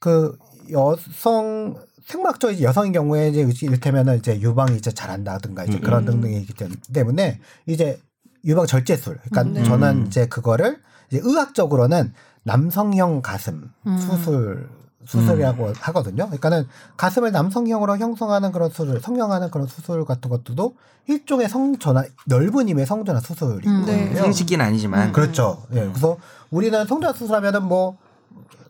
Speaker 2: 그 여성 생물학적 이제 여성인 경우에 이제 이를테면은 이제 유방이 이제 잘한다든가 이제 그런
Speaker 1: 음.
Speaker 2: 등등이기 때- 때문에 이제 유방 절제술. 그러니까
Speaker 1: 음.
Speaker 2: 저는 이제 그거를 이제 의학적으로는 남성형 가슴
Speaker 5: 음.
Speaker 2: 수술 수술이라고 하거든요. 그러니까는 가슴을 남성형으로 형성하는 그런 수술, 성형하는 그런 수술 같은 것들도 일종의 성전환, 넓은 힘의 성전환 수술이거든요.
Speaker 5: 음.
Speaker 1: 네.
Speaker 6: 생식기는 아니지만
Speaker 2: 그렇죠. 예. 그래서 우리는 성전 수술하면은 뭐,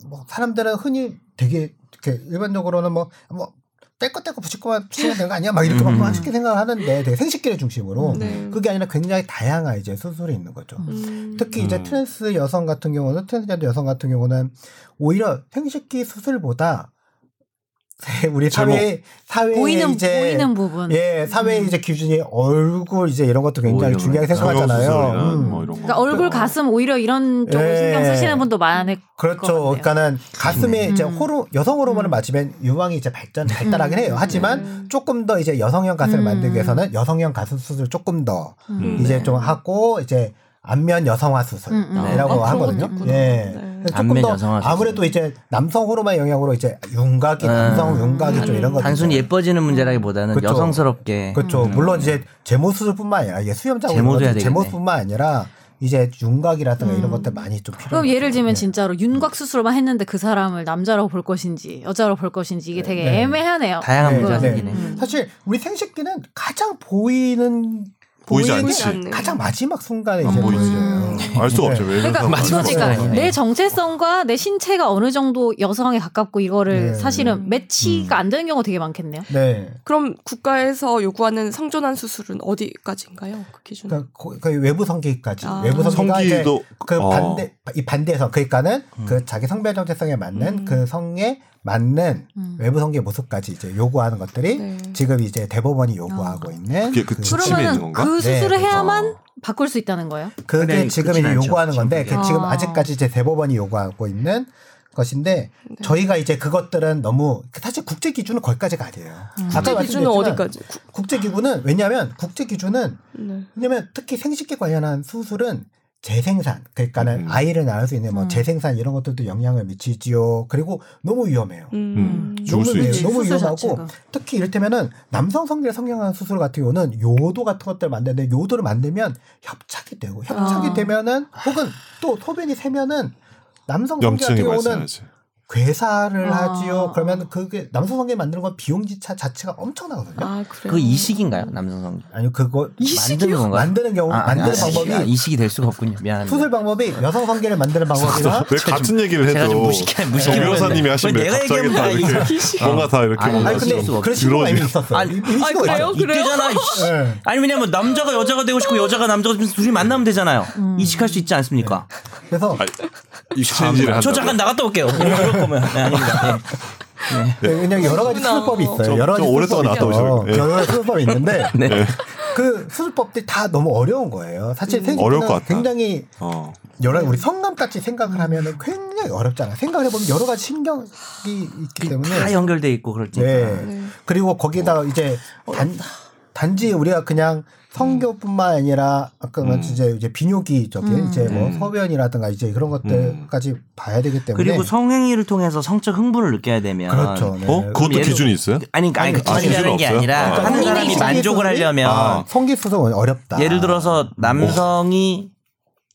Speaker 2: 뭐 사람들은 흔히 되게 이렇게 일반적으로는 뭐, 뭐, 떼거떼거 붙이고만 치면 되는 거 아니야? 막 이렇게 막
Speaker 6: 음.
Speaker 2: 맛있게 생각을 하는데 되게 생식기를 중심으로
Speaker 1: 네.
Speaker 2: 그게 아니라 굉장히 다양한 이제 수술이 있는 거죠.
Speaker 1: 음.
Speaker 2: 특히 이제
Speaker 4: 음.
Speaker 2: 트랜스 여성 같은 경우는 트랜스젠더 여성 같은 경우는 오히려 생식기 수술보다 우리 사회 사회
Speaker 5: 보이는
Speaker 2: 이제
Speaker 5: 보이는 부분.
Speaker 2: 예 사회 의 이제 기준이 얼굴 이제 이런 것도 굉장히
Speaker 6: 오히려
Speaker 2: 중요하게 생각하잖아요.
Speaker 7: 성형수술이나
Speaker 2: 음.
Speaker 7: 뭐 이런 거.
Speaker 5: 그러니까 얼굴, 가슴 오히려 이런 쪽으로
Speaker 2: 예.
Speaker 5: 신경 쓰시는 분도 많을
Speaker 2: 그렇죠.
Speaker 5: 것 같아요.
Speaker 2: 그러니까는 가슴에 이제
Speaker 5: 음.
Speaker 2: 호르 여성 호르몬을 맞으면 유방이 이제 발전 발달하긴 해요. 하지만
Speaker 1: 음.
Speaker 2: 조금 더 이제 여성형 가슴을
Speaker 5: 음.
Speaker 2: 만들기 위해서는 여성형 가슴 수술 조금 더
Speaker 5: 음.
Speaker 2: 이제 좀 하고 이제 안면 여성화
Speaker 5: 음, 음. 네. 아,
Speaker 2: 수술이라고
Speaker 1: 그런
Speaker 2: 하거든요.
Speaker 1: 것도 있구나.
Speaker 2: 예.
Speaker 1: 네.
Speaker 2: 그래서 조금
Speaker 6: 안면
Speaker 2: 더
Speaker 6: 여성화 수술. 음.
Speaker 2: 아무래도 이제 남성 호르몬 영향으로 이제 윤곽이 남성 윤곽이
Speaker 5: 음.
Speaker 2: 좀 이런 거
Speaker 6: 단순히 예뻐지는 문제라기보다는
Speaker 2: 그렇죠.
Speaker 6: 여성스럽게 음.
Speaker 2: 그렇죠. 물론 이제 제모 수술뿐만 아니라 이게 수염 자국
Speaker 6: 제모도 해야
Speaker 2: 이런 것도
Speaker 6: 되겠네.
Speaker 2: 제모뿐만 아니라 이제 윤곽이라든가 이런 것들 많이 좀 필요.
Speaker 5: 음. 그럼 예를 들면 진짜로 윤곽 수술만 했는데 그 사람을 남자라고 볼 것인지 여자로 볼 것인지 이게 되게
Speaker 2: 네.
Speaker 5: 애매하네요.
Speaker 6: 다양한
Speaker 2: 네,
Speaker 6: 문제가
Speaker 2: 네.
Speaker 6: 생기네.
Speaker 5: 음.
Speaker 2: 사실 우리 생식기는 가장 보이는
Speaker 7: 보이지
Speaker 2: 보이는
Speaker 7: 않지.
Speaker 1: 않네요.
Speaker 2: 가장 마지막 순간에
Speaker 7: 안
Speaker 2: 이제
Speaker 7: 보이지. 음.
Speaker 2: 보여요. 네.
Speaker 7: 알 수가 없죠. 뭐 왜
Speaker 5: 그러니까
Speaker 7: 그런
Speaker 6: 마지막
Speaker 7: 상황인지.
Speaker 5: 그러니까
Speaker 6: 아니네.
Speaker 5: 내 정체성과 내 신체가 어느 정도 여성에 가깝고 이거를
Speaker 2: 네.
Speaker 5: 사실은 매치가 안 되는 경우가 되게 많겠네요.
Speaker 2: 네.
Speaker 1: 그럼 국가에서 요구하는 성전환 수술은 어디까지인가요? 그 기준은?
Speaker 2: 그러니까 거- 그 외부 성기까지
Speaker 1: 아.
Speaker 2: 외부 성기가 이제
Speaker 7: 성기도 음.
Speaker 2: 그
Speaker 7: 어.
Speaker 2: 반대 이 반대에서 그러니까는 그 자기 성별 정체성에 맞는
Speaker 1: 음.
Speaker 2: 그 성에 맞는
Speaker 5: 음.
Speaker 2: 외부 성기의 모습까지 이제 요구하는 그러니까 것들이
Speaker 1: 네.
Speaker 2: 지금 이제 대법원이 요구하고 있는
Speaker 7: 그게 그 지침에
Speaker 5: 그러면은
Speaker 7: 있는 건가?
Speaker 5: 그
Speaker 2: 네,
Speaker 5: 수술을
Speaker 2: 그렇죠.
Speaker 5: 해야만 바꿀 수 있다는 거예요?
Speaker 2: 그게
Speaker 6: 네,
Speaker 2: 지금
Speaker 6: 그렇진
Speaker 2: 이제
Speaker 6: 않죠.
Speaker 2: 요구하는 건데
Speaker 6: 지금
Speaker 2: 그 지금
Speaker 5: 아.
Speaker 2: 아직까지 이제 대법원이 요구하고 있는 것인데
Speaker 1: 네.
Speaker 2: 저희가 이제 그것들은 너무 사실 국제 기준은 거기까지가 아니에요.
Speaker 1: 음. 국제 기준은
Speaker 2: 말씀드렸지만
Speaker 1: 어디까지? 구-
Speaker 2: 국제 기준은 왜냐하면 국제 기준은
Speaker 1: 네.
Speaker 2: 왜냐면 특히 생식기 관련한 수술은 재생산 그러니까는
Speaker 7: 음.
Speaker 2: 아이를 낳을 수 있는 뭐
Speaker 5: 음.
Speaker 2: 재생산 이런 것들도 영향을 미치지요. 그리고 너무 위험해요.
Speaker 1: 음.
Speaker 7: 음. 죽을 수
Speaker 2: 너무,
Speaker 7: 있지.
Speaker 2: 너무
Speaker 5: 수술
Speaker 2: 위험하고
Speaker 5: 자체가.
Speaker 2: 특히 이를테면은 남성 성기를 성형하는 수술 같은 경우는 요도 같은 것들 만드는데 요도를 만들면 협착이 되고 협착이
Speaker 5: 아.
Speaker 2: 되면은 혹은 또 소변이 새면은 남성 성기 같은
Speaker 7: 염증이
Speaker 2: 경우는
Speaker 7: 발생하지.
Speaker 2: 괴사를
Speaker 5: 아.
Speaker 2: 하지요. 그러면 그게 남성 성기 만드는 건 비용지차 자체가 엄청나거든요.
Speaker 1: 아 그래요.
Speaker 6: 그 이식인가요, 남성성?
Speaker 2: 아니 그거
Speaker 6: 만드는 건가요?
Speaker 2: 만드는 경우 어, 만드는
Speaker 6: 아니,
Speaker 2: 방법이
Speaker 6: 아, 이식이 될 수가 없군요. 미안합니다.
Speaker 2: 수술 방법이 여성 성기를 만드는 방법이나
Speaker 7: 왜 같은 얘기를
Speaker 6: 제가 좀
Speaker 7: 해도
Speaker 6: 무식해
Speaker 7: 정
Speaker 6: 무식해.
Speaker 7: 변호사님이 하시면
Speaker 6: 내가
Speaker 7: 갑자기
Speaker 6: 얘기하면
Speaker 7: 다
Speaker 6: 다
Speaker 7: 이렇게 뭔가 다 이렇게
Speaker 6: 아니,
Speaker 7: 뭔가
Speaker 2: 아니 근데
Speaker 6: 그럴
Speaker 7: 지금
Speaker 6: 수가 없-
Speaker 2: 그런 신고가 이미
Speaker 7: 들어오지.
Speaker 2: 있었어요.
Speaker 6: 아니,
Speaker 2: 이미
Speaker 1: 아
Speaker 2: 신고가
Speaker 1: 그래요?
Speaker 2: 있었어요.
Speaker 1: 그래요?
Speaker 6: 이때잖아. 이씨.
Speaker 2: 예.
Speaker 6: 아니 왜냐면 남자가 여자가 되고 싶고 여자가 남자가 되고 싶으면 둘이 만나면 되잖아요.
Speaker 1: 음.
Speaker 6: 이식할 수 있지 않습니까?
Speaker 2: 그래서 네.
Speaker 7: 익스체인지를 아, 한다.
Speaker 6: 저 잠깐 나갔다 올게요. 이럴 거면 네, 아닙니다. 네.
Speaker 2: 그냥 여러 가지 수술법이 있어요.
Speaker 7: 좀-
Speaker 2: 여러 가지
Speaker 7: 좀 오랫동안
Speaker 2: 수술법이
Speaker 7: 놔둬
Speaker 2: 있어요.
Speaker 7: 보시라고요. 예.
Speaker 2: 여러 가지 수술법이 있는데
Speaker 6: 네.
Speaker 2: 그 수술법들이 다 너무 어려운 거예요. 사실 생기는
Speaker 7: 음, 어려울 것 같다.
Speaker 2: 굉장히
Speaker 7: 어.
Speaker 2: 여러 가지 우리 성감까지 생각을 하면은 굉장히 어렵잖아. 생각을 해보면 여러 가지 신경이 있기
Speaker 6: 다 어.
Speaker 2: 때문에
Speaker 6: 연결돼 있고 그렇지.
Speaker 2: 네. 그리고 거기다가 이제 단, 단지 우리가 그냥 성교뿐만 아니라 아까 말 이제 이제 비뇨기적인 이제 뭐
Speaker 7: 음.
Speaker 2: 소변이라든가 이제 그런 것들까지 봐야 되기 때문에
Speaker 6: 그리고 성행위를 통해서 성적 흥분을 느껴야 되면
Speaker 2: 네. 그렇죠. 네.
Speaker 7: 어? 그것도
Speaker 6: 예를-
Speaker 7: 기준이 있어요?
Speaker 6: 아니, 아니 그
Speaker 2: 아,
Speaker 6: 기준이라는
Speaker 7: 기준은
Speaker 6: 게
Speaker 7: 없어요?
Speaker 6: 아니라
Speaker 2: 그러니까
Speaker 7: 아.
Speaker 6: 하는 사람이
Speaker 2: 성기
Speaker 6: 만족을
Speaker 2: 수술이?
Speaker 6: 하려면
Speaker 7: 아.
Speaker 2: 성기 수술은 어렵다.
Speaker 6: 예를 들어서 남성이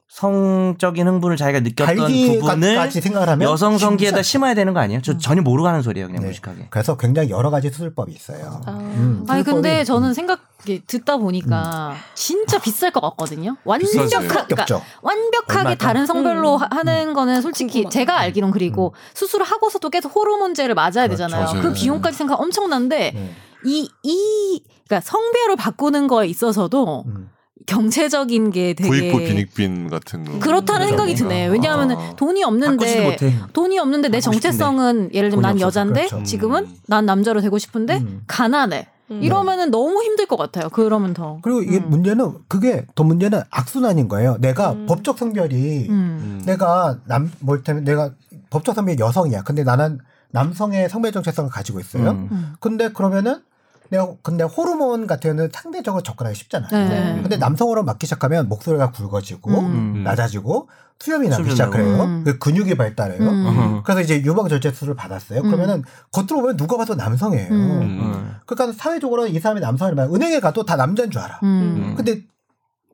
Speaker 6: 성적인 흥분을 자기가 느꼈던 부분을
Speaker 2: 갈기까지 생각을 하면
Speaker 6: 여성 성기에다
Speaker 2: 진짜-
Speaker 6: 심어야 되는 거 아니에요? 저 전혀 모르고 하는 소리예요, 그냥
Speaker 2: 네.
Speaker 6: 무식하게.
Speaker 2: 그래서 굉장히 여러 가지 수술법이 있어요.
Speaker 1: 아.
Speaker 2: 음,
Speaker 5: 아니
Speaker 2: 수술법이-
Speaker 5: 근데 저는 생각 이게 듣다 보니까 진짜 비쌀 것 같거든요.
Speaker 7: 비싸지.
Speaker 5: 완벽하, 그러니까
Speaker 2: 없죠.
Speaker 5: 완벽하게
Speaker 6: 얼마일까?
Speaker 5: 다른 성별로 하- 하는 거는 솔직히
Speaker 1: 음. 궁금하다.
Speaker 5: 제가 알기론 그리고 수술을 하고서 또 계속 호르몬제를 맞아야
Speaker 2: 그렇죠.
Speaker 5: 되잖아요. 그
Speaker 7: 맞아요.
Speaker 5: 비용까지 생각 엄청난데
Speaker 2: 네.
Speaker 5: 이 이 그러니까 성별을 바꾸는 거에 있어서도
Speaker 2: 음.
Speaker 5: 경제적인 게 되게
Speaker 7: 부익부 비닉빈 같은 거.
Speaker 5: 그렇다는 생각이 드네. 왜냐하면
Speaker 7: 아.
Speaker 5: 은 돈이 없는데 돈이 없는데 내
Speaker 6: 바꾸고 싶은데.
Speaker 5: 정체성은 예를 들면
Speaker 6: 돈이
Speaker 5: 난
Speaker 6: 없어서.
Speaker 5: 여잔데
Speaker 2: 그렇죠.
Speaker 5: 지금은 난 남자로 되고 싶은데
Speaker 2: 음.
Speaker 5: 가난해. 이러면은 너무 힘들 것 같아요. 그러면 더.
Speaker 2: 그리고 이게
Speaker 5: 음.
Speaker 2: 문제는 그게 더 문제는 악순환인 거예요. 내가
Speaker 1: 음.
Speaker 2: 법적 성별이
Speaker 5: 음.
Speaker 2: 내가 남 뭘테면 내가 법적 성별이 여성이야. 근데 나는 남성의 성별 정체성을 가지고 있어요.
Speaker 6: 음.
Speaker 2: 근데 그러면은 내가 근데 호르몬 같은 경우는 상대적으로 접근하기 쉽잖아요.
Speaker 5: 네.
Speaker 1: 음.
Speaker 2: 근데 남성으로 맞기 시작하면 목소리가 굵어지고
Speaker 5: 음.
Speaker 2: 낮아지고 수염이 나기
Speaker 6: 수염이
Speaker 2: 시작해요.
Speaker 5: 나고.
Speaker 2: 그 근육이 발달해요.
Speaker 5: 음.
Speaker 6: 어허.
Speaker 2: 그래서 이제 유방 절제술을 받았어요.
Speaker 5: 음.
Speaker 2: 그러면은 겉으로 보면 누가 봐도 남성이에요.
Speaker 5: 음.
Speaker 6: 음.
Speaker 2: 그러니까 사회적으로는 이 사람이 남성이라면 은행에 가도 다 남자인 줄 알아.
Speaker 5: 음.
Speaker 2: 근데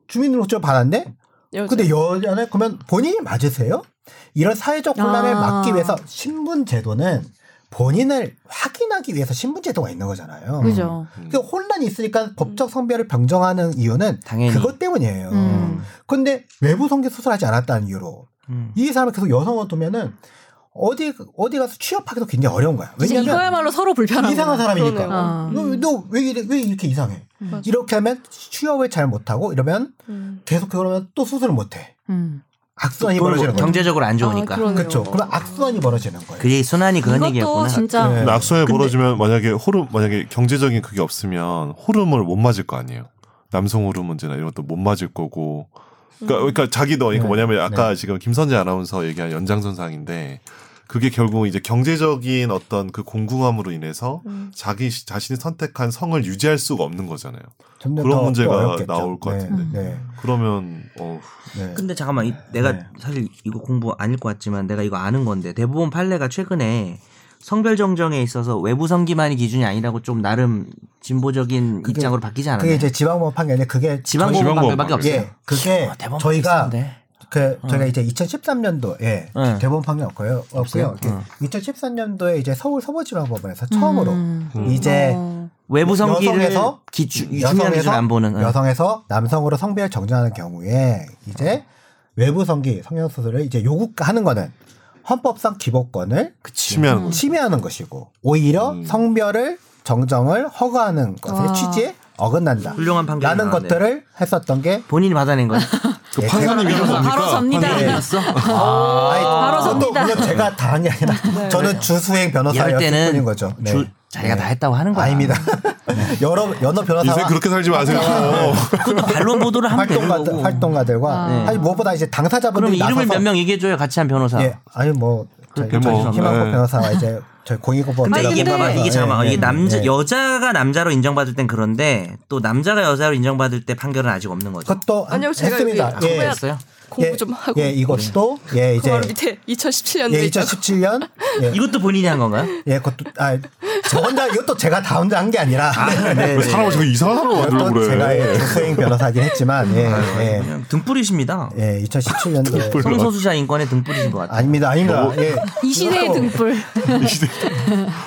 Speaker 2: 주민등록증을 받았네.
Speaker 1: 여자.
Speaker 5: 그렇죠.
Speaker 2: 근데 여자네 그러면 본인이 맞으세요? 이런 사회적 혼란을
Speaker 5: 아.
Speaker 2: 막기 위해서 신분 제도는 본인을 확인하기 위해서 신분 제도가 있는 거잖아요.
Speaker 5: 그죠.
Speaker 7: 음.
Speaker 2: 그 혼란이 있으니까 법적 성별을 변정하는 이유는
Speaker 6: 당연히.
Speaker 2: 그것 때문이에요.
Speaker 5: 음.
Speaker 2: 근데 외부 성기 수술하지 않았다는 이유로
Speaker 6: 음.
Speaker 2: 이 사람을 계속 여성으로 두면은 어디 어디 가서 취업하기도 굉장히 어려운 거야.
Speaker 5: 이제
Speaker 2: 왜냐면
Speaker 5: 이거야말로 서로 불편한
Speaker 2: 이상한 사람이니까. 음.
Speaker 1: 그러네요. 음.
Speaker 5: 아.
Speaker 2: 너왜 왜 이렇게 이상해?
Speaker 5: 음.
Speaker 2: 이렇게 하면 취업을 잘 못하고 이러면
Speaker 1: 음.
Speaker 2: 계속 그러면 또 수술을 못해.
Speaker 5: 음.
Speaker 2: 악순환이
Speaker 6: 돈을
Speaker 2: 벌어지는
Speaker 6: 못-
Speaker 2: 거죠.
Speaker 6: 경제적으로 안 좋으니까.
Speaker 1: 아, 그러네요.
Speaker 2: 그렇죠. 그럼 악순환이 벌어지는 거예요.
Speaker 6: 그게 순환이 그런
Speaker 5: 이것도
Speaker 6: 얘기였구나.
Speaker 5: 진짜
Speaker 2: 네.
Speaker 7: 근데 악순환이 벌어지면 만약에 호르 만약에 경제적인 그게 없으면 호르몬을 못 맞을 거 아니에요. 남성 호르몬제나 이런 것도 못 맞을 거고. 그러니까, 그러니까 자기도 그러니까
Speaker 2: 네.
Speaker 7: 뭐냐면 아까 지금 김선재 아나운서 얘기한 연장선상인데 그게 결국 이제 경제적인 어떤 그 공공함으로 인해서
Speaker 1: 음.
Speaker 7: 자기 시- 자신이 선택한 성을 유지할 수가 없는 거잖아요.
Speaker 2: 점점
Speaker 7: 그런
Speaker 2: 더
Speaker 7: 문제가
Speaker 2: 어렵겠죠.
Speaker 7: 나올 것
Speaker 2: 네,
Speaker 7: 같은데.
Speaker 2: 네.
Speaker 7: 그러면 어
Speaker 2: 네.
Speaker 1: 음.
Speaker 6: 근데 잠깐만 이- 내가
Speaker 2: 네.
Speaker 6: 사실 이거 공부 아닐 것 같지만 내가 이거 아는 건데 대부분 판례가 최근에 성별 정정에 있어서 외부 성기만이 기준이 아니라고 좀 나름 진보적인
Speaker 2: 그게-
Speaker 6: 입장으로 바뀌지 않았나요?
Speaker 2: 그게 이제 지방법 판결인데 그게
Speaker 6: 지방고법
Speaker 7: 지방고법
Speaker 6: 방법밖에
Speaker 7: 방법.
Speaker 6: 없어요.
Speaker 2: 예, 그게
Speaker 6: 어, 대법원
Speaker 2: 저희가
Speaker 6: 비슷한데.
Speaker 2: 그 저희가 이제 2013년도에
Speaker 6: 어.
Speaker 2: 예,
Speaker 6: 네.
Speaker 2: 대법원 판결 없고요. 없고요.
Speaker 6: 없어요?
Speaker 2: 이렇게
Speaker 6: 어.
Speaker 2: 2013년도에 이제 서울 서부지방법원에서 처음으로 네.
Speaker 5: 음.
Speaker 2: 이제
Speaker 5: 어.
Speaker 6: 외부 성기를
Speaker 2: 여성에서-
Speaker 6: 기주, 중요한 기준 안 보는 응.
Speaker 2: 여성에서 남성으로 성별 정정하는 경우에 이제
Speaker 6: 어.
Speaker 2: 외부 성기 성형수술을 이제 요구하는 거는 헌법상
Speaker 6: 음.
Speaker 2: 기본권을 음.
Speaker 7: 치면
Speaker 6: 그렇죠.
Speaker 2: 침해하는 것이고 오히려
Speaker 7: 음.
Speaker 2: 성별을 정정을 허가하는 것의
Speaker 5: 와.
Speaker 2: 취지에 어긋난다.
Speaker 6: 아. 훌륭한 판결이
Speaker 2: 라는
Speaker 6: 나왔네.
Speaker 2: 것들을 했었던 게
Speaker 6: 본인이 받아낸 거예요.
Speaker 2: 예,
Speaker 7: 그 판사님이
Speaker 2: 제가-
Speaker 7: 하는 겁니까?
Speaker 5: 바로 접니다.
Speaker 2: 네.
Speaker 6: 판결이었어.
Speaker 2: 아니,
Speaker 5: 바로
Speaker 2: 저도
Speaker 5: 섭니다.
Speaker 2: 물론 제가 다 한 게 아니라
Speaker 1: 네.
Speaker 2: 저는 주수행
Speaker 6: 이럴
Speaker 2: 변호사였을 뿐인
Speaker 6: 때는
Speaker 2: 거죠. 네.
Speaker 6: 주, 자기가
Speaker 2: 네.
Speaker 6: 다 했다고 하는 거야. 네.
Speaker 2: 아닙니다. 여러 연어
Speaker 7: 인생
Speaker 2: 변호사와
Speaker 7: 그렇게 살지 마세요.
Speaker 2: 아.
Speaker 6: 그것도 반론 보도를 하면 되는
Speaker 2: 활동가들,
Speaker 6: 거고.
Speaker 2: 활동가들과
Speaker 5: 네.
Speaker 2: 아니 무엇보다 이제
Speaker 6: 그럼
Speaker 2: 당사자분들이
Speaker 6: 이름을
Speaker 2: 나서서
Speaker 6: 몇 명 얘기해줘요. 같이 한 변호사.
Speaker 2: 예, 아니 뭐 저희
Speaker 7: 그렇게 뭐,
Speaker 2: 희망법
Speaker 7: 네.
Speaker 2: 변호사와 이제 저희 예, 공익법
Speaker 6: 근데 이게 봐봐 이게 잠깐만
Speaker 2: 네,
Speaker 6: 이게 남자 여자가 남자로 인정받을 땐 그런데 또 남자가 여자로 인정받을 때 판결은 아직 없는 거죠.
Speaker 2: 그것도 한-
Speaker 1: 아니요, 제가
Speaker 2: 했습니다.
Speaker 1: 여기
Speaker 2: 예,
Speaker 6: 했어요.
Speaker 1: 공부
Speaker 2: 예,
Speaker 1: 좀 하고
Speaker 2: 예, 이것도 예
Speaker 1: 그
Speaker 2: 이제
Speaker 1: 바로 밑에 2017년도에
Speaker 2: 예 2017년 예,
Speaker 6: 이것도 본인이 한 건가요?
Speaker 2: 예 그것도 아저 혼자 이것도 제가 다 혼자 한 게 아니라
Speaker 6: 네.
Speaker 7: 왜 사람을 자꾸 이상한 사람으로 만들고
Speaker 2: 이것도
Speaker 7: 그래. 어, 아,
Speaker 2: 제가 예, 주수행 변호사긴 했지만 예, 예,
Speaker 6: 그냥 등불이십니다.
Speaker 2: 예, 2017년도에
Speaker 6: 성소수자 인권의 등불이신 것 같아요.
Speaker 2: 아닙니다, 아닙니다.
Speaker 7: 뭐.
Speaker 2: 예.
Speaker 5: 이 시대의
Speaker 2: 이것도
Speaker 5: 등불.
Speaker 2: 네.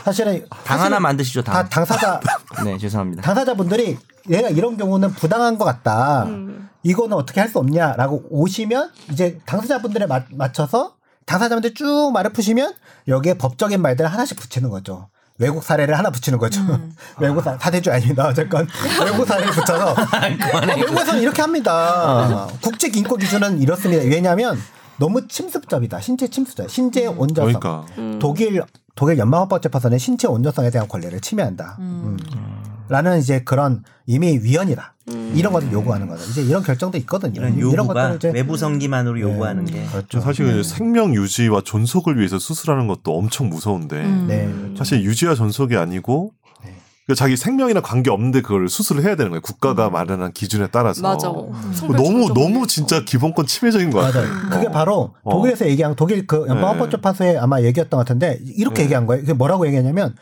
Speaker 2: 사실은
Speaker 6: 당 하나 만드시죠.
Speaker 2: 다
Speaker 6: 당.
Speaker 2: 당사자
Speaker 6: 네 죄송합니다.
Speaker 2: 당사자분들이 얘가 이런 경우는 부당한 것 같다. 이거는 어떻게 할 수 없냐라고 오시면 이제 당사자분들에 맞, 맞춰서 당사자분들 쭉 말을 푸시면 여기에 법적인 말들을 하나씩 붙이는 거죠. 외국 사례를 하나 붙이는 거죠. 외국 사, 사대주 아닙니다. 어쨌건 외국 사례를 붙여서
Speaker 7: 아,
Speaker 2: 아, 외국에서는 이렇게
Speaker 7: 어.
Speaker 2: 합니다. 국책 인권 기준은 이렇습니다. 왜냐하면 너무 침습적이다. 신체 침습자, 신체 온전성.
Speaker 7: 그러니까
Speaker 6: 음.
Speaker 2: 독일 독일 연방헌법재판소는 신체 온전성에 대한 권리를 침해한다. 음. 라는 이제 그런 이미 위헌이다.
Speaker 6: 음.
Speaker 2: 이런 것을 요구하는 거죠. 이제 이런 결정도 있거든요.
Speaker 6: 이런
Speaker 2: 것들을
Speaker 6: 요구가
Speaker 2: 이제 네.
Speaker 6: 외부 성기만으로 요구하는 게
Speaker 2: 그렇죠.
Speaker 7: 사실
Speaker 5: 네.
Speaker 7: 은 생명 유지와 존속을 위해서 수술하는 것도 엄청 무서운데
Speaker 5: 음.
Speaker 2: 네.
Speaker 6: 음.
Speaker 7: 사실 유지와 존속이 아니고
Speaker 6: 네.
Speaker 7: 그러니까 자기 생명이나 관계 없는데 그걸 수술을 해야 되는 거예요.
Speaker 5: 음.
Speaker 7: 국가가 마련한 기준에 따라서 그
Speaker 1: 맞아.
Speaker 6: 어.
Speaker 2: 음.
Speaker 1: 성별
Speaker 7: 너무
Speaker 1: 정정을
Speaker 7: 너무
Speaker 1: 위해서.
Speaker 7: 진짜 기본권 침해적인 거 같아요. 어.
Speaker 2: 맞아요. 그게 바로
Speaker 6: 어.
Speaker 2: 독일에서 얘기한 독일 그
Speaker 6: 네.
Speaker 2: 연방헌법재판소에 아마 얘기했던 것 같은데 이렇게 얘기한 거예요. 그게 뭐라고 얘기했냐면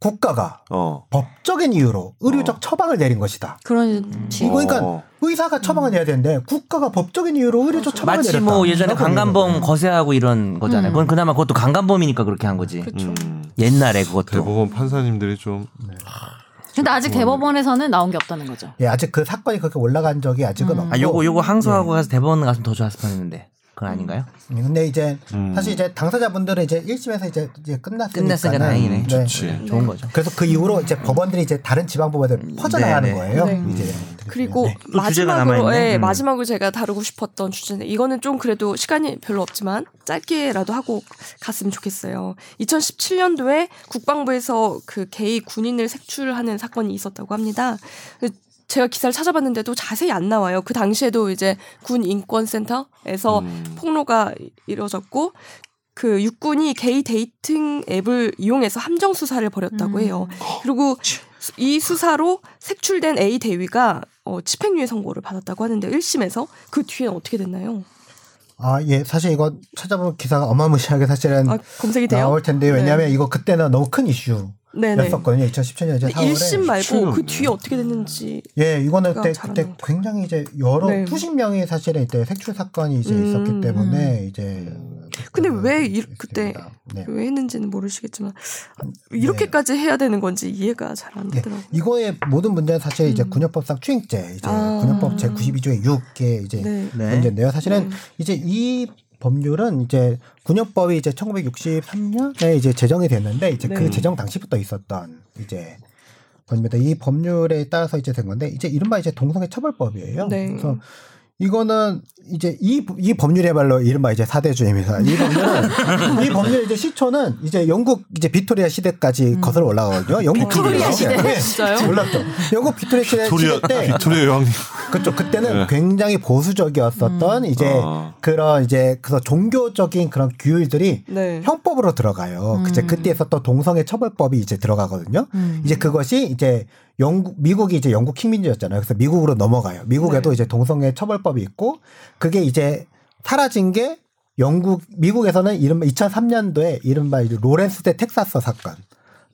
Speaker 2: 국가가
Speaker 7: 어.
Speaker 2: 법적인 이유로 의료적
Speaker 6: 어.
Speaker 2: 처방을 내린 것이다.
Speaker 5: 그런
Speaker 2: 이거
Speaker 5: 식으로.
Speaker 2: 그러니까 의사가 처방을 내야 되는데 국가가 법적인 이유로 의료적 처방을
Speaker 6: 마치
Speaker 2: 내렸다. 네.
Speaker 6: 뭐 예전에
Speaker 2: 라고
Speaker 6: 강간범 거세하고 이런 거잖아요. 그건 그나마 그것도 강간범이니까 그렇게 한 거지.
Speaker 1: 그렇죠.
Speaker 7: 음,
Speaker 6: 옛날에 그것도.
Speaker 7: 대법원 판사님들이 좀
Speaker 6: 네.
Speaker 5: 근데 아직
Speaker 2: 어.
Speaker 5: 대법원에서는 나온 게 없다는 거죠.
Speaker 2: 예, 아직 그 사건이 그렇게 올라간 적이 아직은
Speaker 1: 음.
Speaker 2: 없고.
Speaker 6: 아 요거 요거 항소하고 가서 대법원 가서 더 좋았을 뻔했는데 그건 아닌가요?
Speaker 2: 음, 근데 이제 사실 이제 당사자분들은 이제 1심에서 이제, 이제 끝났으니까.
Speaker 6: 끝났으니까 다행이네.
Speaker 7: 지
Speaker 6: 좋은 거죠.
Speaker 2: 그래서 그 이후로 이제 법원들이 이제 다른 지방 법원들 퍼져나가는
Speaker 6: 네, 네.
Speaker 2: 거예요.
Speaker 1: 네.
Speaker 2: 이제
Speaker 1: 그리고
Speaker 6: 또 주제가
Speaker 1: 마지막으로
Speaker 6: 남아있네.
Speaker 1: 예,
Speaker 6: 음.
Speaker 1: 마지막으로 제가 다루고 싶었던 주제는 이거는 좀 그래도 시간이 별로 없지만 짧게라도 하고 갔으면 좋겠어요. 2017년도에 국방부에서 그 게이 군인을 색출하는 사건이 있었다고 합니다. 그 제가 기사를 찾아봤는데도 자세히 안 나와요. 그 당시에도 이제 군
Speaker 5: 어,
Speaker 6: 음.
Speaker 1: 인권센터에서
Speaker 7: 음.
Speaker 1: 폭로가 이뤄졌고 그 육군이 게이 데이팅 앱을 이용해서 함정 수사를 벌였다고 해요. 그리고 이 수사로 색출된 A 대위가 어, 집행유예 선고를 받았다고 하는데 1심에서 그 뒤엔 어떻게 됐나요?
Speaker 2: 아, 예. 사실 이거 찾아보면 기사가 어마무시하게 사실은
Speaker 1: 아, 검색이 돼요?
Speaker 2: 음.
Speaker 1: 네.
Speaker 2: 나올 텐데 왜냐하면 이거 그때는 너무 큰 이슈였었거든요.
Speaker 1: 네네.
Speaker 2: 2017년 4월에. 음.
Speaker 1: 1심 말고 그 뒤에 어떻게 됐는지
Speaker 2: 예, 이거는 그때,
Speaker 1: 잘안
Speaker 2: 그때
Speaker 1: 나오죠.
Speaker 2: 굉장히 이제 여러
Speaker 1: 네.
Speaker 2: 수십 명이 사실은 이때 색출 사건이 이제
Speaker 1: 음.
Speaker 2: 있었기 때문에 이제
Speaker 1: 근데
Speaker 2: 그
Speaker 1: 왜 이- 그때
Speaker 2: 있습니다. 네.
Speaker 1: 왜 했는지는 모르시겠지만 이렇게까지 해야 되는 건지 이해가 잘 안
Speaker 2: 네.
Speaker 1: 되더라고요.
Speaker 2: 이거의 모든 문제는 사실 이제
Speaker 1: 음.
Speaker 2: 군역법상 추행죄 이제
Speaker 1: 아.
Speaker 2: 군역법 제 92조의 6개 이제
Speaker 1: 네.
Speaker 6: 네.
Speaker 2: 문제인데요. 사실은
Speaker 1: 네.
Speaker 2: 이제 이 법률은 이제 군역법이 이제 1963년에 이제 제정이 됐는데 이제
Speaker 1: 네.
Speaker 2: 그 제정 당시부터 있었던 이제 법입니다. 이 법률에 따라서 이제 된 건데 이제 이른바 이제 동성애 처벌법이에요.
Speaker 1: 네.
Speaker 2: 그래서 이거는 이제 이, 이 법률이야말로 이른바 이제 사대주의입니다. 이 법률은 이 법률 이제 시초는 이제 영국 이제 빅토리아 시대까지 거슬러 올라가거든요. 영국
Speaker 1: 음. 빅토리아 시대.
Speaker 2: 네.
Speaker 1: 진짜요?
Speaker 2: 몰랐죠. 영국 빅토리아 시대
Speaker 5: 네,
Speaker 7: 빅토리아
Speaker 2: 시대 때
Speaker 7: 빅토리아 여왕님
Speaker 2: 그쪽 그때는 굉장히 보수적이었었던
Speaker 1: 음.
Speaker 2: 이제
Speaker 7: 아.
Speaker 2: 그런 이제 그래서 종교적인 그런 규율들이
Speaker 1: 네. 음.
Speaker 2: 형법으로 들어가요. 이제 그때 있었던 동성애 처벌법이 이제 들어가거든요.
Speaker 5: 음.
Speaker 2: 이제 그것이 이제 영국 미국이 이제 영국 식민지였잖아요. 그래서 미국으로 넘어가요. 미국에도
Speaker 1: 네.
Speaker 2: 이제 동성애 처벌법이 있고 그게 이제 사라진 게 영국 미국에서는 이른바 2003년도에 이른바 이제 로렌스 대 텍사스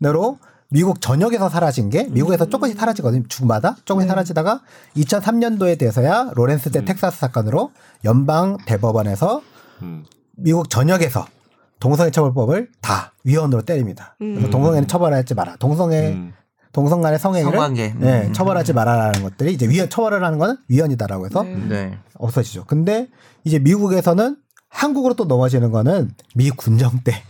Speaker 2: 사건으로 미국 전역에서 사라진 게 미국에서 조금씩 사라지거든요. 주마다 조금씩 사라지다가 2003년도에 돼서야 로렌스 대 텍사스 사건으로 연방 대법원에서
Speaker 7: 음.
Speaker 2: 미국 전역에서 동성애 처벌법을 다 위헌으로 때립니다. 그래서
Speaker 1: 음.
Speaker 2: 동성애는 처벌하지 마라. 동성애
Speaker 7: 음.
Speaker 2: 동성 간의 성행위를
Speaker 6: 성관계. 음.
Speaker 2: 예, 처벌하지 말아라는 것들이 이제 위헌 처벌을 하는 거는 위헌이다라고 해서
Speaker 1: 네.
Speaker 6: 네.
Speaker 2: 없어지죠. 근데 이제 미국에서는 한국으로 또 넘어지는 거는 미 군정 때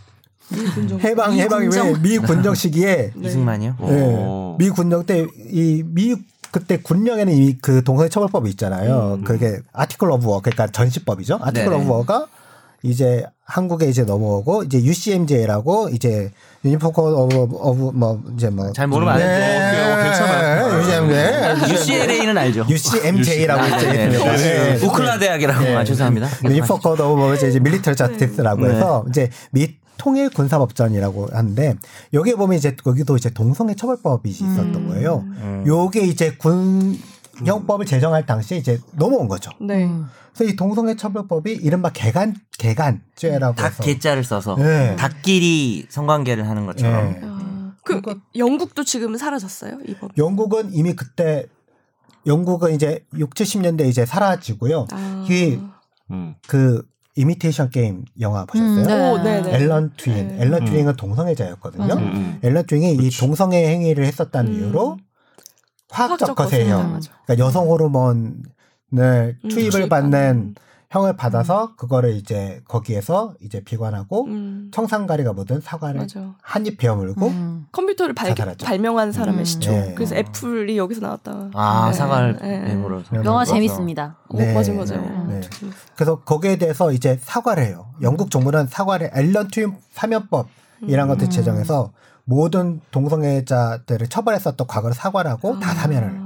Speaker 1: 군정.
Speaker 2: 해방 해방이
Speaker 5: 군정.
Speaker 2: 왜미 군정 시기에
Speaker 1: 네.
Speaker 6: 이승만이요?
Speaker 2: 예,
Speaker 7: 오.
Speaker 2: 미 군정 때 이 미 그때 군령에는 이미 그 동성애 처벌법이
Speaker 7: 음.
Speaker 2: 있잖아요. 그게 아티클 오브 워 그러니까 전시법이죠. 아티클
Speaker 6: 네네.
Speaker 2: 오브 워가 이제 한국에 이제 넘어오고 이제 UCMJ라고 이제 유니폼 코드 오브 오브 뭐 이제 뭐
Speaker 6: 잘 모르면 안
Speaker 2: 네.
Speaker 6: 돼.
Speaker 7: 어, 괜찮아요. 네.
Speaker 2: UCMJ
Speaker 6: UCLA는 알죠.
Speaker 2: UCMJ라고
Speaker 6: 아,
Speaker 2: 이제
Speaker 6: 네, 네.
Speaker 2: 있습니다. 네.
Speaker 6: 우클라 대학이라고. 아, 죄송합니다.
Speaker 2: 유니포커드 오브 뭐 이제 밀리터리 자스티스라고
Speaker 6: 네.
Speaker 2: 해서 이제 미 통일 군사법전이라고 하는데 여기에 보면 이제 거기도 이제 동성애 처벌법이 있었던 거예요.
Speaker 6: 음.
Speaker 2: 요게 이제 군 형법을 제정할 당시에 이제 넘어온 거죠.
Speaker 1: 네.
Speaker 2: 그래서 이 동성애 처벌법이 이른바 개간 개간죄라고
Speaker 6: 닭
Speaker 2: 해서
Speaker 6: 음. 개자를 써서
Speaker 2: 네.
Speaker 6: 닭끼리 성관계를 하는 것처럼.
Speaker 2: 예.
Speaker 1: 아, 그 영국도 지금은 사라졌어요 이 법.
Speaker 2: 영국은 이미 그때 영국은 이제 6, 70년대 이제 사라지고요.
Speaker 1: 아.
Speaker 2: 이게
Speaker 7: 음.
Speaker 2: 그 이미테이션 게임 영화
Speaker 5: 음,
Speaker 2: 보셨어요?
Speaker 1: 오, 네, 네.
Speaker 2: 앨런 튜링.
Speaker 1: 네.
Speaker 2: 앨런
Speaker 7: 음.
Speaker 2: 튜링은 동성애자였거든요.
Speaker 5: 맞아요.
Speaker 7: 음, 음.
Speaker 2: 앨런 튜링이 이 동성애 행위를 했었다는
Speaker 1: 음.
Speaker 2: 이유로 화학적
Speaker 1: 화학적 거세요.
Speaker 2: 거세형,
Speaker 1: 맞아.
Speaker 2: 그러니까 여성 호르몬을
Speaker 1: 음,
Speaker 2: 투입을
Speaker 1: 투입하는.
Speaker 2: 받는 형을 받아서 그거를 이제 거기에서 이제 비관하고
Speaker 1: 음.
Speaker 2: 청산가리가 묻은 사과를
Speaker 1: 맞아.
Speaker 2: 한 입 베어물고
Speaker 1: 음. 컴퓨터를 발,
Speaker 2: 자살하죠.
Speaker 1: 발명한 사람의
Speaker 5: 음.
Speaker 1: 시초.
Speaker 2: 네.
Speaker 1: 그래서 애플이 여기서 나왔다.
Speaker 6: 아,
Speaker 1: 네.
Speaker 6: 사과를
Speaker 1: 네.
Speaker 6: 메모로.
Speaker 2: 네.
Speaker 5: 영화
Speaker 2: 맞아.
Speaker 5: 재밌습니다.
Speaker 1: 오,
Speaker 2: 네.
Speaker 1: 어, 맞아 맞아.
Speaker 2: 네.
Speaker 1: 되게
Speaker 2: 그래서 거기에 대해서 이제 사과를 해요.
Speaker 1: 음.
Speaker 2: 영국 정부는 사과를 앨런 튜링 사면법
Speaker 1: 음.
Speaker 2: 이란 것들 제정해서 모든 동성애자들을 처벌했었던 과거를 사과를 하고 다
Speaker 1: 아,
Speaker 2: 사면을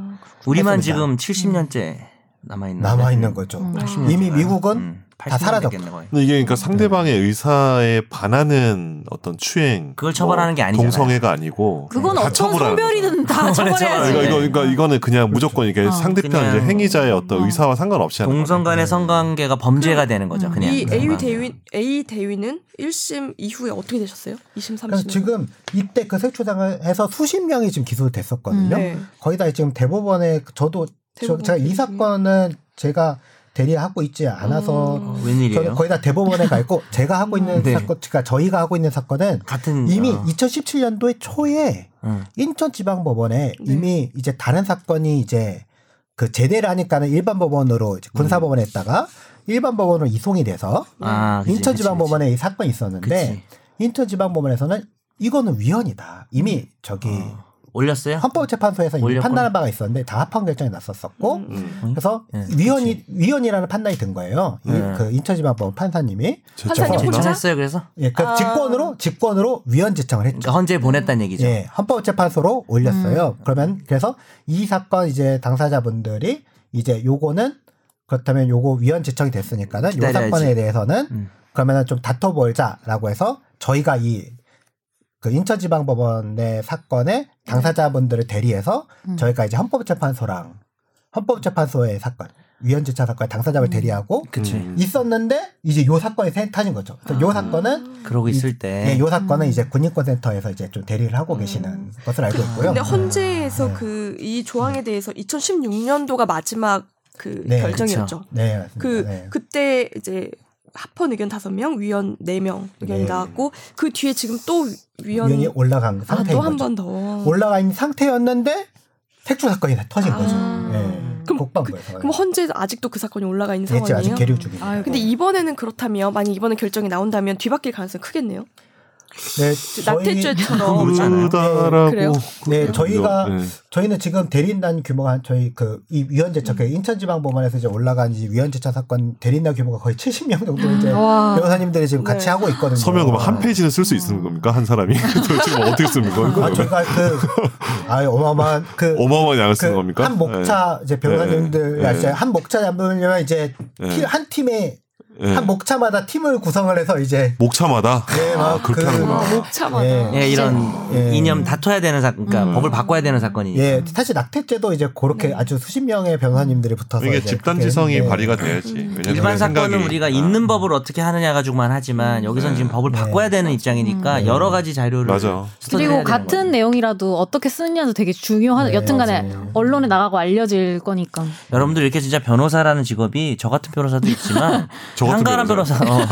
Speaker 6: 우리만
Speaker 2: 했습니다.
Speaker 6: 지금 70년째 남아 있는
Speaker 2: 남아 있는 거죠.
Speaker 1: 음.
Speaker 2: 이미 미국은
Speaker 6: 음.
Speaker 2: 다 사라졌고.
Speaker 7: 근데 이게
Speaker 6: 네.
Speaker 7: 그러니까 상대방의 의사에 반하는 어떤 추행 뭐
Speaker 6: 그걸 처벌하는 게 아니잖아요.
Speaker 7: 동성애가 아니고
Speaker 5: 그건
Speaker 7: 다
Speaker 5: 어떤
Speaker 7: 처벌하는
Speaker 5: 성별이든 다
Speaker 7: 거죠.
Speaker 5: 처벌해야지.
Speaker 7: 이거 이거 그러니까 이거는 그냥 무조건 이게 상대편
Speaker 6: 네. 그렇죠. 어, 그냥
Speaker 7: 이제 행위자의 어떤 의사와 상관없이 하는
Speaker 6: 동성 간의 성관계가
Speaker 5: 음.
Speaker 6: 범죄가 되는 거죠. 그냥.
Speaker 1: 이 A
Speaker 6: 그냥.
Speaker 1: 대위 A 대위는 1심 이후에 어떻게 되셨어요? 2심
Speaker 2: 그래서
Speaker 1: 3심.
Speaker 2: 그러니까 지금 이때 그 색초장을 해서 수십 명이 지금 기소됐었거든요.
Speaker 1: 음. 네.
Speaker 2: 거의 다 지금 대법원에 저도 저,
Speaker 1: 대법원
Speaker 2: 제가 이
Speaker 1: 기소.
Speaker 2: 사건은 제가 대리하고 있지 않아서
Speaker 1: 어. 음,
Speaker 6: 어, 웬일이에요?
Speaker 2: 저는 거의 다 대법원에 가 있고 제가 하고 있는
Speaker 6: 네.
Speaker 2: 사건, 그러니까 저희가 하고 있는 사건은
Speaker 6: 같은
Speaker 2: 이미
Speaker 6: 어,
Speaker 2: 2017년도에 초에
Speaker 6: 응.
Speaker 2: 인천지방법원에
Speaker 1: 네.
Speaker 2: 이미 이제 다른 사건이 이제 그 제대를 하니까는 일반 법원으로 이제 군사법원에 있다가 일반 법원으로 이송이 돼서
Speaker 6: 음. 아, 그치,
Speaker 2: 인천지방법원에 이 사건이
Speaker 6: 그치, 그치.
Speaker 2: 있었는데
Speaker 6: 그치.
Speaker 2: 인천지방법원에서는 이거는 위헌이다. 이미 저기
Speaker 6: 음. 올렸어요?
Speaker 2: 헌법재판소에서 이미
Speaker 6: 올렸구나.
Speaker 2: 판단한 바가 있었는데 다 합헌 결정이 났었었고
Speaker 6: 음.
Speaker 2: 그래서
Speaker 6: 네,
Speaker 2: 위헌이 위헌이라는 판단이 든 거예요. 이
Speaker 6: 네.
Speaker 2: 그 인천지방법원 판사님이
Speaker 1: 판사님
Speaker 2: 죄송합니다.
Speaker 4: 음.
Speaker 1: 혼자
Speaker 6: 제청했어요. 네, 그래서
Speaker 2: 예, 그
Speaker 1: 아.
Speaker 2: 직권으로 직권으로 위헌 제청을 했죠.
Speaker 6: 그러니까 헌재 보냈다는 얘기죠. 음.
Speaker 2: 예, 헌법재판소로 올렸어요. 그러면 그래서 이 사건 이제 당사자분들이 이제 요거는 그렇다면 요거 위헌 제청이 됐으니까는 요
Speaker 6: 기다려야지.
Speaker 2: 사건에 대해서는
Speaker 6: 음.
Speaker 2: 그러면은 좀 다퉈보자라고 해서 저희가 이 그 인천지방법원의 사건에 당사자분들을 대리해서
Speaker 6: 음.
Speaker 2: 저희가 이제 헌법재판소랑 헌법재판소의 사건 위헌 제청 사건
Speaker 6: 음.
Speaker 2: 당사자를 대리하고
Speaker 6: 그치.
Speaker 4: 음.
Speaker 2: 있었는데 이제 요 사건이 새- 타진 거죠. 그래서
Speaker 6: 아.
Speaker 2: 요 사건은
Speaker 6: 그러고 있을 때.
Speaker 2: 예, 요 사건은 이제 군인권센터에서 이제 좀 대리를 하고 계시는 것을 알고 있고요.
Speaker 1: 음. 그 근데
Speaker 2: 네.
Speaker 1: 헌재에서 그 이 조항에 대해서 2016년도가 마지막 그
Speaker 2: 네,
Speaker 1: 결정이었죠.
Speaker 2: 네, 맞습니다.
Speaker 1: 그
Speaker 2: 네.
Speaker 1: 그때 이제 합헌 의견 5명, 위원 4명 의견이
Speaker 2: 네.
Speaker 1: 나왔고 그 뒤에 지금 또 위원
Speaker 2: 위원이 올라간
Speaker 1: 아,
Speaker 2: 상태인
Speaker 1: 또 한
Speaker 2: 거죠.
Speaker 1: 번 더.
Speaker 2: 올라간 상태였는데 색출 사건이 다 터진
Speaker 1: 아.
Speaker 2: 거죠.
Speaker 5: 음.
Speaker 2: 예.
Speaker 1: 그럼
Speaker 2: 국방부에서.
Speaker 1: 그럼 헌재 아직도 그 사건이 올라가 있는
Speaker 2: 예, 지금 아직
Speaker 1: 상황이에요?
Speaker 2: 계류 중입니다.
Speaker 5: 아유,
Speaker 1: 근데 이번에는 그렇다면 만약 이번에 결정이 나온다면 뒤바뀔 가능성이 크겠네요.
Speaker 2: 네, 저희,
Speaker 1: 나태죄처럼
Speaker 6: 그렇지 않아요?
Speaker 4: 그러다라고.
Speaker 1: 그래요?
Speaker 2: 네, 저희가
Speaker 4: 네.
Speaker 2: 저희는 지금 대리인단 규모가 한- 저희 그 이 위원제차
Speaker 1: 음.
Speaker 2: 그 인천지방법원에서 이제 올라간 이 위원제차 사건 대리인단 규모가 거의 70명 정도 이제
Speaker 5: 와.
Speaker 2: 변호사님들이 지금
Speaker 1: 음.
Speaker 2: 같이
Speaker 1: 네.
Speaker 2: 하고 있거든요.
Speaker 4: 서명은
Speaker 6: 어.
Speaker 4: 한 페이지는 쓸 수 있는 겁니까 한 사람이? 도대체 뭐 어떻게 쓰는
Speaker 2: 아,
Speaker 4: 겁니까?
Speaker 2: 저희가 그 아유 어마어마한 그
Speaker 4: 어마어마한 양을 쓰는
Speaker 2: 그
Speaker 4: 겁니까? 네.
Speaker 2: 한 목차 이제 변호사님들
Speaker 4: 예, 예.
Speaker 2: 아, 진짜 한 목차 잡으면 이제
Speaker 4: 예.
Speaker 2: 티- 한 팀에
Speaker 4: 예. 예.
Speaker 2: 한 목차마다 팀을 구성을 해서 이제
Speaker 4: 목차마다.
Speaker 2: 네,
Speaker 4: 아,
Speaker 2: 막
Speaker 4: 그렇게
Speaker 2: 그-
Speaker 4: 하는구나.
Speaker 1: 못 참아.
Speaker 2: 예.
Speaker 6: 예, 이런
Speaker 2: 예.
Speaker 6: 이념 다퉈야 되는 사건, 그러니까
Speaker 5: 음.
Speaker 6: 법을 바꿔야 되는 사건이니까.
Speaker 2: 예 사실 낙태죄도 이제
Speaker 1: 네.
Speaker 2: 그렇게 아주 수십 명의 변호사님들이 붙어서
Speaker 4: 이게
Speaker 2: 이제
Speaker 4: 집단
Speaker 2: 그렇게
Speaker 4: 지성이
Speaker 2: 했는데
Speaker 4: 발휘가 돼야지. 왜냐면
Speaker 6: 일반 사건은
Speaker 4: 생각이-
Speaker 6: 우리가
Speaker 4: 아.
Speaker 6: 있는 법을 어떻게 하느냐 가지고만 하지만 여기선 지금 법을 바꿔야 되는 입장이니까 여러 가지 자료를
Speaker 4: 맞아.
Speaker 6: 스터디해야 되는
Speaker 5: 그리고 같은
Speaker 6: 거죠.
Speaker 5: 내용이라도 어떻게 쓰느냐도 되게 중요하다.
Speaker 2: 네,
Speaker 5: 여튼간에
Speaker 2: 맞아요.
Speaker 5: 언론에 나가고 알려질 거니까.
Speaker 6: 여러분들 이렇게 진짜 변호사라는 직업이 저 같은 변호사도 있지만
Speaker 4: 저 같은
Speaker 6: 한가한 변호사,
Speaker 4: 변호사.
Speaker 6: 어.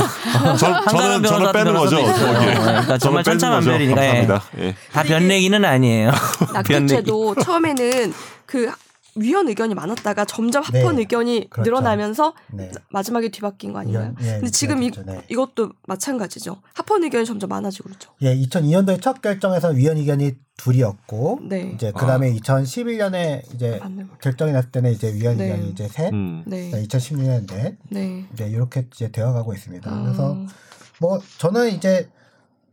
Speaker 4: 저, 저는
Speaker 6: 한가한
Speaker 4: 저는
Speaker 6: 변호사 같은
Speaker 4: 빼는 거죠.
Speaker 6: 변호사도 있어요.
Speaker 4: 거기에.
Speaker 6: 어, 그러니까
Speaker 4: 저는
Speaker 6: 정말
Speaker 4: 빼는 거죠.
Speaker 6: 천차만별이니까 예.
Speaker 4: 감사합니다. 예.
Speaker 6: 다 변내기는 아니에요.
Speaker 1: 낙태죄도 처음에는 그 위원 의견이 많았다가 점점
Speaker 2: 네.
Speaker 1: 합헌 의견이
Speaker 2: 그렇죠.
Speaker 1: 늘어나면서
Speaker 2: 네.
Speaker 1: 마지막에 뒤바뀐 거 아닌가요?
Speaker 2: 이건- 예,
Speaker 1: 근데 지금 이,
Speaker 2: 그렇죠. 네.
Speaker 1: 이것도 마찬가지죠. 합헌 의견이 점점 많아지고 그렇죠.
Speaker 2: 예, 2002년도에 첫 결정에서 위원 의견이 둘이었고
Speaker 1: 네.
Speaker 2: 이제
Speaker 4: 아.
Speaker 2: 그다음에 2011년에 이제
Speaker 1: 맞는 말.
Speaker 2: 결정이 났을 때는 이제 위원
Speaker 1: 네.
Speaker 2: 의견이 이제 셋,
Speaker 4: 음.
Speaker 1: 네.
Speaker 2: 2016년에 넷,
Speaker 1: 네.
Speaker 2: 네, 이렇게 이제 되어가고 있습니다. 그래서
Speaker 1: 아,
Speaker 2: 뭐 저는 이제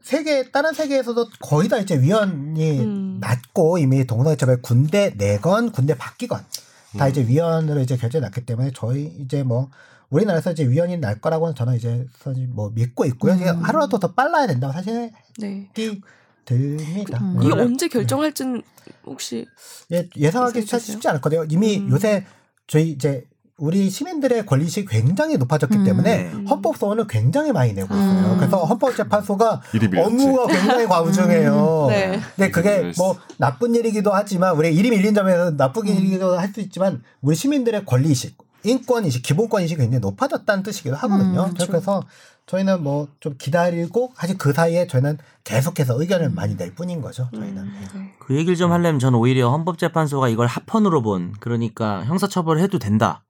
Speaker 2: 세계 다른 세계에서도 거의 다 이제 위원이
Speaker 1: 음.
Speaker 2: 낮고 이미 동성애처벌 군대 네 내건 군대 바뀌건 다
Speaker 4: 음.
Speaker 2: 이제 위원으로 이제 결정이 났기 때문에 저희 이제 뭐 우리나라에서 이제 위원이 날 거라고는 저는 이제 사실 뭐 믿고 있고요. 이제 하루라도 더 빨라야 된다고 사실
Speaker 1: 네.
Speaker 2: 생각이 듭니다.
Speaker 5: 음.
Speaker 1: 이게
Speaker 2: 네.
Speaker 1: 언제 결정할지는 혹시
Speaker 2: 예, 예상하기
Speaker 1: 예상되세요?
Speaker 2: 참 쉽지 않을 거예요. 이미
Speaker 1: 음.
Speaker 2: 요새 저희 이제 우리 시민들의 권리식이 굉장히 높아졌기
Speaker 5: 음.
Speaker 2: 때문에
Speaker 1: 음.
Speaker 2: 헌법 소원을 굉장히 많이 내고 있어요.
Speaker 5: 음.
Speaker 2: 그래서 헌법재판소가
Speaker 4: 일이 밀렸지.
Speaker 2: 업무가 굉장히
Speaker 5: 음,
Speaker 2: 과부중해요.
Speaker 1: 네.
Speaker 2: 근데 그게
Speaker 4: 그랬어.
Speaker 2: 뭐 나쁜 일이기도 하지만 우리 이름이 밀린 점에서 나쁜
Speaker 5: 음.
Speaker 2: 일이기도 할 수 있지만 우리 시민들의 권리의식, 인권의식, 기본권의식이 굉장히 높아졌다는 뜻이기도 하거든요.
Speaker 5: 음, 그렇죠.
Speaker 2: 그래서 저희는 뭐 좀 기다리고 사실 그 사이에 저희는 계속해서 의견을
Speaker 5: 음.
Speaker 2: 많이 낼 뿐인 거죠. 저희는.
Speaker 1: 음, 네.
Speaker 6: 그 얘기를 좀 하려면 저는 오히려 헌법재판소가 이걸 합헌으로 본 그러니까 형사처벌 해도 된다라고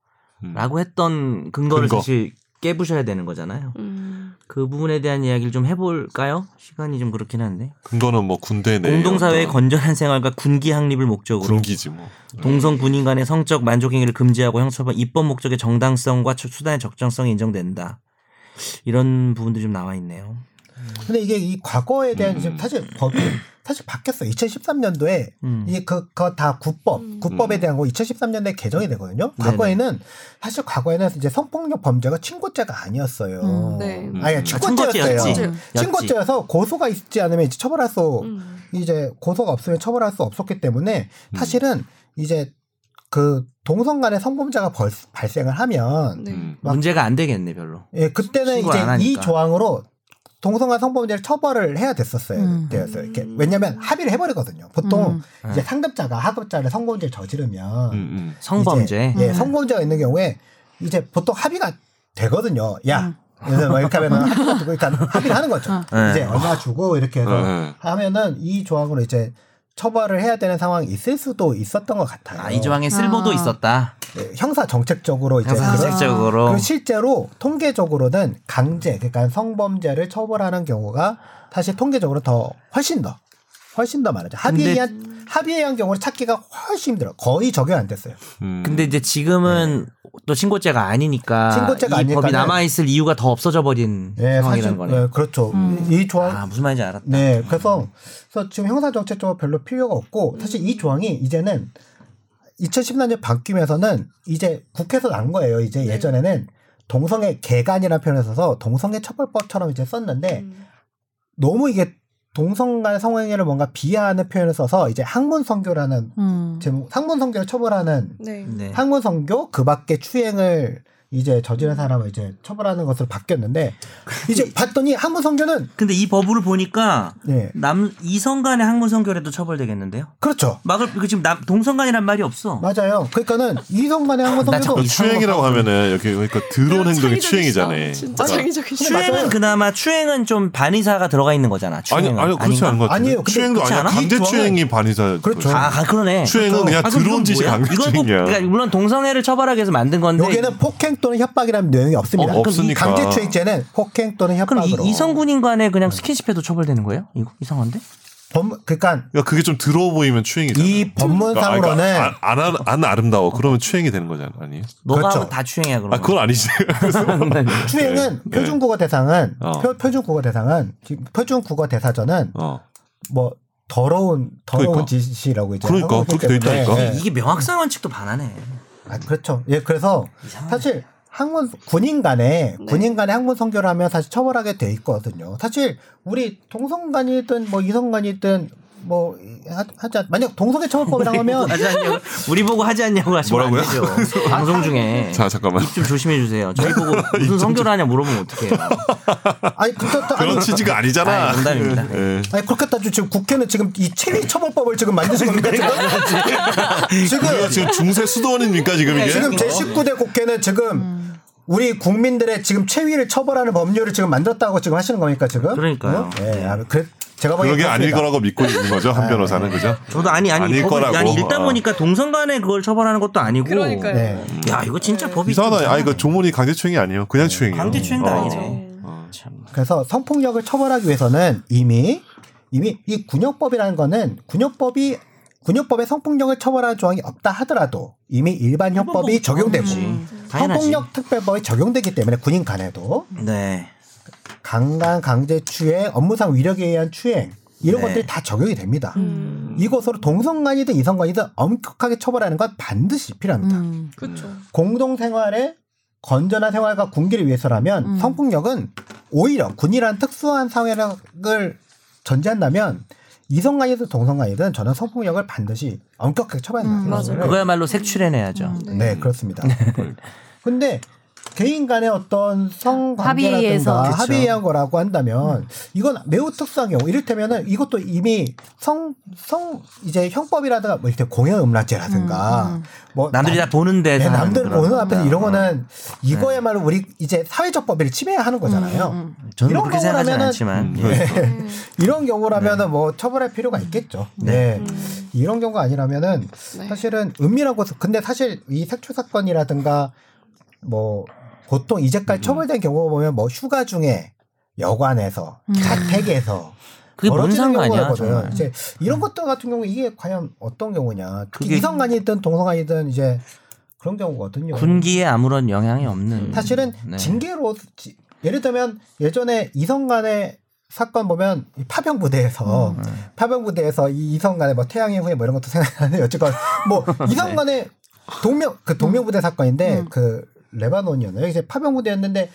Speaker 4: 음.
Speaker 6: 아, 했던 근거를
Speaker 4: 근거.
Speaker 6: 사실 깨부셔야 되는 거잖아요.
Speaker 1: 음.
Speaker 6: 그 부분에 대한 이야기를 좀 해볼까요? 시간이 좀 그렇긴 한데
Speaker 4: 근거는 뭐 군대
Speaker 6: 네,
Speaker 4: 내
Speaker 6: 공동사회의
Speaker 4: 어떤
Speaker 6: 건전한 생활과 군기 확립을 목적으로
Speaker 4: 군기지 뭐.
Speaker 6: 동성 군인 간의 성적 만족 행위를 금지하고 형처벌 입법 목적의 정당성과 처- 수단의 적정성이 인정된다. 이런 부분들이 좀 나와 있네요.
Speaker 2: 근데 이게 이 과거에 대한 지금
Speaker 4: 음.
Speaker 2: 사실 법이 사실 바뀌었어요. 2013년도에
Speaker 6: 음.
Speaker 2: 이게 그거다 군법,
Speaker 1: 음.
Speaker 2: 군법에 대한 거 2013년도에 개정이 되거든요.
Speaker 6: 네네.
Speaker 2: 과거에는 사실 과거에는 이제 성폭력 범죄가 친고죄가 아니었어요.
Speaker 5: 음,
Speaker 1: 네.
Speaker 2: 아니
Speaker 4: 음.
Speaker 6: 아,
Speaker 2: 친고죄였어요.
Speaker 6: 친고죄였지.
Speaker 2: 친고죄여서 고소가 있지 않으면 이제 처벌할 수
Speaker 1: 음.
Speaker 2: 이제 고소가 없으면 처벌할 수 없었기 때문에
Speaker 6: 음.
Speaker 2: 사실은 이제 그 동성 간의 성범죄가 벌- 발생을 하면
Speaker 1: 네.
Speaker 4: 음.
Speaker 2: 막-
Speaker 6: 문제가 안 되겠네 별로.
Speaker 2: 예, 그때는
Speaker 6: 신고를 안
Speaker 2: 이제
Speaker 6: 하니까.
Speaker 2: 이 조항으로 동성간 성범죄를 처벌을 해야 됐었어요.
Speaker 5: 음.
Speaker 2: 되었어요. 이렇게 왜냐하면 합의를 해버리거든요. 보통
Speaker 6: 음.
Speaker 2: 이제
Speaker 6: 네.
Speaker 2: 상급자가 하급자를 성범죄를 저지르면
Speaker 4: 음, 음.
Speaker 6: 성범죄.
Speaker 2: 이제, 예,
Speaker 5: 음.
Speaker 2: 성범죄가 있는 경우에 이제 보통 합의가 되거든요. 야,
Speaker 5: 음. 어.
Speaker 2: 그래서 막 이렇게 하면 합의가 되고 일단 합의를 하는 거죠.
Speaker 6: 네.
Speaker 2: 이제 얼마 주고 이렇게 해서
Speaker 7: 그러니까
Speaker 4: 네.
Speaker 2: 하면은 이 조항으로 이제 처벌을 해야 되는 상황이 있을 수도 있었던 것 어. 같아요.
Speaker 6: 아, 이 조항에 쓸모도
Speaker 5: 아.
Speaker 6: 있었다.
Speaker 2: 예, 형사 정책적으로 이제
Speaker 6: 항상
Speaker 2: 그런-
Speaker 6: 정책적으로
Speaker 2: 그리고 실제로 통계적으로는 강제 그러니까 성범죄를 처벌하는 경우가 사실 통계적으로 더 훨씬 더 훨씬 더 많아요. 합의에
Speaker 6: 근데-
Speaker 2: 의한 합의에 의한 경우를 찾기가 훨씬 힘들어. 요 거의 적용이 안 됐어요.
Speaker 4: 음.
Speaker 6: 근데 이제 지금은 또 신고죄가 아니니까
Speaker 2: 신고죄가
Speaker 6: 이 법이
Speaker 2: 아니니까는-
Speaker 6: 남아 있을 이유가 더 없어져 버린
Speaker 2: 예,
Speaker 6: 상황이라는
Speaker 2: 사실
Speaker 6: 거네요.
Speaker 2: 예, 그렇죠.
Speaker 5: 음.
Speaker 2: 이 조항
Speaker 6: 아, 무슨 말인지 알았다.
Speaker 2: 네, 그래서, 그래서 지금 형사 정책적으로 별로 필요가 없고 사실 이 조항이 이제는 2014년 바뀌면서는 이제 국회에서 난 거예요. 이제 예전에는 동성애 개간이라는 표현을 써서 동성애 처벌법처럼 이제 썼는데
Speaker 1: 음.
Speaker 2: 너무 이게 동성간 성행위를 뭔가 비하하는 표현을 써서 이제 학문 성교라는
Speaker 5: 음.
Speaker 2: 제목, 학문 성교를 처벌하는
Speaker 1: 네.
Speaker 6: 네.
Speaker 2: 학문 성교 그 밖에 추행을 이제 저지른 사람을 이제 처벌하는 것으로 바뀌었는데 이제 봤더니 한국 선교는
Speaker 6: 근데 이 법으로 보니까
Speaker 2: 네.
Speaker 6: 남 이성 간의 학문성 결에도 처벌되겠는데요?
Speaker 2: 그렇죠.
Speaker 6: 막을 그 지금 남 동성간이란 말이 없어.
Speaker 2: 맞아요. 그러니까는 이성만의 한국
Speaker 6: 나
Speaker 2: 선교도
Speaker 6: 자꾸 이상한
Speaker 7: 그 추행이라고
Speaker 6: 거 봐서.
Speaker 7: 하면은 여기 그러니까 드러운 행동이 추행이잖아요.
Speaker 1: 진짜 창의적이시다.
Speaker 6: 추행은 그나마 추행은 좀 반의사가 들어가 있는 거잖아.
Speaker 7: 아니
Speaker 6: 추행은.
Speaker 7: 아니 그렇지
Speaker 6: 아닌가?
Speaker 7: 않은 것 같아요.
Speaker 2: 아니에요. 근데
Speaker 7: 추행도
Speaker 6: 그렇지
Speaker 7: 아니야.
Speaker 6: 않아?
Speaker 7: 강제 추행이 반의사.
Speaker 2: 그렇죠.
Speaker 6: 아 가- 그러네.
Speaker 7: 추행은 그냥
Speaker 6: 아, 그럼
Speaker 7: 드러운
Speaker 6: 이건
Speaker 7: 짓이
Speaker 6: 뭐야?
Speaker 7: 강제
Speaker 6: 이건 꼭-
Speaker 7: 추행이야.
Speaker 6: 그러니까 물론 동성애를 처벌하기 위해서 만든 건데
Speaker 2: 여기는 폭행 또는 협박이라는 내용이 없습니다.
Speaker 7: 어, 없으니까.
Speaker 2: 강제추행죄는 폭행 또는
Speaker 6: 그럼
Speaker 2: 협박으로.
Speaker 6: 이, 이성군인 간에 그냥 스킨십해도 처벌되는 거예요? 이거 이상한데?
Speaker 2: 범, 그러니까
Speaker 7: 그러니까 그게 좀 더러워 보이면
Speaker 6: 그러니까,
Speaker 7: 추행이잖아.
Speaker 2: 이 법문상으로는
Speaker 6: 아,
Speaker 7: 그러니까 안, 안, 안 아름다워. 그러면 추행이 되는 거잖아. 아니에요?
Speaker 6: 너가
Speaker 2: 그렇죠.
Speaker 6: 하면 다 추행이야
Speaker 7: 아
Speaker 6: 그러면.
Speaker 7: 그건 아니지.
Speaker 2: 추행은 표준국어 대상은
Speaker 7: 네. 어.
Speaker 2: 표, 표준국어 대상은 지금 표준국어 대사전은
Speaker 7: 어.
Speaker 2: 뭐 더러운 더러운
Speaker 7: 그러니까.
Speaker 2: 짓이라고 이제
Speaker 7: 그러니까,
Speaker 2: 하고 있기
Speaker 7: 그렇게 돼
Speaker 2: 때문에,
Speaker 7: 있다니까.
Speaker 2: 예.
Speaker 6: 이게 명확성 원칙도 반하네.
Speaker 2: 아, 그렇죠. 예, 그래서
Speaker 6: 이상하네.
Speaker 2: 사실 항문 군인 간에
Speaker 1: 네.
Speaker 2: 군인 간에 항문 성교를 하면 사실 처벌하게 돼 있거든요. 사실 우리 동성간이든 뭐 이성간이든 뭐 하- 하지 않, 만약 동성애
Speaker 6: 네,
Speaker 2: 처벌법이라고 하면
Speaker 6: 하지 않냐고, 우리 보고 하지 않냐고 하시면 안 되죠. 방송 중에
Speaker 7: 자 잠깐만.
Speaker 6: 입 좀 조심해 주세요. 저희 보고 무슨 성교를 하냐 물어보면 어떡해요.
Speaker 2: 아니 그렇다 아니,
Speaker 7: 그런 취지가 아니잖아.
Speaker 6: 아니, 농담입니다.
Speaker 7: 예.
Speaker 2: 아니 그렇게 따지면 지금 국회는 지금 이 체위 처벌법을 지금 만드신
Speaker 7: 네,
Speaker 2: 겁니까
Speaker 7: 우리가
Speaker 2: 지금? 지금
Speaker 7: 지금 중세 수도원입니까 지금 이게?
Speaker 2: 네, 지금 제 19대 국회는 지금 우리 국민들의 지금 체위를 처벌하는 법률을 지금 만들었다고 지금 하시는 겁니까 지금?
Speaker 6: 그러니까요. 네.
Speaker 2: 어? 예, 아, 그래 제가 보기엔
Speaker 7: 그게 아닐
Speaker 2: 그렇습니다.
Speaker 7: 거라고 믿고 있는 거죠 한 변호사는 그죠?
Speaker 6: 저도 아니 아니
Speaker 7: 아닐
Speaker 6: 법을-
Speaker 7: 거라고.
Speaker 6: 아니 읽다
Speaker 7: 어.
Speaker 6: 보니까 동성 간에 그걸 처벌하는 것도 아니고.
Speaker 1: 그러니까요.
Speaker 2: 네.
Speaker 6: 야 이거 진짜 법이
Speaker 7: 이상하다.
Speaker 6: 좀
Speaker 7: 아 이거 조문이 강제 추행이 아니에요. 그냥 추행이에요.
Speaker 6: 강제
Speaker 7: 어.
Speaker 6: 추행도 아니죠.
Speaker 1: 네.
Speaker 7: 어.
Speaker 6: 참.
Speaker 2: 그래서 성폭력을 처벌하기 위해서는 이미 이미 이 군역법이라는 거는 군역법이 군역법에 성폭력을 처벌할 조항이 없다 하더라도 이미 일반
Speaker 6: 법이
Speaker 2: 형법이 적용되고
Speaker 6: 당연하지.
Speaker 2: 성폭력 특별법이 적용되기 때문에 군인 간에도
Speaker 6: 네.
Speaker 2: 강간 강제 추행 업무상 위력에 의한 추행 이런
Speaker 6: 네.
Speaker 2: 것들이 다 적용이 됩니다.
Speaker 1: 음.
Speaker 5: 음.
Speaker 2: 이것으로 동성간이든 이성간이든 엄격하게 처벌하는 건 반드시 필요합니다.
Speaker 5: 음.
Speaker 1: 그렇죠.
Speaker 2: 공동생활의 건전한 생활과 군기를 위해서라면
Speaker 5: 음.
Speaker 2: 성폭력은 오히려 군이란 특수한 사회를 전제한다면 이성간이든 동성간이든 저는 성폭력을 반드시 엄격하게 처벌한다.
Speaker 5: 음,
Speaker 2: 생각을 해요.
Speaker 6: 그거야말로 색출해내야죠.
Speaker 2: 네, 그렇습니다. 근데 개인 간의 어떤
Speaker 5: 합의에 의해서. 음.
Speaker 2: 성관계라든가
Speaker 5: 그쵸.
Speaker 2: 합의에 의한
Speaker 6: 그렇죠.
Speaker 2: 거라고 한다면 이건 매우 특수한 경우 이를테면은 이것도 이미 성 성 이제 형법이라든가 뭐 이렇게 공연 음란죄라든가
Speaker 5: 음, 음.
Speaker 2: 뭐
Speaker 6: 남들이 다 보는데
Speaker 2: 네,
Speaker 6: 사는
Speaker 2: 남들
Speaker 6: 그런 음. 네.
Speaker 2: 보는 앞에서
Speaker 6: 거다.
Speaker 2: 이런 거는 이거야말로 우리 이제 사회적 법의를 침해하는 거잖아요.
Speaker 5: 음, 음.
Speaker 6: 저는
Speaker 2: 이런
Speaker 6: 그렇게 생각하진
Speaker 2: 경우라면은-
Speaker 7: 음,
Speaker 6: 않지만
Speaker 7: 네.
Speaker 6: 예.
Speaker 1: 네. 음.
Speaker 2: 이런
Speaker 6: 네.
Speaker 2: 경우라면은 뭐 처벌할 필요가 있겠죠. 네. 이런 경우가 아니라면은
Speaker 1: 네.
Speaker 2: 사실은 은밀하고 근데 사실 이 색출 사건이라든가 뭐 보통 이제까지
Speaker 6: 음.
Speaker 2: 처벌된 경우 보면 뭐 휴가 중에 여관에서 자택에서
Speaker 6: 그게 뭔
Speaker 2: 벌어지는
Speaker 6: 상관이야,
Speaker 2: 경우라거든요.
Speaker 6: 정말. 음.
Speaker 2: 이제 이런 것들 같은 경우 이게 과연 어떤 경우냐. 특히
Speaker 6: 그게-
Speaker 2: 이성간이든 동성간이든 이제 그런 경우거든요.
Speaker 6: 군기에 아무런 영향이 없는
Speaker 2: 음. 사실은
Speaker 6: 네.
Speaker 2: 징계로 지- 예를 들면 예전에 이성간의 사건 보면 이 파병 부대에서 파병 부대에서 이 이성간의 뭐 태양의 후예 뭐 이런 것도 생각나는데 어쨌건 뭐 이성간의 동명 그 동명 부대 사건인데 그 레바논이었나요? 이제 파병 부대였는데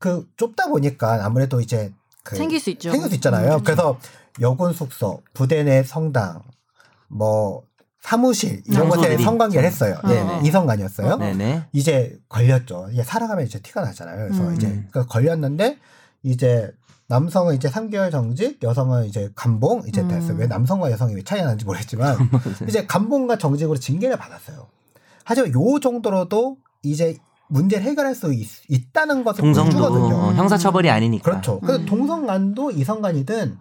Speaker 2: 그 좁다 보니까 아무래도 이제 그
Speaker 5: 생길 수 있죠. 음.
Speaker 2: 생길 수 있잖아요. 그래서 여군 숙소, 부대 내 성당, 뭐 사무실 이런 곳에
Speaker 6: 장소들이.
Speaker 2: 성관계를 했어요.
Speaker 5: 어.
Speaker 2: 예, 이성간이었어요.
Speaker 6: 네네
Speaker 2: 이제 걸렸죠. 이게 살아가면 이제 티가 나잖아요. 그래서
Speaker 5: 음.
Speaker 2: 이제 그 걸렸는데 이제 남성은 이제 3개월 정직, 여성은 이제 감봉 이제
Speaker 5: 음.
Speaker 2: 됐어요. 왜 남성과 여성이 왜 차이 나는지 모르겠지만
Speaker 1: 네.
Speaker 2: 이제 감봉과 정직으로 징계를 받았어요. 하지만 요 정도로도 이제 문제를 해결할 수 있, 있다는 것을
Speaker 6: 동성도
Speaker 2: 보여주거든요. 음.
Speaker 6: 어, 형사처벌이 아니니까
Speaker 2: 그렇죠. 그래서
Speaker 5: 음.
Speaker 2: 동성간도 이성간이든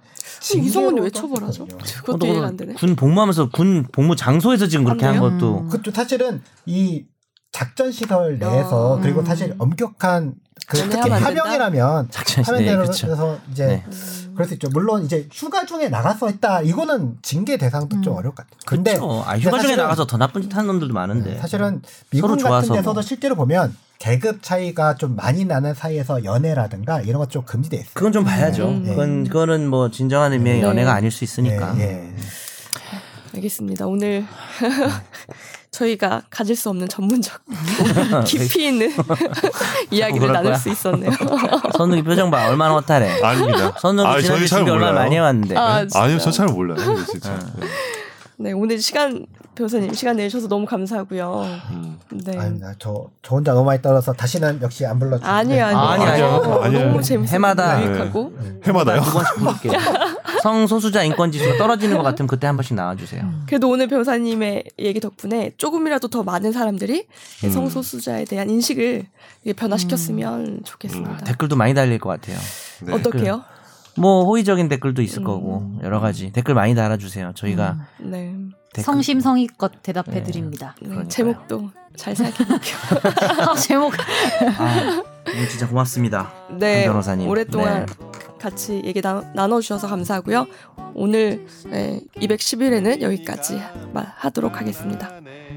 Speaker 1: 이성은 왜
Speaker 2: 징계로도
Speaker 1: 처벌하죠?
Speaker 2: 했거든요.
Speaker 1: 그것도 이해가 안 되네.
Speaker 6: 어, 군 복무하면서 군 복무 장소에서 지금 그렇게
Speaker 1: 안
Speaker 6: 한
Speaker 1: 돼요?
Speaker 6: 것도
Speaker 5: 음.
Speaker 2: 그것도 사실은 이 작전 시설 내에서
Speaker 1: 야.
Speaker 2: 그리고
Speaker 5: 음.
Speaker 2: 사실 엄격한 그
Speaker 1: 어. 전혀
Speaker 2: 특히
Speaker 1: 하면 안 된다?
Speaker 2: 파병이라면
Speaker 6: 작전
Speaker 2: 하면
Speaker 6: 네,
Speaker 2: 되는
Speaker 6: 그렇죠.
Speaker 2: 그래서 이제
Speaker 6: 네.
Speaker 1: 음.
Speaker 2: 그럴 수 있죠. 물론 이제 휴가 중에 나가서 했다 이거는 징계 대상도
Speaker 1: 음.
Speaker 2: 좀 어려울 것 같아요. 네. 근데
Speaker 6: 그렇죠. 아, 휴가 중에
Speaker 2: 사실은- 네,
Speaker 6: 나가서 더 나쁜 짓 하는 놈들도 많은데
Speaker 2: 사실은 미국
Speaker 6: 네. 서로
Speaker 2: 같은
Speaker 6: 좋아서
Speaker 2: 데서도
Speaker 6: 뭐.
Speaker 2: 실제로 보면 계급 차이가 좀 많이 나는 사이에서 연애라든가 이런 것 좀 금지돼 있어요.
Speaker 6: 그건 좀 봐야죠.
Speaker 1: 음.
Speaker 2: 네.
Speaker 6: 그건 그거는 뭐 진정한 의미의 연애가 아닐 수 있으니까.
Speaker 2: 예, 예.
Speaker 1: 알겠습니다. 오늘 저희가 가질 수 없는 전문적 깊이 있는 이야기를
Speaker 6: 그럴
Speaker 1: 나눌
Speaker 6: 거야?
Speaker 1: 수 있었네요.
Speaker 6: 선욱이 표정 봐 얼마나 허탈해.
Speaker 7: 아닙니다.
Speaker 6: 선욱이
Speaker 7: 아니,
Speaker 6: 지난
Speaker 7: 저희
Speaker 6: 주
Speaker 7: 잘
Speaker 6: 준비 얼마나
Speaker 7: 몰라요.
Speaker 6: 많이 해왔는데.
Speaker 1: 아,
Speaker 7: 아니요, 저 잘 몰라요. 이거 진짜.
Speaker 1: 네, 오늘 시간 변호사님 시간 내주셔서 너무 감사하고요.
Speaker 8: 음.
Speaker 1: 네.
Speaker 2: 예. 아닙니다. 저, 저 혼자 너무 많이 떨어서 다시는 역시 안 불러주세요.
Speaker 1: 아니요, 아니요.
Speaker 6: 네. 아니, 아니요.
Speaker 1: 어,
Speaker 4: 아니요.
Speaker 1: 너무 재밌어요.
Speaker 6: 해마다. 네.
Speaker 1: 유익하고.
Speaker 4: 해마다요?
Speaker 6: 두 번씩 부를게요. 성소수자 인권지수가 떨어지는 것 같으면 그때 한 번씩 나와주세요.
Speaker 2: 음.
Speaker 1: 그래도 오늘 변호사님의 얘기 덕분에 조금이라도 더 많은 사람들이
Speaker 4: 음.
Speaker 1: 성소수자에 대한 인식을 이게 변화시켰으면 좋겠습니다.
Speaker 6: 음. 아, 댓글도 많이 달릴 것 같아요.
Speaker 8: 네.
Speaker 1: 어떻게요?
Speaker 6: 뭐 호의적인 댓글도 있을
Speaker 1: 음.
Speaker 6: 거고 여러 가지 댓글 많이 달아주세요. 저희가
Speaker 5: 음.
Speaker 1: 네.
Speaker 6: 댓글-
Speaker 5: 성심성의껏 대답해 드립니다.
Speaker 1: 네,
Speaker 6: 그 그러니까요.
Speaker 1: 제목도 잘 생각해볼게요.
Speaker 2: 네.
Speaker 5: 아, 제목
Speaker 6: 아, 오늘 진짜 고맙습니다.
Speaker 1: 네.
Speaker 6: 한 변호사님.
Speaker 1: 오랫동안
Speaker 6: 네.
Speaker 1: 같이 얘기 나, 나눠주셔서 감사하고요. 오늘 네, 210일에는 여기까지 마- 하도록 하겠습니다.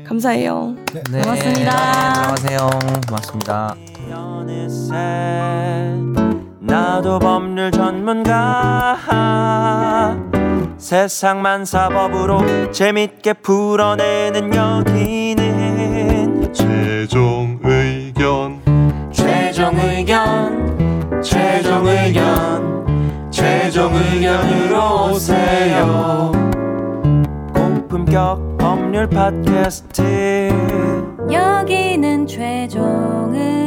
Speaker 1: 감사해요.
Speaker 6: 네.
Speaker 5: 고맙습니다.
Speaker 6: 안녕하세요. 네, 고맙습니다.
Speaker 9: 어느새 나도 법률 전문가 세상만 사법으로 재밌게 풀어내는 여기는
Speaker 4: 최종 의견
Speaker 9: 최종 의견 최종 의견 최종 의견으로 오세요 고품격 법률 팟캐스트
Speaker 10: 여기는 최종 의견